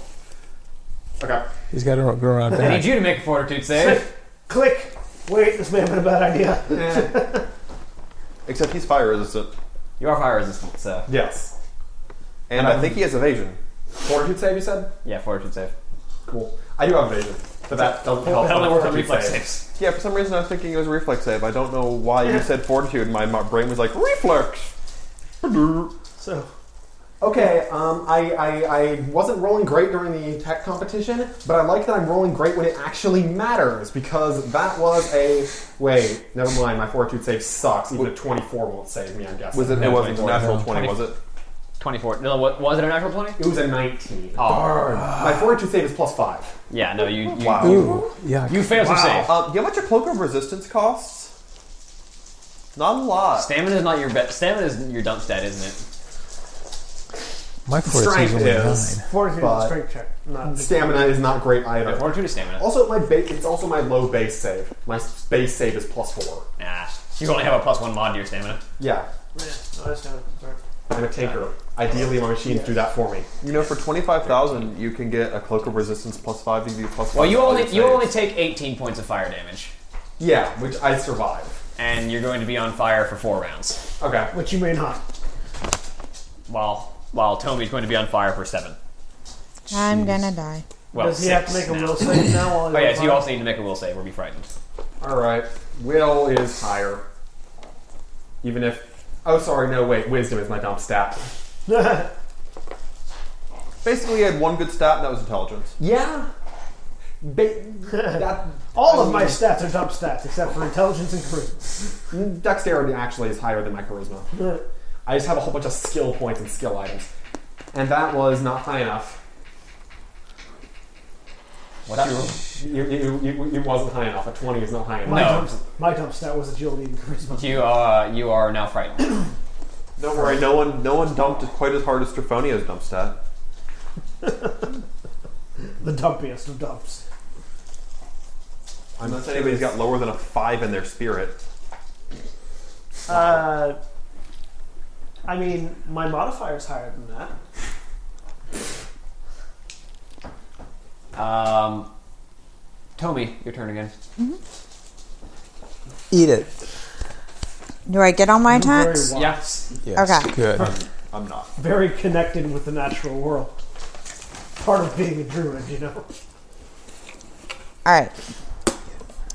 Okay. He's got to go around I need back. you to make a fortitude save. *laughs* Click. Wait, this may have been a bad idea. Except he's fire resistant. You are fire resistant, so. Yes. And I think he has evasion. Fortitude save, you said? Yeah, fortitude save. Cool. I do have evasion, but that doesn't help. That only works on Fortitude reflex save. saves. Yeah, for some reason I was thinking it was a reflex save. I don't know why you said fortitude. My, my brain was like, reflex! So Okay, um, I, I, I wasn't rolling great during the tech competition, but I like that I'm rolling great when it actually matters because that was a. Wait, never mind. My fortitude save sucks. Even a 24 won't save me. I'm guessing. Was it? It wasn't a 24. natural 20, was it? 24. No, what, was it a natural 20? It was a 19. Ah. Oh. My fortitude save is plus five. Yeah, no, you. you Wow. Ooh, yeah. You fail to save. Um, do you know how much a cloak of resistance costs? Not a lot. Stamina is not your best. Stamina is your dump stat, isn't it? My fortitude's Strength only is- nine. fortitude and But- strength check. Not Stamina is not great Yeah, either. fortitude is stamina. Oh. Also, my ba- it's also my low base save. My s- base save is plus four. Nah, you only have a plus one mod to your stamina. Yeah, Yeah, no, that's down. Sorry. I'm a tinker. Ideally, my machines do that for me. You know, for 25,000, you can get a cloak of resistance plus 5 to give you plus 5. Well, you to all only your you saves. only take 18 points of fire damage, Yeah, which I survive. and you're going to be on fire for four rounds. Okay. Which you may not. While while Tomi's going to be on fire for seven. I'm gonna die. Well, Does he have to Oh, six make a now. will save now? While he's Oh on yeah, so you fire? also need to make a will save or be frightened. All right. Will is higher. Even if. Oh, sorry. No, wait. Wisdom is my dump stat. *laughs* Basically, you had one good stat, and that was intelligence. Yeah. Ba- *laughs* that, All of I my mean, stats are dump stats except for intelligence and charisma. dexterity actually is higher than my charisma. I just have a whole bunch of skill points and skill items, and that was not high enough. What's your? It, it, it, it wasn't high enough. A twenty is not high enough. My, No. dump, my dump stat was agility and charisma. You are you are now frightened. Don't worry, no one no one dumped it quite as hard as Trophonio's dump stat. The dumpiest of dumps. Unless anybody's got lower than a 5 in their spirit. Uh, I mean, my modifier's higher than that. Um, Tomi, your turn again. Eat it. Do I get all my You're very attacks? wi- Yes. Yes. Okay. Good. I'm not. Very connected with the natural world. Part of being a druid, you know. All right.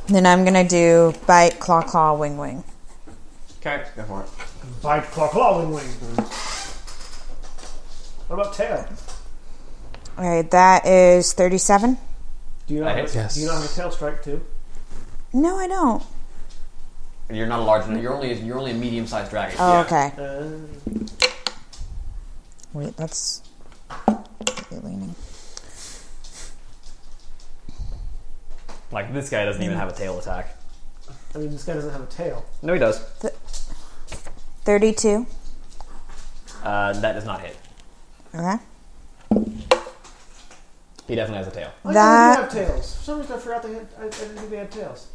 Then I'm gonna do bite, claw, claw, wing, wing. Okay, go for it. Bite, claw, claw, wing, wing. What about tail? All right, that is 37. Do you That not have, hits. Yes. do you not have a tail strike too? No, I don't. You're not a large. You're only you're only a medium sized dragon. Oh, okay. Uh, Wait, that's completely leaning. Like this guy doesn't even have a tail attack. I mean, this guy doesn't have a tail. No, he does. 32. Uh, that does not hit. Okay. He definitely has a tail. Oh, That- yeah, they do have tails. For some reason, I forgot they had. I, I didn't think they had tails.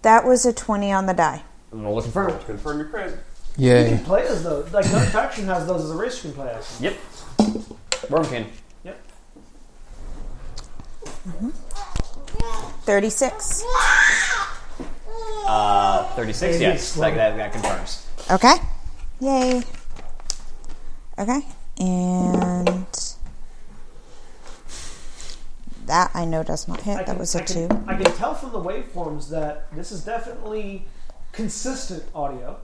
That was a 20 on the die. Roll to confirm. Confirm your crit. You Yay. can play as those. Like, Nut Faction has those as a race you can play as. Yep. Wormkin. Yep. 36. Uh, 36, Maybe yes. it's That, slow. that, that confirms. Okay. Yay. Okay. And That I know does not hit. that was a I can, two. I can tell from the waveforms that this is definitely consistent audio.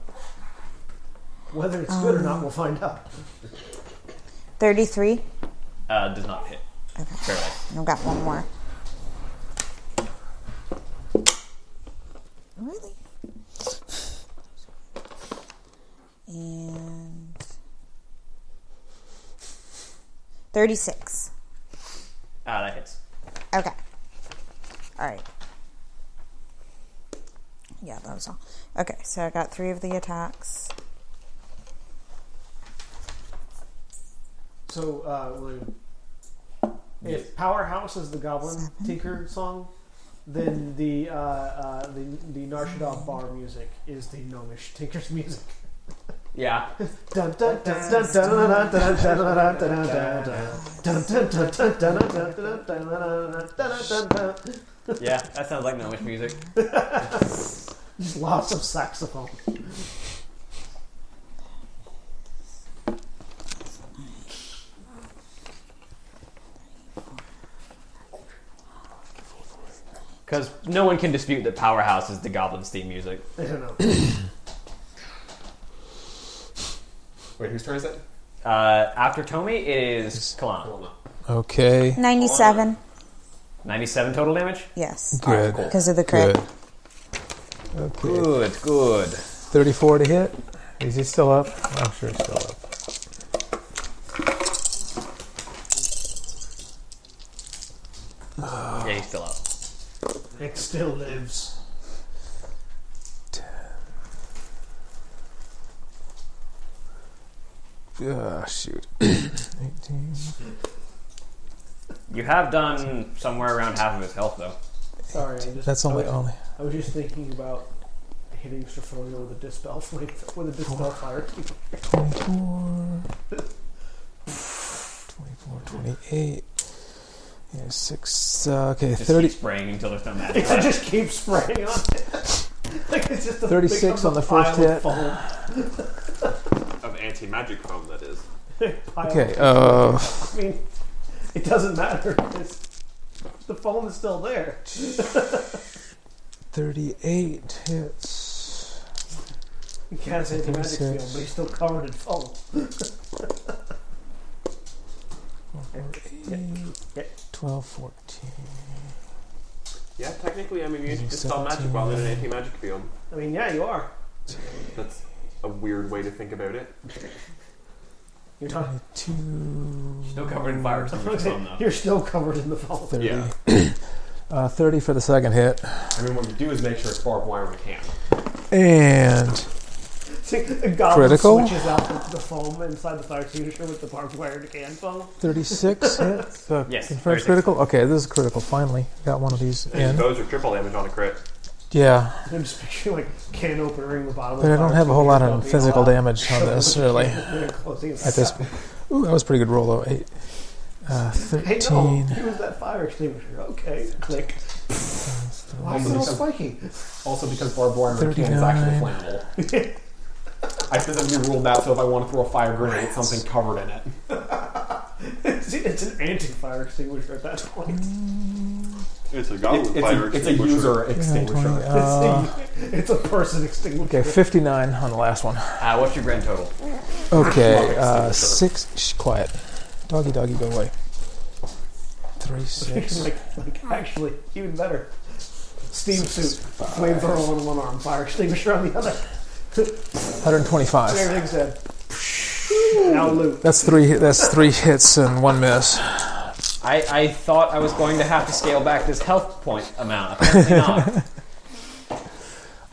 Whether it's good or not, Um. we'll find out. 33. Uh, does not hit. Barely. I've got one more. Really? And 36. Ah, that hits. Okay. All right. Yeah, that was all. Okay, so I got three of the attacks. So, uh, William, if Powerhouse is the Goblin Tinker song, then the uh, uh, the the Narshadov bar music is the Gnomish Tinker's *laughs* music. Yeah. Dun dun dun dun dun dun dun dun dun dun dun dun dun dun dun dun dun dun dun dun dun dun dun dun dun. Yeah, that sounds like Gnomish music. Just lots of saxophone. Because no one can dispute that Powerhouse is the Goblin's theme music. I don't know. Wait, whose turn is it? Uh, after Tomy is Kalana. Okay. 97. 97 total damage? Yes. Good. Because of the crit. Good. Okay. Good, good. 34 to hit. Is he still up? I'm sure he's still up. yeah, he's still up. It still lives. Ah, *clears throat* shoot. 18. You have done somewhere around half of his health, though. Sorry, I just, That's only- I was, only. I was just thinking about hitting Strophonia with a *laughs* dispel flame- with a Oh. dispel fire. 24. 24, 28. Yeah, 6. Uh, okay, Just 30. keep spraying until there's no magic. I *laughs* left. *laughs* just keep spraying on it. like it's just a 36 on the first hit. *laughs* Of anti magic foam, that is. Okay, uh, I mean, it doesn't matter. *laughs* It's, the foam is still there. 38 hits. You can't say the magic field, but he's still covered in foam. Yeah. 12, 14. Yeah, technically I'm immune to Using dispel magic 17. while in an anti magic field. I mean, yeah, you are. That's a weird way to think about it. You're not. 22. Still covered in fire *laughs* extinguisher foam, though. *laughs* You're still covered in the foam. 30. *clears throat* uh, 30 for the second hit. I mean, what we do is make sure it's barbed wire we can. And See, a goblin Critical? switches out the, the foam inside the fire extinguisher with the barbed wire to can foam. 36 hits. Uh, Yes, confirmed 36. critical? Okay, this is critical. Finally, got one of these And in. those are triple damage on a crit. Yeah, I'm just picturing like can opening the bottom. of but the I don't fire have a whole lot extinguisher, of don't physical be allowed. damage on *laughs* this, really. Closing it At *laughs* this up. point. Ooh, that was a pretty good roll, though. 8. Uh, Hey, no, 13. use that fire extinguisher. Okay, click. Why is it all Also spiky? *laughs* Also, because barbed wire on a can is 39. actually flammable. I specifically ruled out so if I want to throw a fire grenade, it's something covered in it. It's, it's an anti-fire extinguisher at that point. It's a goblin It- it's a- fire it's a extinguisher. user extinguisher. It's, *laughs* a, it's a person extinguisher. uh, Okay, 59 on the last one. Uh, what's your grand total? Okay, uh, 6. Shh, quiet. Doggy, doggy, go away. 3, *laughs* 6. like, like, actually, even better. Steam suit, flamethrower on one arm, fire extinguisher on the other. *laughs* 125. Everything's dead. Now loot. That's three. That's three hits and one miss. I, I thought I was going to have to scale back this health point amount. Apparently *laughs* not. They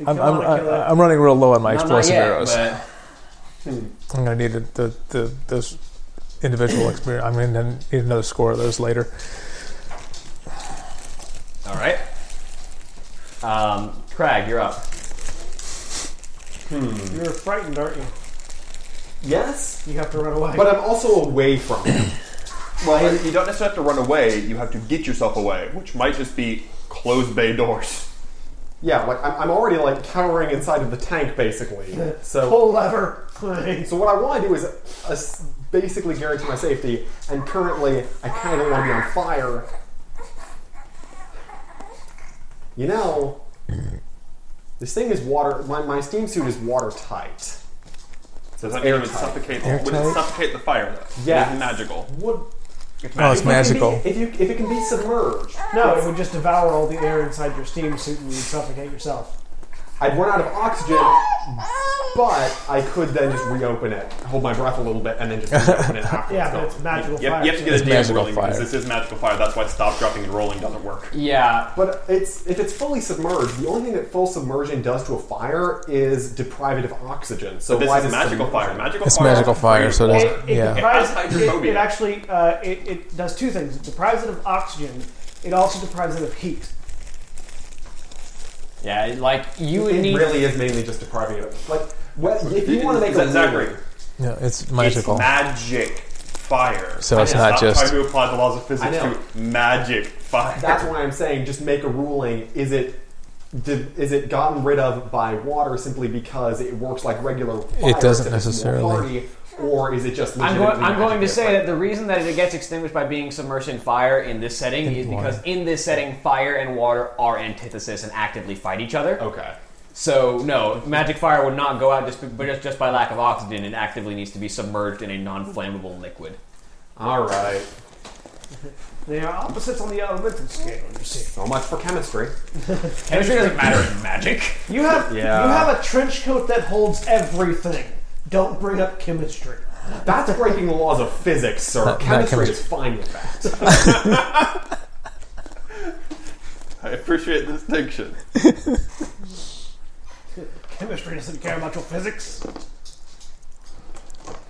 I'm, kill I'm, on a killer. I- I'm running real low on my No, not explosive yet, arrows. but- I'm gonna need the the those individual experience. I'm gonna need another score of those later. All right. Um, Crag, you're up. You're frightened, aren't you? Yes, You have to run away. *laughs* but I'm also away from it. Well, you don't necessarily have to run away, you have to get yourself away, which might just be closed bay doors. Yeah, like I'm, I'm already like cowering inside of the tank, basically. So, Pull lever. *laughs* so what I want to do is uh, s- basically guarantee my safety. And currently, I kind of want to be on fire, you know, this thing is water. My, my steam suit is watertight. Does that mean it would suffocate? The, would it Airtight? suffocate the fire though? Yes. It's magical. Would Oh, it's magical. If, you, if it can be submerged, No, it would just devour all the air inside your steam suit and you'd suffocate yourself. I'd run out of oxygen, but I could then just reopen it, hold my breath a little bit, and then *laughs* just reopen it after Yeah, it's but gone. it's magical You fire. have, you have to get It's a DM magical rolling because fire. this is magical fire. That's why stop, dropping, and rolling doesn't work. Yeah. But it's if it's fully submerged, the only thing that full submersion does to a fire is deprive it of oxygen. So But this why is does magical fire. submersion- Magical It's fire. magical fire, so it Create doesn't. It Yeah. deprives- It has it, hydrophobia. it actually uh, it, it does two things. It deprives it of oxygen. It also deprives it of heat. Yeah, like you would It need. really is mainly just depriving it of like. Well, if you It- want to make it's a Zachary. rule- No, it's It's magical. magic fire. So it's not stop just- trying to apply the laws of physics I know. to magic fire. *laughs* That's why I'm saying just make a ruling. Is it did, is it gotten rid of by water simply because it works like regular fire? It doesn't except it's more necessarily. hardy, or is it just? I'm going, legitimately I'm going to magic? say that the reason that it gets extinguished by being submerged in fire in this setting is because in this setting, fire and water are antithesis and actively fight each other. Okay. So no, magic fire would not go out just, but just, just by lack of oxygen. It actively needs to be submerged in a non-flammable liquid. All right. They are opposites on the elemental scale, you see. So much for chemistry. Chemistry doesn't matter in magic. You have Yeah. you have a trench coat that holds everything. Don't bring up chemistry. That's breaking the laws of physics, sir. Not- not chemistry chemistry. is fine with that. I appreciate the distinction. Chemistry doesn't care about your physics.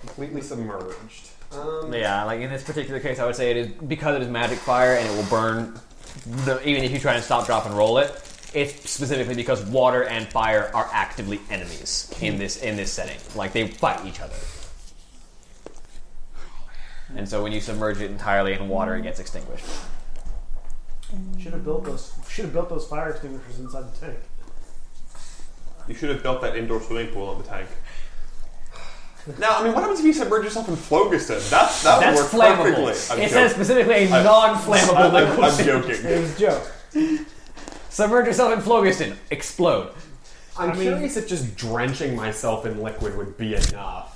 Completely submerged. Um, Yeah, like in this particular case, I would say it is because it is magic fire and it will burn. The, even if you try and stop, drop, and roll it, it's specifically because water and fire are actively enemies in this in this setting. Like they fight each other. And so when you submerge it entirely in water, it gets extinguished. Should have built those should have built those fire extinguishers inside the tank. You should have built that indoor swimming pool in the tank. Now, I mean, what happens if you submerge yourself in phlogiston? That's that would That's work flammable. perfectly. I'm it says joking. specifically a I'm- non-flammable *laughs* I'm- I'm- liquid. I'm joking. It was a joke. Submerge yourself in phlogiston. Explode. I'm I mean- curious if just drenching myself in liquid would be enough.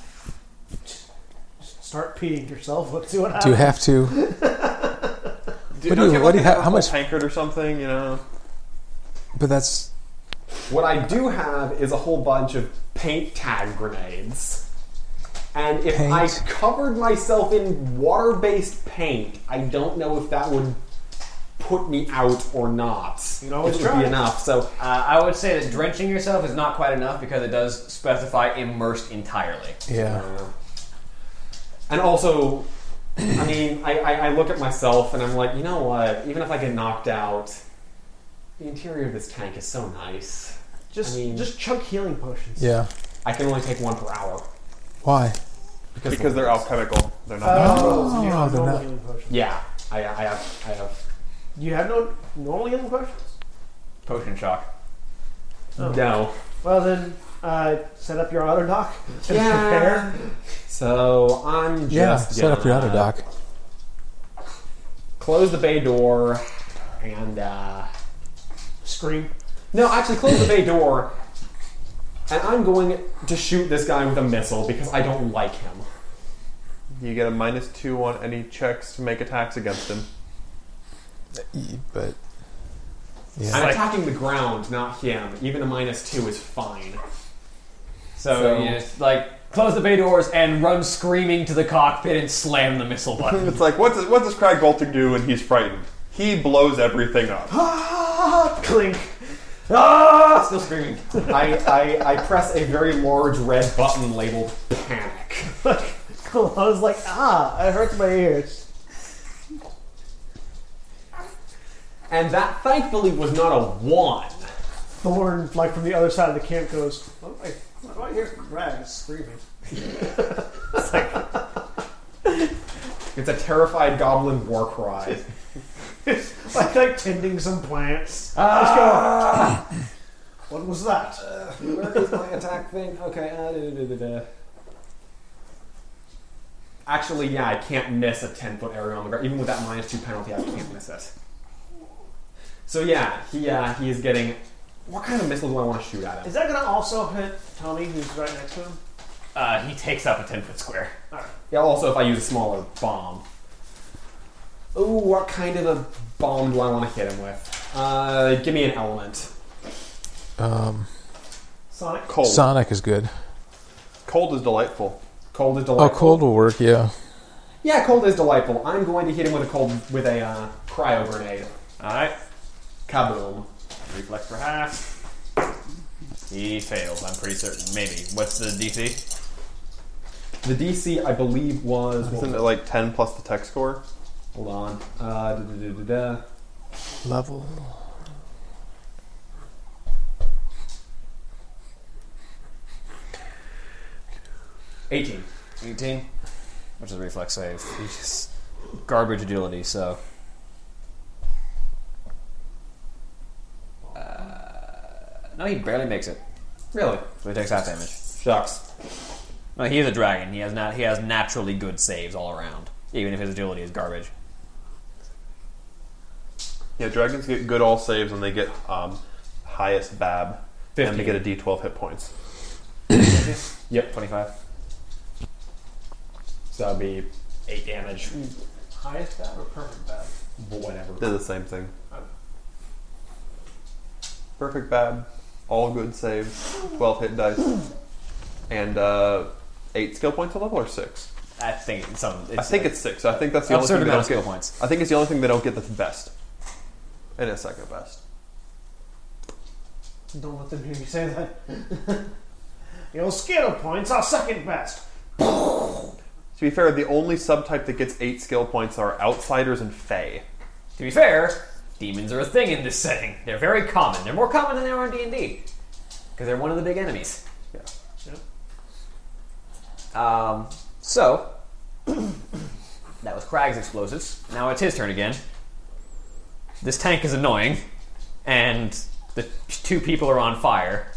Start peeing yourself. Let's see what Do you happens. have to? Dude, What do don't you- have, what do like, you a ha- how much- tankard or something? You know, But that's What I do have is a whole bunch of paint tag grenades. And if I Paint? covered myself in water based paint, I don't know if that would put me out or not. You can always it would try. be enough. So Uh, I would say that drenching yourself is not quite enough because it does specify immersed entirely. yeah. And also, I mean, I, I, I look at myself and I'm like, you know what? Even if I get knocked out, the interior of this tank is so nice. Just I mean- just chunk healing potions. Yeah. I can only take one per hour. Why? because they're alchemical. They're not. Oh, you have they're normal not- healing potions. Yeah, I, I have. I have. You have no normal healing potions? Potion shock. Oh. No. Well then, uh, set up your auto dock and Yeah. prepare. So I'm just. Yeah. Set up your gonna other dock. Close the bay door and. Uh, Scream. no, actually, close the bay door. And I'm going to shoot this guy with a missile because I don't like him. You get a minus two on any checks to make attacks against him. E- But I'm yeah. like- attacking the ground, not him. Even a minus two is fine. So, So- you just like close the bay doors and run screaming to the cockpit and slam the missile button. *laughs* It's like, what does what does Crag Bolting do when he's frightened? He blows everything up. Clink. Ah! *laughs* Still screaming. I, I, I press a very large red button labeled panic. I was like, ah, it hurts my ears. And that thankfully was not a one. Thorn, like from the other side of the camp, goes, what do I, what do I hear Greg screaming? It's a terrified goblin war cry. like, like tending some plants. Ah. Let's go. what was that? Where is my attack thing? Okay. Uh, da, da, da, da. Actually, yeah, I can't miss a 10 foot area on the ground. Even with that minus two penalty, I can't miss it. So yeah, he uh, he is getting. What kind of missile do I want to shoot at him? Is that going to also hit Tommy, who's right next to him? Uh, he takes up a ten foot square. All right. Yeah. Also, if I use a smaller bomb. Ooh, what kind of a bomb do I want to hit him with? Uh, give me an element. Um, Sonic. Cold. Sonic is good. Cold is delightful. Cold is Oh, delightful. cold will work. Yeah. Yeah, cold is delightful. I'm going to hit him with a cold with a uh, cryo grenade. All right. Kaboom. Reflex for half. He failed. I'm pretty certain. Maybe. What's the DC? The DC, I believe, was. what Isn't was it like 10 plus the tech score? it? Hold on. Uh, da, da, da, da, da. Level. Eighteen. 18, which is a reflex save. He's just garbage agility, so. Uh, no, he barely makes it, Really? so he takes half damage. Shucks. No, he is a dragon. He has not. He has naturally good saves all around, even if his agility is garbage. Yeah, dragons get good all saves and they get um, highest BAB. And they get a D12 hit points. Yep. Twenty-five. So that'd be eight damage. Highest bad or perfect bad? But whatever. They're the same thing. Perfect BAB, all good saves, 12 hit dice, and uh, 8 skill points a level or 6? I think it's some. It's I think it's 6. I think that's the only absurd thing they amount of skill don't get. points. I think it's the only thing they don't get that's best. And it's second best. Don't let them hear you say that. *laughs* Your skill points are second best. To be fair, the only subtype that gets 8 skill points are outsiders and fae. To be fair, demons are a thing in this setting. They're very common. They're more common than they are in D and D because they're one of the big enemies. Yeah. Um, so *clears throat* that was Crag's explosives. Now it's his turn again. This tank is annoying, and the two people are on fire.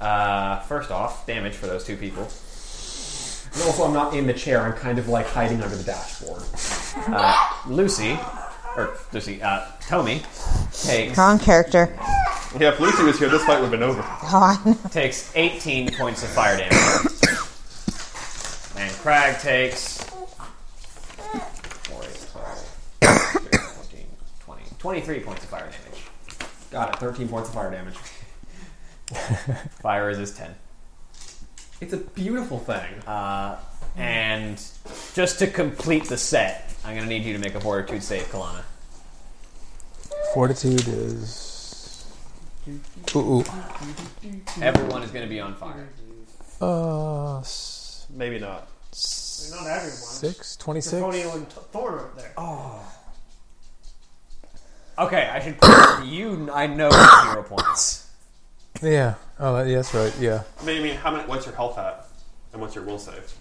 Uh, first off, damage for those two people. And also, I'm not in the chair. I'm kind of like hiding under *laughs* the dashboard. Uh, Lucy, or Lucy, uh, Tommy takes Wrong character. Yeah, if Lucy was here, this fight would have been over. God. takes 18 points of fire damage. and Crag takes. 4, 8, 12, 13, 14, 20, 23 points of fire damage. Got it. Thirteen points of fire damage. *laughs* Fire resist 10. It's a beautiful thing. Uh, and just to complete the set, I'm going to need you to make a fortitude save, Kalana. Fortitude is. Ooh. Hmm. Everyone is going to be on fire. ooh. Uh, s- Maybe not. Not everyone. six. Twenty-six. Trifonio and T- Thorn are up there. Okay, I should. correct you, I know it's zero points. Yeah. Oh, that- yeah, that's right. Yeah. I mean, I mean, how many, what's your health at? And what's your will save?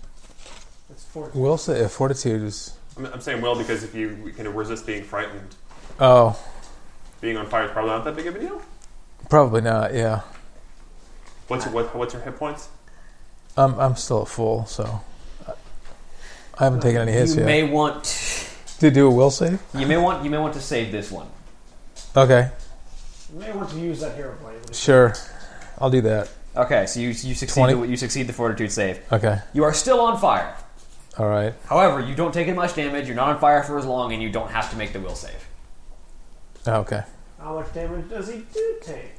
That's four. Will sa- uh, fortitude is. I'm, I'm saying will because if you can resist being frightened, Oh, being on fire is probably not that big of a deal. probably not. Yeah. What's your, what, what's your hit points? I'm I'm still at full, so I haven't taken any hits You yet. may want. Did you do a will save? You may want. You may want to save this one. Okay. You may want to use that hero point. Sure. I'll do that. Okay, so you you succeed. 20? The, you succeed the fortitude save. Okay. You are still on fire. All right. However, you don't take as much damage, you're not on fire for as long, and you don't have to make the will save. Oh, Okay. How much damage does he do take?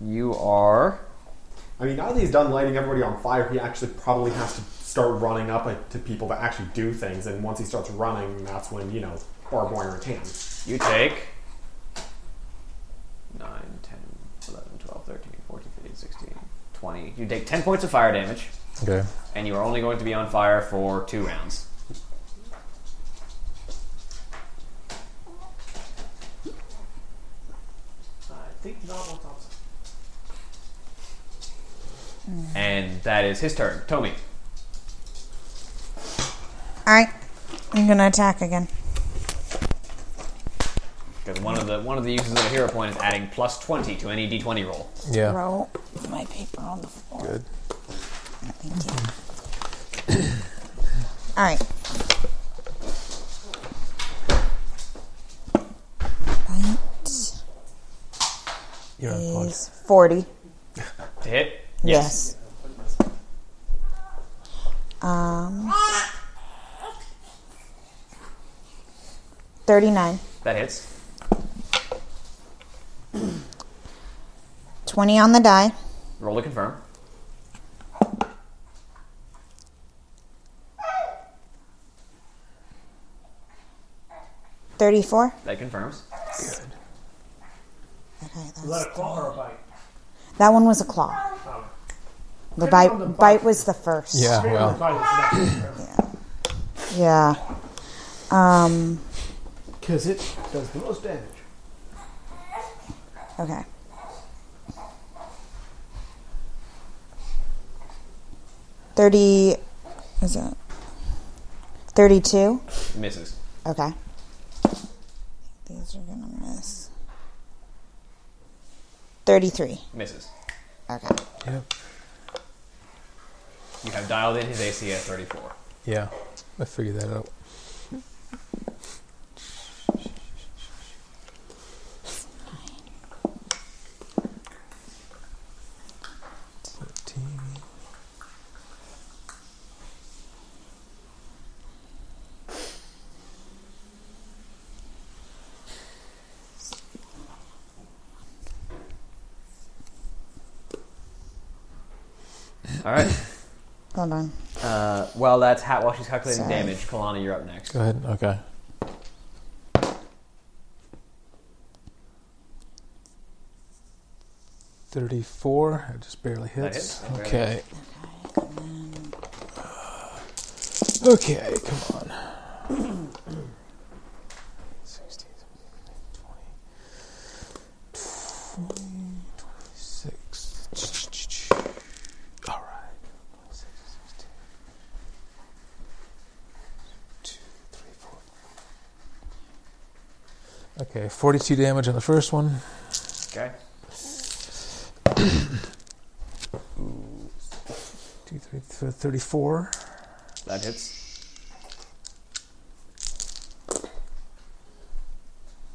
You are. I mean, now that he's done lighting everybody on fire, he actually probably has to start running up uh, to people that actually do things. And once he starts running, that's when you know barbed wire and tan. You take. 9, 10, 11, 12, 13, 14, 15, 16, 20. You take 10 points of fire damage, Okay. and you are only going to be on fire for two rounds. I think not one thousand. And that is his turn. Tomy. Alright. I'm gonna attack again. Because one of the one of the uses of a hero point is adding plus 20 to any d20 roll. Yeah. Roll my paper on the floor. Good. All right. Bite You're on pod. is 40. To hit? Yes. Um, 39. That hits. 20 on the die. Roll to confirm. 34. That confirms. Okay, that's- Is that a claw or a bite? that one was a claw. Oh. The bite, bite was the first. Yeah, well. Yeah. Um, Because it does the most damage. okay. Thirty is it? Thirty-two? Misses. Okay. These are gonna miss. Thirty-three. Misses. Okay. You have dialed in his AC at 34. Yeah, I figured that out. All right. Hold on. Uh, well, that's hat while she's calculating Sorry. damage. Kalana, you're up next. Go ahead. Okay. Thirty-four. I just barely That hits. hits. Okay. Okay. Uh, Okay. Come on. 60, 20, 26. All right. 26, 16, two, three, four. Okay, 42 damage on the first one. Okay. *coughs* Two, three, th- 34. That hits.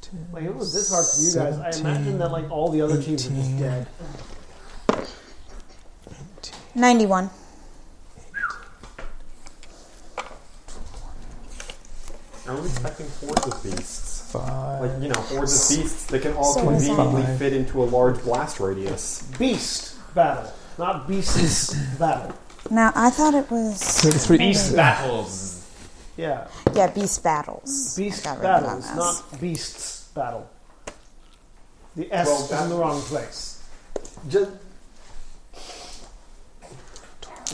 10, Like, if it was this hard for you guys. I imagine that, 17, like, all the other teams are just 18. dead. Ninety-one. I was expecting hordes of beasts. Five. Like, you know, hordes of beasts that can all So was I. conveniently Five. fit into a large blast radius. Beast battle, not beast's battle. Now I thought it was 33. Beast battles. Yeah, yeah, beast battles. beast I got written battles, down as. not beast's battle. The S Well, is that- in the wrong place. Just,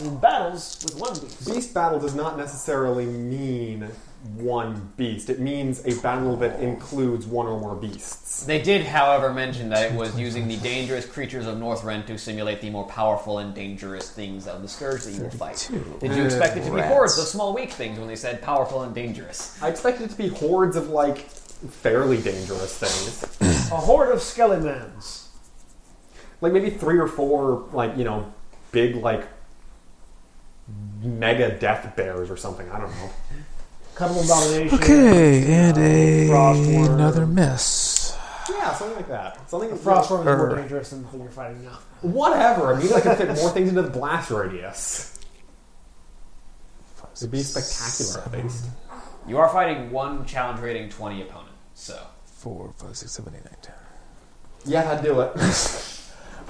In battles with one beast. beast battle does not necessarily mean one beast. It means a battle that includes one or more beasts. They did, however, mention that it was using the dangerous creatures of Northrend to simulate the more powerful and dangerous things of the Scourge that you will fight. Did you expect it to be Rats. hordes of small, weak things when they said powerful and dangerous? I expected it to be hordes of like fairly dangerous things, A horde of skeletons. like maybe three or four, like you know, big like mega death bears or something. I don't know. Cuddle and domination. Okay, and a, Uh, Frostworm. another miss. Yeah, something like that. Something The frostworm is more Err. dangerous than the thing you're fighting now. Whatever. I mean, I can fit more things into the blast radius. It'd be spectacular, at least. You are fighting one challenge rating 20 opponent, so. Four, five, six, seven, eight, nine, ten. Yeah, I'd do it.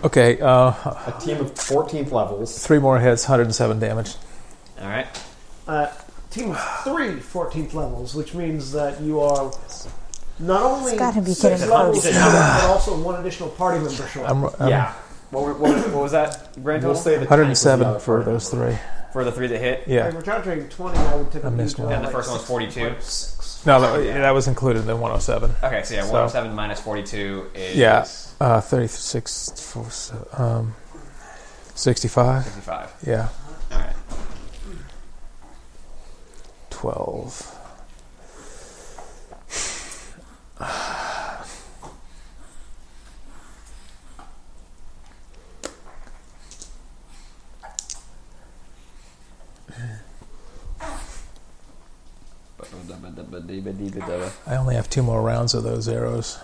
Okay, uh, A team of 14th levels. three more hits, 107 damage. Alright. Uh, team of three 14th levels, which means that you are not only It's gotta be six getting levels close. down, but also one additional party member short. I'm, I'm yeah. What, were- what, was- what was that grand We'll total? say the tank was the other 107 for part. those three. For the three that hit? If Yeah. we're charging 20, I would typically missed go one. And the like first one was 42. 6. No, that, that was included in oh the 107. Okay, so yeah, So- 107 minus 42 is Yeah. Uh, 36, four, se- um, 65. 55. Yeah. Alright. 12. I only have two more rounds of those arrows.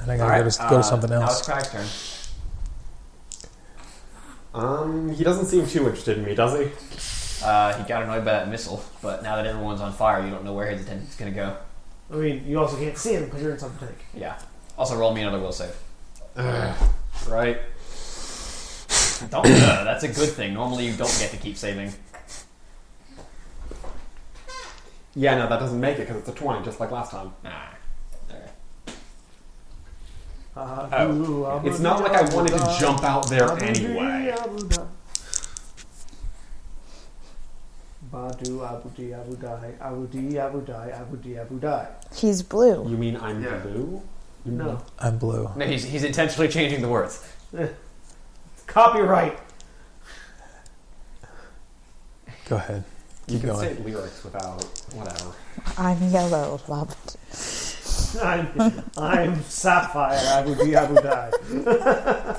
And I gotta All go, right, to, go uh, to something now else. it's Craig's turn. Um, he doesn't seem too interested in me, does he? Uh, he got annoyed by that missile, but now that everyone's on fire, you don't know where his attendant's gonna go. I mean, you also can't see him because you're in some tank. Yeah. Also, roll me another will save. Ugh. right. Don't. Uh, that's a good thing. Normally, you don't get to keep saving. Yeah, no, that doesn't make it because it's a 20, just like last time. Nah. Uh, Oh. It's not like I wanted to jump out there anyway. Badu abu di abu dai abu di abu dai abu di abu dai. He's blue. You mean I'm blue? No. I'm blue. No, he's, he's intentionally changing the words. Eh. Copyright. *laughs* Go ahead. *laughs* Keep You can going. say lyrics without whatever. I'm yellow, loved. I'm, I'm sapphire abu di abu dai.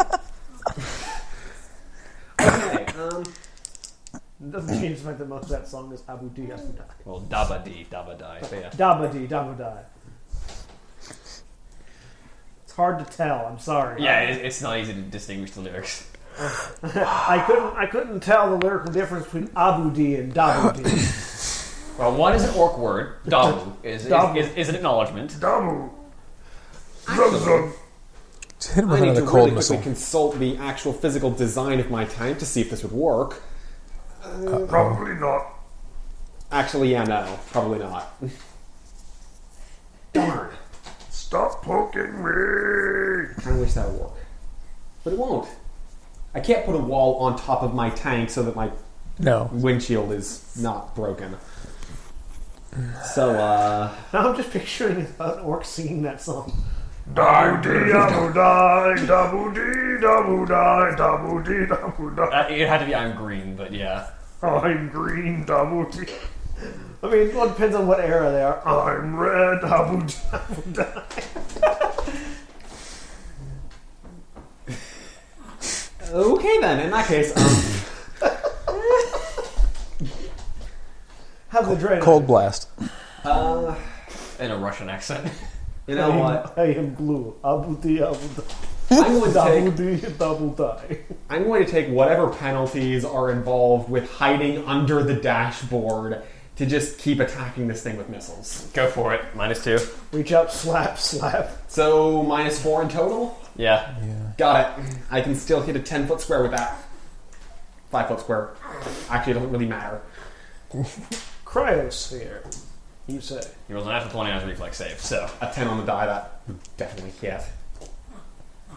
okay. *laughs* Um. Doesn't change the fact that most of that song is abu di abu dai. Well, daba dee, daba die. But yeah. Dabba dee, dabba die. It's hard to tell. I'm sorry. Yeah, it, it's not easy to distinguish the lyrics. I couldn't. I couldn't tell the lyrical difference between abu di and dabu di. Well, one is an orc word. Dabu is, is, Dabu. is, is an acknowledgement. Damu. Just hit him with I need another to cold really missile. quickly consult the actual physical design of my tank to see if this would work. Uh, Probably not. Actually, yeah, no, probably not. *laughs* Darn. Stop poking me! I wish that would work. But it won't. I can't put a wall on top of my tank so that my No. windshield is not broken. So, uh. Now I'm just picturing an orc singing that song. Dabu dee, dabu die, dabu dee, dabu die, dabu dee, dabu Uh, it had to be I'm green, but yeah. I'm green, double D. I mean, well, it depends on what era they are. I'm red, double D, double die. Okay then, in that case, um. Have the dread. Cold blast. uh, In a Russian accent. you know I am, what? I am blue. Abu di, abu di. I'm going to Double take. D, double die. I'm going to take whatever penalties are involved with hiding under the dashboard to just keep attacking this thing with missiles. *laughs* Go for it. Minus two. Reach up, slap, slap. So minus four in total. Yeah. Got it. I can still hit a ten foot square with that. Five foot square. Actually, it doesn't really matter. Cryosphere, you say. He rolls a natural 20 on his reflex save, so. A ten on the die that would definitely hit.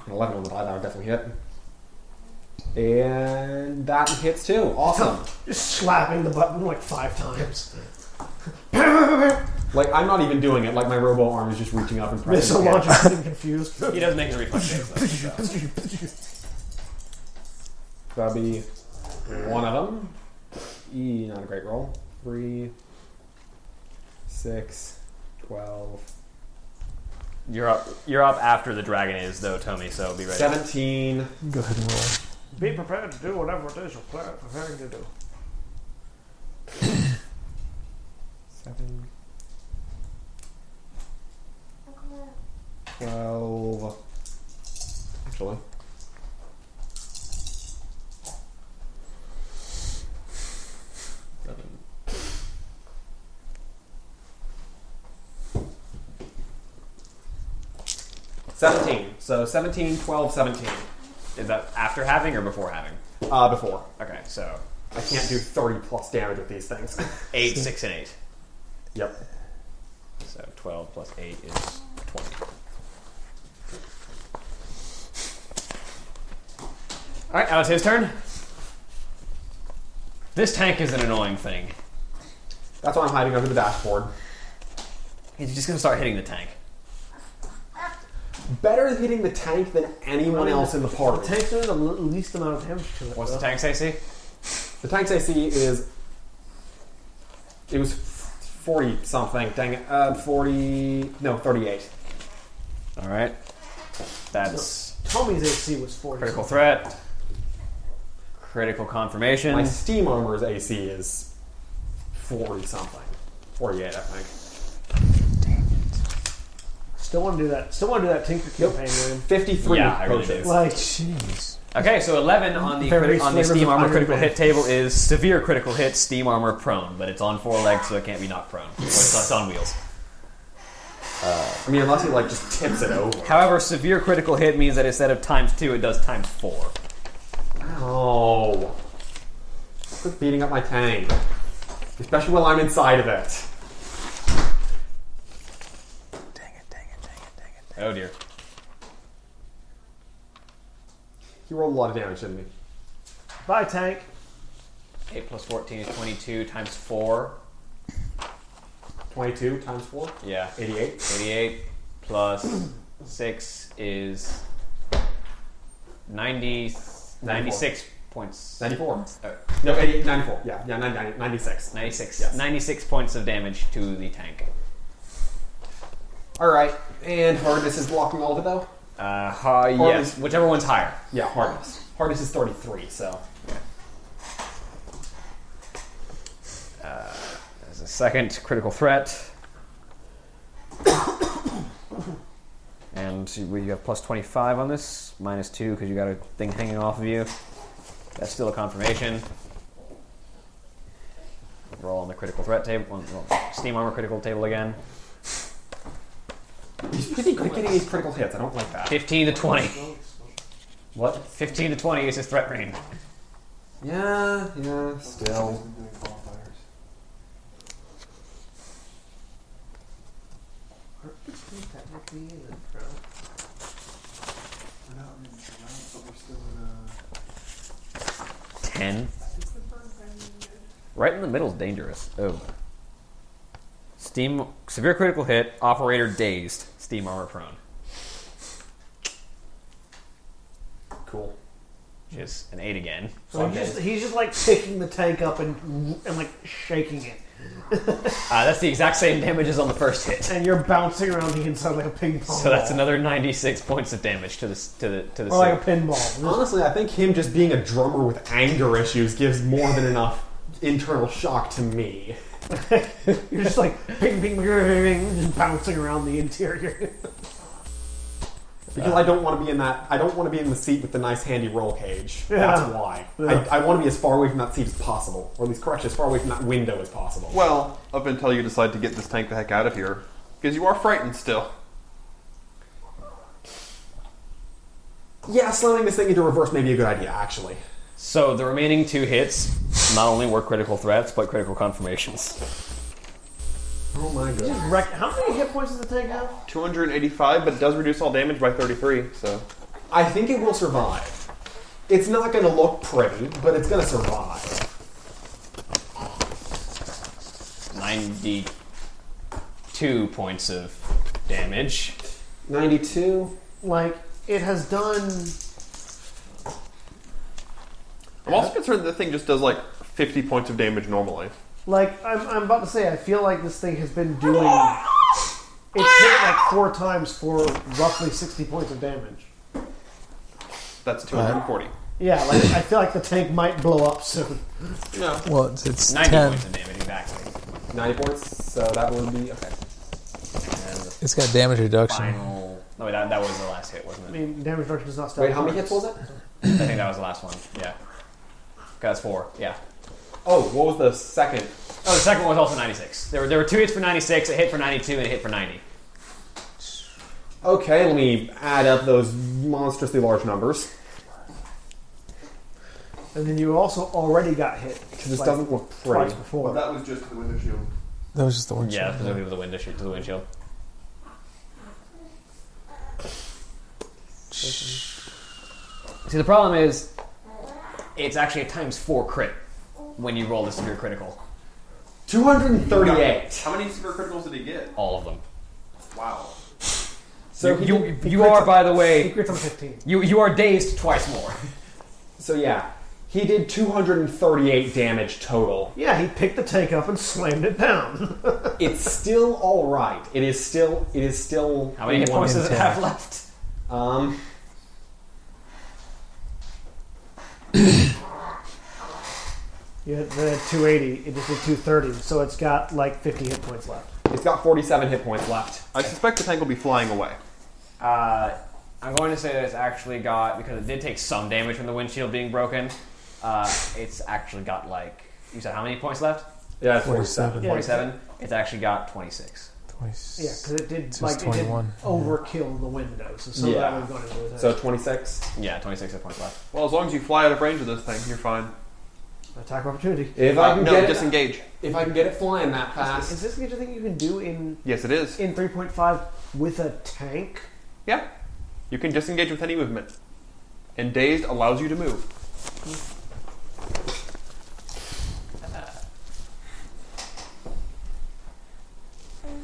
An eleven on the die that would definitely hit. And that hits too. *laughs* Awesome. Just slapping the button like five times. Like I'm not even doing it. Like my robo arm is just reaching up and pressing. Missile it. launcher *laughs* getting confused. He does make a reflex save, though, so. That'd be one of them. E, not a great roll. Three, six, twelve, You're up. You're up after the dragon is, though, Tommy. So be ready. seventeen. Go ahead and roll. *laughs* Be prepared to do whatever it is you're pla- preparing to do. Seven, 12. Actually. Seven. Seventeen. So 17, 12, 17. Is that after having or before having? Uh, before. Okay, so I can't do 30 plus damage with these things. *laughs* eight, six, and eight. yep. So twelve plus eight is twenty. All right, now it's his turn. This tank is an annoying thing. That's why I'm hiding under the dashboard. He's just gonna start hitting the tank. Better at hitting the tank than anyone else in the The party. tank's doing the le- least amount of damage to it. What's though. the tank's AC? The tank's AC is. It was 40 something. Dang it. Uh, 40. No, 38. All right, that's Tommy's AC was 40. critical threat, Mm. critical confirmation. My Steam Armor's AC is 40 something. 48, I think. Still want to do that. Still want to do that Tinker campaign, man. 53 Yeah, I really do. Like, jeez. Okay, so 11 on the, Various crit- on the flavors Steam of Armor Iron critical Man. hit table is severe critical hit, Steam Armor prone, but it's on four legs, so it can't be knocked prone. Or it's, it's on wheels. I mean, unless he like just tips it over. However, severe critical hit means that instead of times two, it does times four. Oh. Quit beating up my tank. Especially while I'm inside of it. Oh dear. He rolled a lot of damage, didn't he? Bye, tank. 8 plus 14 is 22 times 4. 22 times 4? Yeah. 88. 88 plus 6 is 90, 96 points. 94. Oh, No, 88, 94. Yeah, yeah, 90, 96. 96. Yes. 96 points of damage to the tank. Alright, and hardness is blocking all of it though? Uh, ha, yes, whichever one's higher. Yeah, hardness. Hardness is 33, so. There's a second critical threat. and you have plus 25 on this, minus 2 because you got a thing hanging off of you. That's still a confirmation. Roll on the critical threat table, on- roll steam armor critical table again. He's pretty good at getting these critical hits. I don't like that. 15 to 20. What? 15 to 20 is his threat range. Yeah, yeah, still. It's 10. Right in the middle is dangerous. Oh. Steam severe critical hit. Operator dazed. Steam armor prone. Cool. Just an eight again. So he's just, he's just like picking the tank up and and like shaking it, Uh, that's the exact same damage as on the first hit. *laughs* and you're bouncing around the inside like a ping pong. So that's ball. another 96 points of damage to the s- to the to the. Or like a suit. pinball. Honestly, I think him just being a drummer with anger issues gives more than enough internal shock to me. You're just like ping, ping, ping, ping, ping, just bouncing around the interior. Because I don't want to be in that. I don't want to be in the seat with the nice handy roll cage. Yeah. That's why. Yeah. I, I want to be as far away from that seat as possible, or at least correct, as far away from that window as possible. Well, up until you decide to get this tank the heck out of here, because you are frightened still. yeah, slamming this thing into reverse may be a good idea, actually. So the remaining two hits not only were critical threats but critical confirmations. Oh my god. Just wreck- How many hit points does the tank have? 285, but it does reduce all damage by 33. So I think it will survive. It's not going to look pretty, but it's going to survive. 92 points of damage. 92. Like it has done. I'm also concerned that the thing just does like 50 points of damage normally. Like I'm, I'm about to say, I feel like this thing has been doing. It's hit like four times for roughly sixty points of damage. That's 240. Yeah, like I feel like the tank might blow up soon. No. Well, it's, it's 90 ten. points of damage exactly. 90 points, so that would be. Okay. And the It's got damage reduction. final. No, wait, that, that was the last hit, wasn't I it? mean, damage reduction does not stop. Wait, how many hits was it? I think that was the last one. Yeah. That's four. Yeah. Oh, what was the second? Oh, the second one was also 96. There were, there were two hits for 96, a hit for 92, and a hit for 90. Okay, let me add up those monstrously large numbers. And then you also already got hit. Because this like, doesn't look twice pretty. before. that was just the window shield. That was just the one. Yeah, shot. specifically to the windshield. To the windshield. See, the problem is, it's actually a times four crit when you roll the severe critical. 238. How many super criticals did he get? All of them. Wow. So he you, did- you, he you crits are, on- by the way, Secrets on fifteen. you, you are dazed twice more. *laughs* So yeah, he did 238 damage total. Yeah, he picked the tank up and slammed it down. *laughs* It's still all right. It is still. It is still. How many hit points does it have intact. left? Um. You had, then at 280, it just did 230, so it's got like 50 hit points left. It's got 47 hit points left. I suspect the tank will be flying away. Uh, I'm going to say that it's actually got because it did take some damage from the windshield being broken. Uh, it's actually got like you said how many points left? Yeah, 47. 47. It's actually got 26. Yeah, because it did Just like it did 21. overkill the windows, so some of that Yeah. would have gone into the So 26. Yeah, 26 hit points left. Well, as long as you fly out of range of this thing, you're fine. attack of opportunity. If I can no, get it- disengage. If I can get it flying that Is, this the thing you can do in Yes, it is. in 3.5 with a tank? Yeah. You can disengage with any movement. And dazed allows you to move.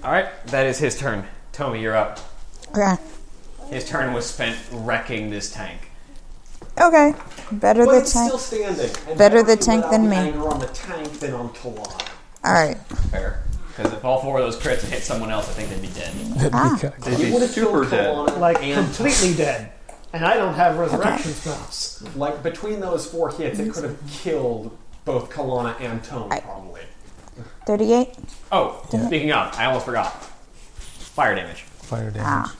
All right, that is his turn. Tommy, you're up. Okay. His turn was spent wrecking this tank. Okay. Better But the it's tank. still standing. and Better the if you tank let out than the me. Anger on the tank than on Kalon. All right. Fair. Because if all four of those crits hit someone else, I think they'd be dead. *laughs* Ah. They'd be super dead. Like And- completely dead. And I don't have resurrection spells. Like between those four hits, it could have killed both Kalana and Tone, probably. 38. Oh, speaking of, I almost forgot. Fire damage. Fire damage. Ah.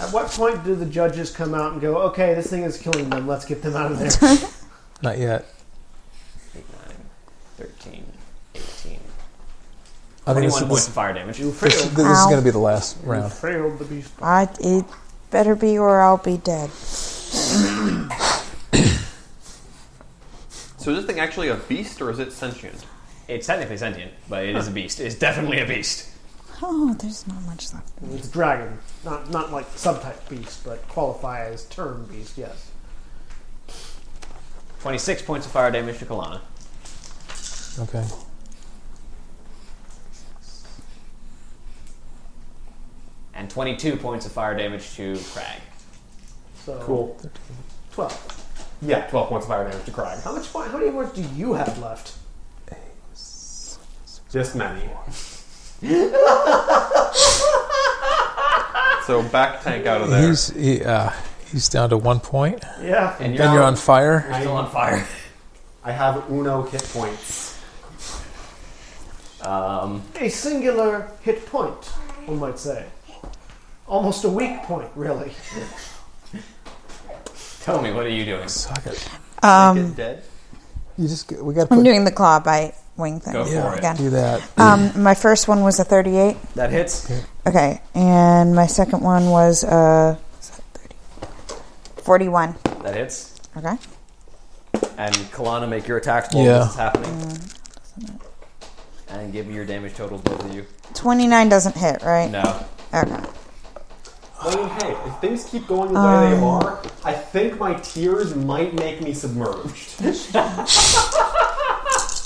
At what point do the judges come out and go, okay, this thing is killing them, let's get them out of there? Not yet. 8, 9, 13, 18. I think 21 this, is- points of fire damage. You this, failed. this is Ow. going to be the last You round. failed the beast. I, it better be or I'll be dead. So is this thing actually a beast or is it sentient? It's technically sentient, but it is a beast. It's definitely a beast. Oh, there's not much left. It's dragon. Not not like subtype beast, but qualify as term beast, yes. 26 points of fire damage to Kalana. Okay. And 22 points of fire damage to Crag. So Cool. twelve. Yeah, 12 points of fire damage to Krag. How much point, how many words do you have left? This many. So back tank out of *laughs* there. He's he, uh, he's down to one point. Yeah. And Then you're on fire. You're *laughs* still on fire. I have Uno hit points. Um, A singular hit point, one might say. Almost a weak point, really. tell me, what are you doing? Suck it. Um, Get dead. You just g- we got to I'm put doing the claw bite wing thing. Go for yeah, it. do that. Um, my first one was a 38. That hits. Okay. And my second one was uh, a 41. That hits. Okay. And Kalana, make your attacks while Yeah. this is happening. And give me your damage total, both of you. 29 doesn't hit, right? No. Okay. I mean, Oh, hey, if things keep going the way they Um, are, I think my tears might make *laughs* me submerged. *laughs*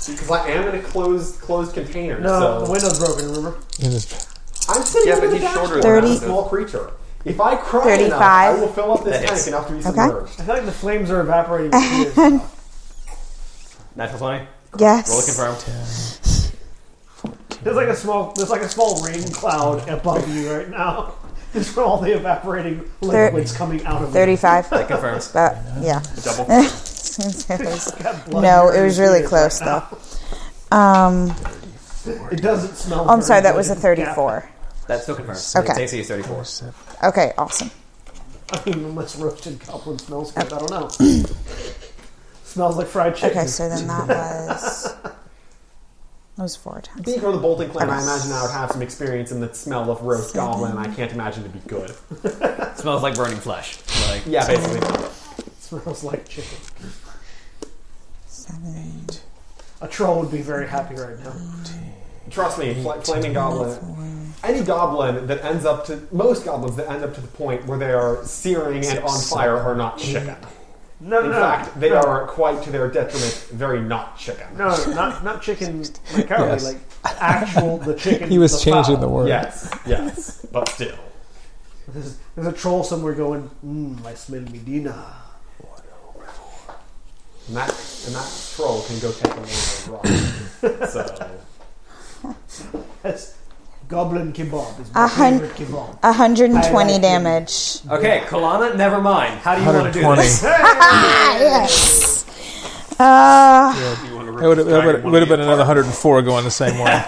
because I am in a closed closed container. No, so the window's broken, remember? It is- I'm sitting Yeah, under but the he's shorter dashboard. than I'm a us. small creature. If I cry enough, I 35. will fill up this That hits. tank enough to be submerged. I feel like the flames are evaporating with *laughs* tears. Natural 20. Roll Yes. confirmed. There's like a small there's like a small rain cloud above you right now. It's from all the evaporating liquids coming out of it. 35. That confirms. But, yeah. Double. *laughs* It was- Got blood no, in your it was really ears close, right now. though. Um, It doesn't smell. oh, I'm sorry, very that was a good. 34. That still confirms. Okay. Its AC is 34. Okay, awesome. I mean, unless roasted goblin smells good, I don't *clears throat* know. smells like fried chicken. Okay, so then that was. That was four times. Being from the Bolton clan, I imagine I would have some experience in the smell of roast goblin, and I can't imagine it'd be good. smells like burning flesh. Like, Yeah, basically. smells like chicken. Seven, A troll would be very happy right now. Trust me, fl- flaming goblin. Any goblin that ends up to most goblins that end up to the point where they are searing and on fire are not chicken. No, In no, fact, they no, are quite to their detriment very not chicken. No, no, not not *laughs* chicken like cowardly, Yes. like actual *laughs* the chicken. He was the changing fowl. the word. Yes, *laughs* yes, but still. There's, there's a troll somewhere going. Mmm, I smell Medina. And that, and that troll can go take a little *laughs* rock. So, That's goblin kebab. Is my A hun- favorite kebab. 120 you. damage. Okay, Kalana, never mind. How do you want to do 120. this? Ah, yes! Uh, You wanna rip it would have this guy in one of the been another apartments? 104 going the *laughs* same way.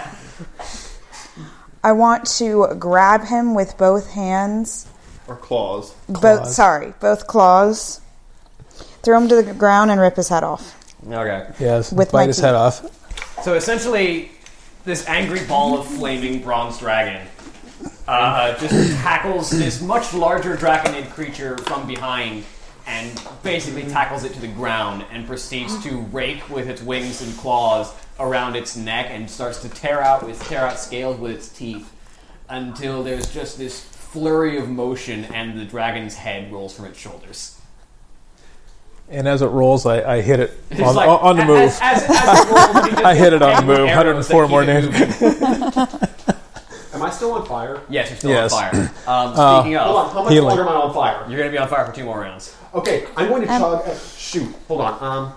I want to grab him with both hands. Or claws. Both, sorry, both claws. Throw him to the ground and rip his head off. Okay. Yes, With my bite his teeth. head off. So essentially, this angry ball of flaming bronze dragon uh, just tackles this much larger draconid creature from behind and basically tackles it to the ground and proceeds to rake with its wings and claws around its neck and starts to tear out with tear out scales with its teeth until there's just this flurry of motion and the dragon's head rolls from its shoulders. And as it rolls, I, I hit it It's on, like- on the as- move. as- as it rolls, *laughs* he just I hit it on arrows the move. that 104 more keep it damage. Am I still on fire? Yes, you're still Yes. on *clears throat* fire. Um, Uh, speaking of, Hold on, how much healing. longer am I on fire? You're going to be on fire for two more rounds. Okay, I'm going Um, chug- shoot, hold on. Um,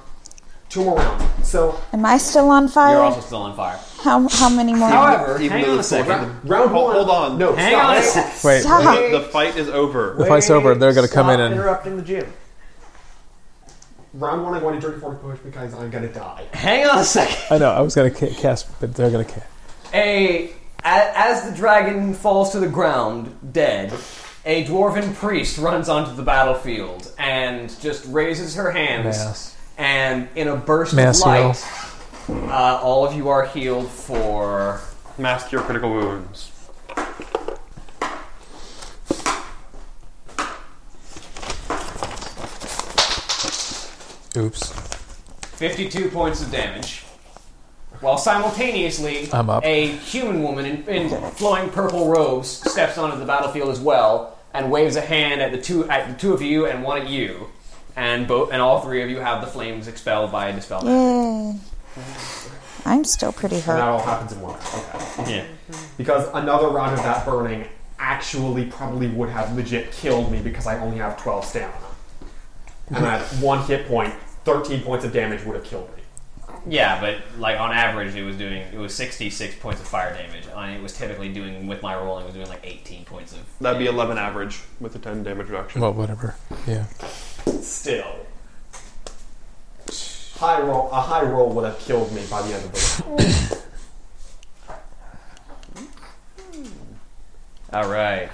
two more rounds. So Am I still on fire? you're also still on fire. how, how many more? However, Even hang though on a it's second. fucking- round Hold- hold on. No, hang stop. on a second. Wait, Stop. The fight is over. the fight's over. They're going to come in Stop and interrupting the gym. Round one, I'm going to dirty forty push because I'm going to die. Hang on a second. I know I was going to cast, but they're going to cast. a, a as the dragon falls to the ground dead a dwarven priest runs onto the battlefield and just raises her hands Mass. and in a burst Mass of light uh, all of you are healed for Mask your critical wounds. Oops. 52 points of damage while simultaneously I'm up. a human woman in, in flowing purple robes steps onto the battlefield as well and waves a hand at the two at the two of you and one at you and both and all three of you have the flames expelled by a dispel magic. Yay. I'm still pretty And that hurt. all happens in one. Yeah. Okay. Because another round of that burning actually probably would have legit killed me because I only have 12 stamina. And at one hit point, 13 points of damage would have killed me. Yeah, but like on average, it was doing it was sixty six points of fire damage, and it was typically doing with my rolling it was doing like eighteen points of. That'd be 11 average with a 10 damage reduction. Well, whatever. Yeah. Still. High roll, a high roll would have killed me by the end of the round. All right.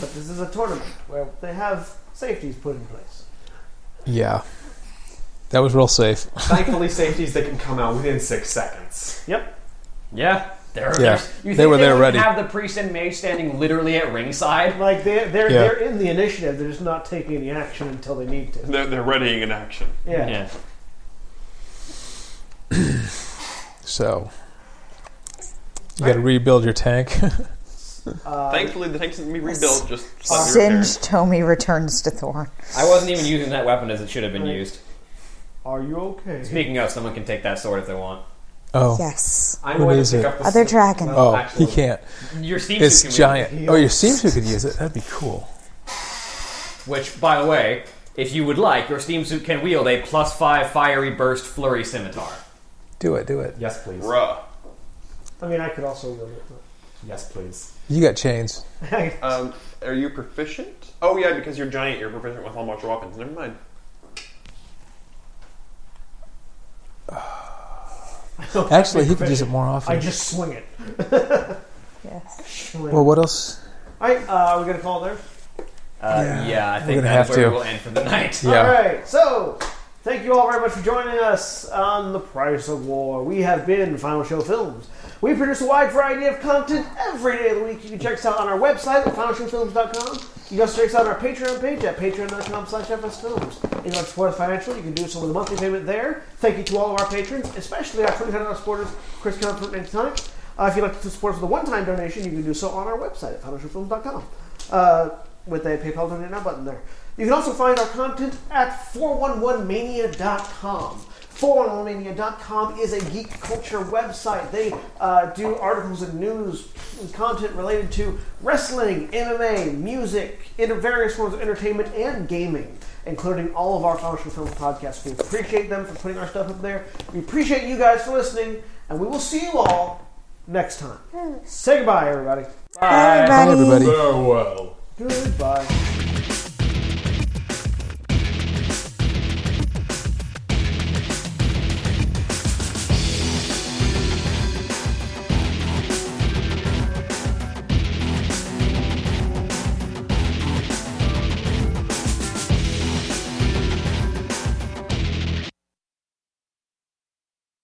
But this is a tournament where they have safeties put in place. Yeah. That was real safe. Thankfully, safeties they can come out within six seconds. Yep. Yeah. There, Yeah. there's- You They think were there wouldn't ready. Have the priest and mage standing literally at ringside. Like they they're Yeah. they're in the initiative. They're just not taking any action until they need *laughs* to. They're, they're readying an action. Yeah. So you got to rebuild your tank. *laughs* Uh, Thankfully, the tank didn't be rebuilt, just slightly repaired. Singed Tomy returns to Thorn. I wasn't even using that weapon as it should have been Right. used. Are you okay? Speaking of, someone can take that sword if they want. oh, Yes. I'm Who going is to pick it? up the Other s- dragon. well, oh, actually, he can't. Your steam It's suit can be- giant. Oh, your steam suit could use it. That'd be cool. Which, by the way, if you would like, your steam suit can wield a plus five fiery burst flurry scimitar. Uh, Do it. Do it. Yes, please. Bruh. I mean, I could also wield it. but- *laughs* Yes, please. You got chains. Uh, Um, are you proficient? Oh yeah, because you're giant, you're proficient with all martial weapons. Never mind. Actually, he could use it more often. I just swing it. Yes. Swing. well, what else? All right, uh, we're gonna call it there. Uh, Yeah. yeah. I We're think gonna that's have where to. we'll end for the *laughs* night. Yeah. All right. So, thank you all very much for joining us on The Price of War. We have been Final Show Films. We produce a wide variety of content every day of the week. You can check us out on our website at finalshowfilms.com. You can also check us out on our Patreon page at patreon.com slash fsfilms. If you'd like to support us financially, you can do so with a monthly payment there. Thank you to all of our patrons, especially our $25 supporters, Chris Comfort and Tonic. Uh, if you'd like to support us with a one-time donation, you can do so on our website at finalshowfilms.com. Uh, with a PayPal donate now button there. You can also find our content at 411mania.com. 411mania.com is a geek culture website. They uh, do articles and news and content related to wrestling, MMA, music, inter- various forms of entertainment, and gaming, including all of our Financial Films podcasts. We appreciate them for putting our stuff up there. We appreciate you guys for listening, and we will see you all next time. Say goodbye, everybody. Bye, everybody. Bye, everybody. Farewell. Goodbye.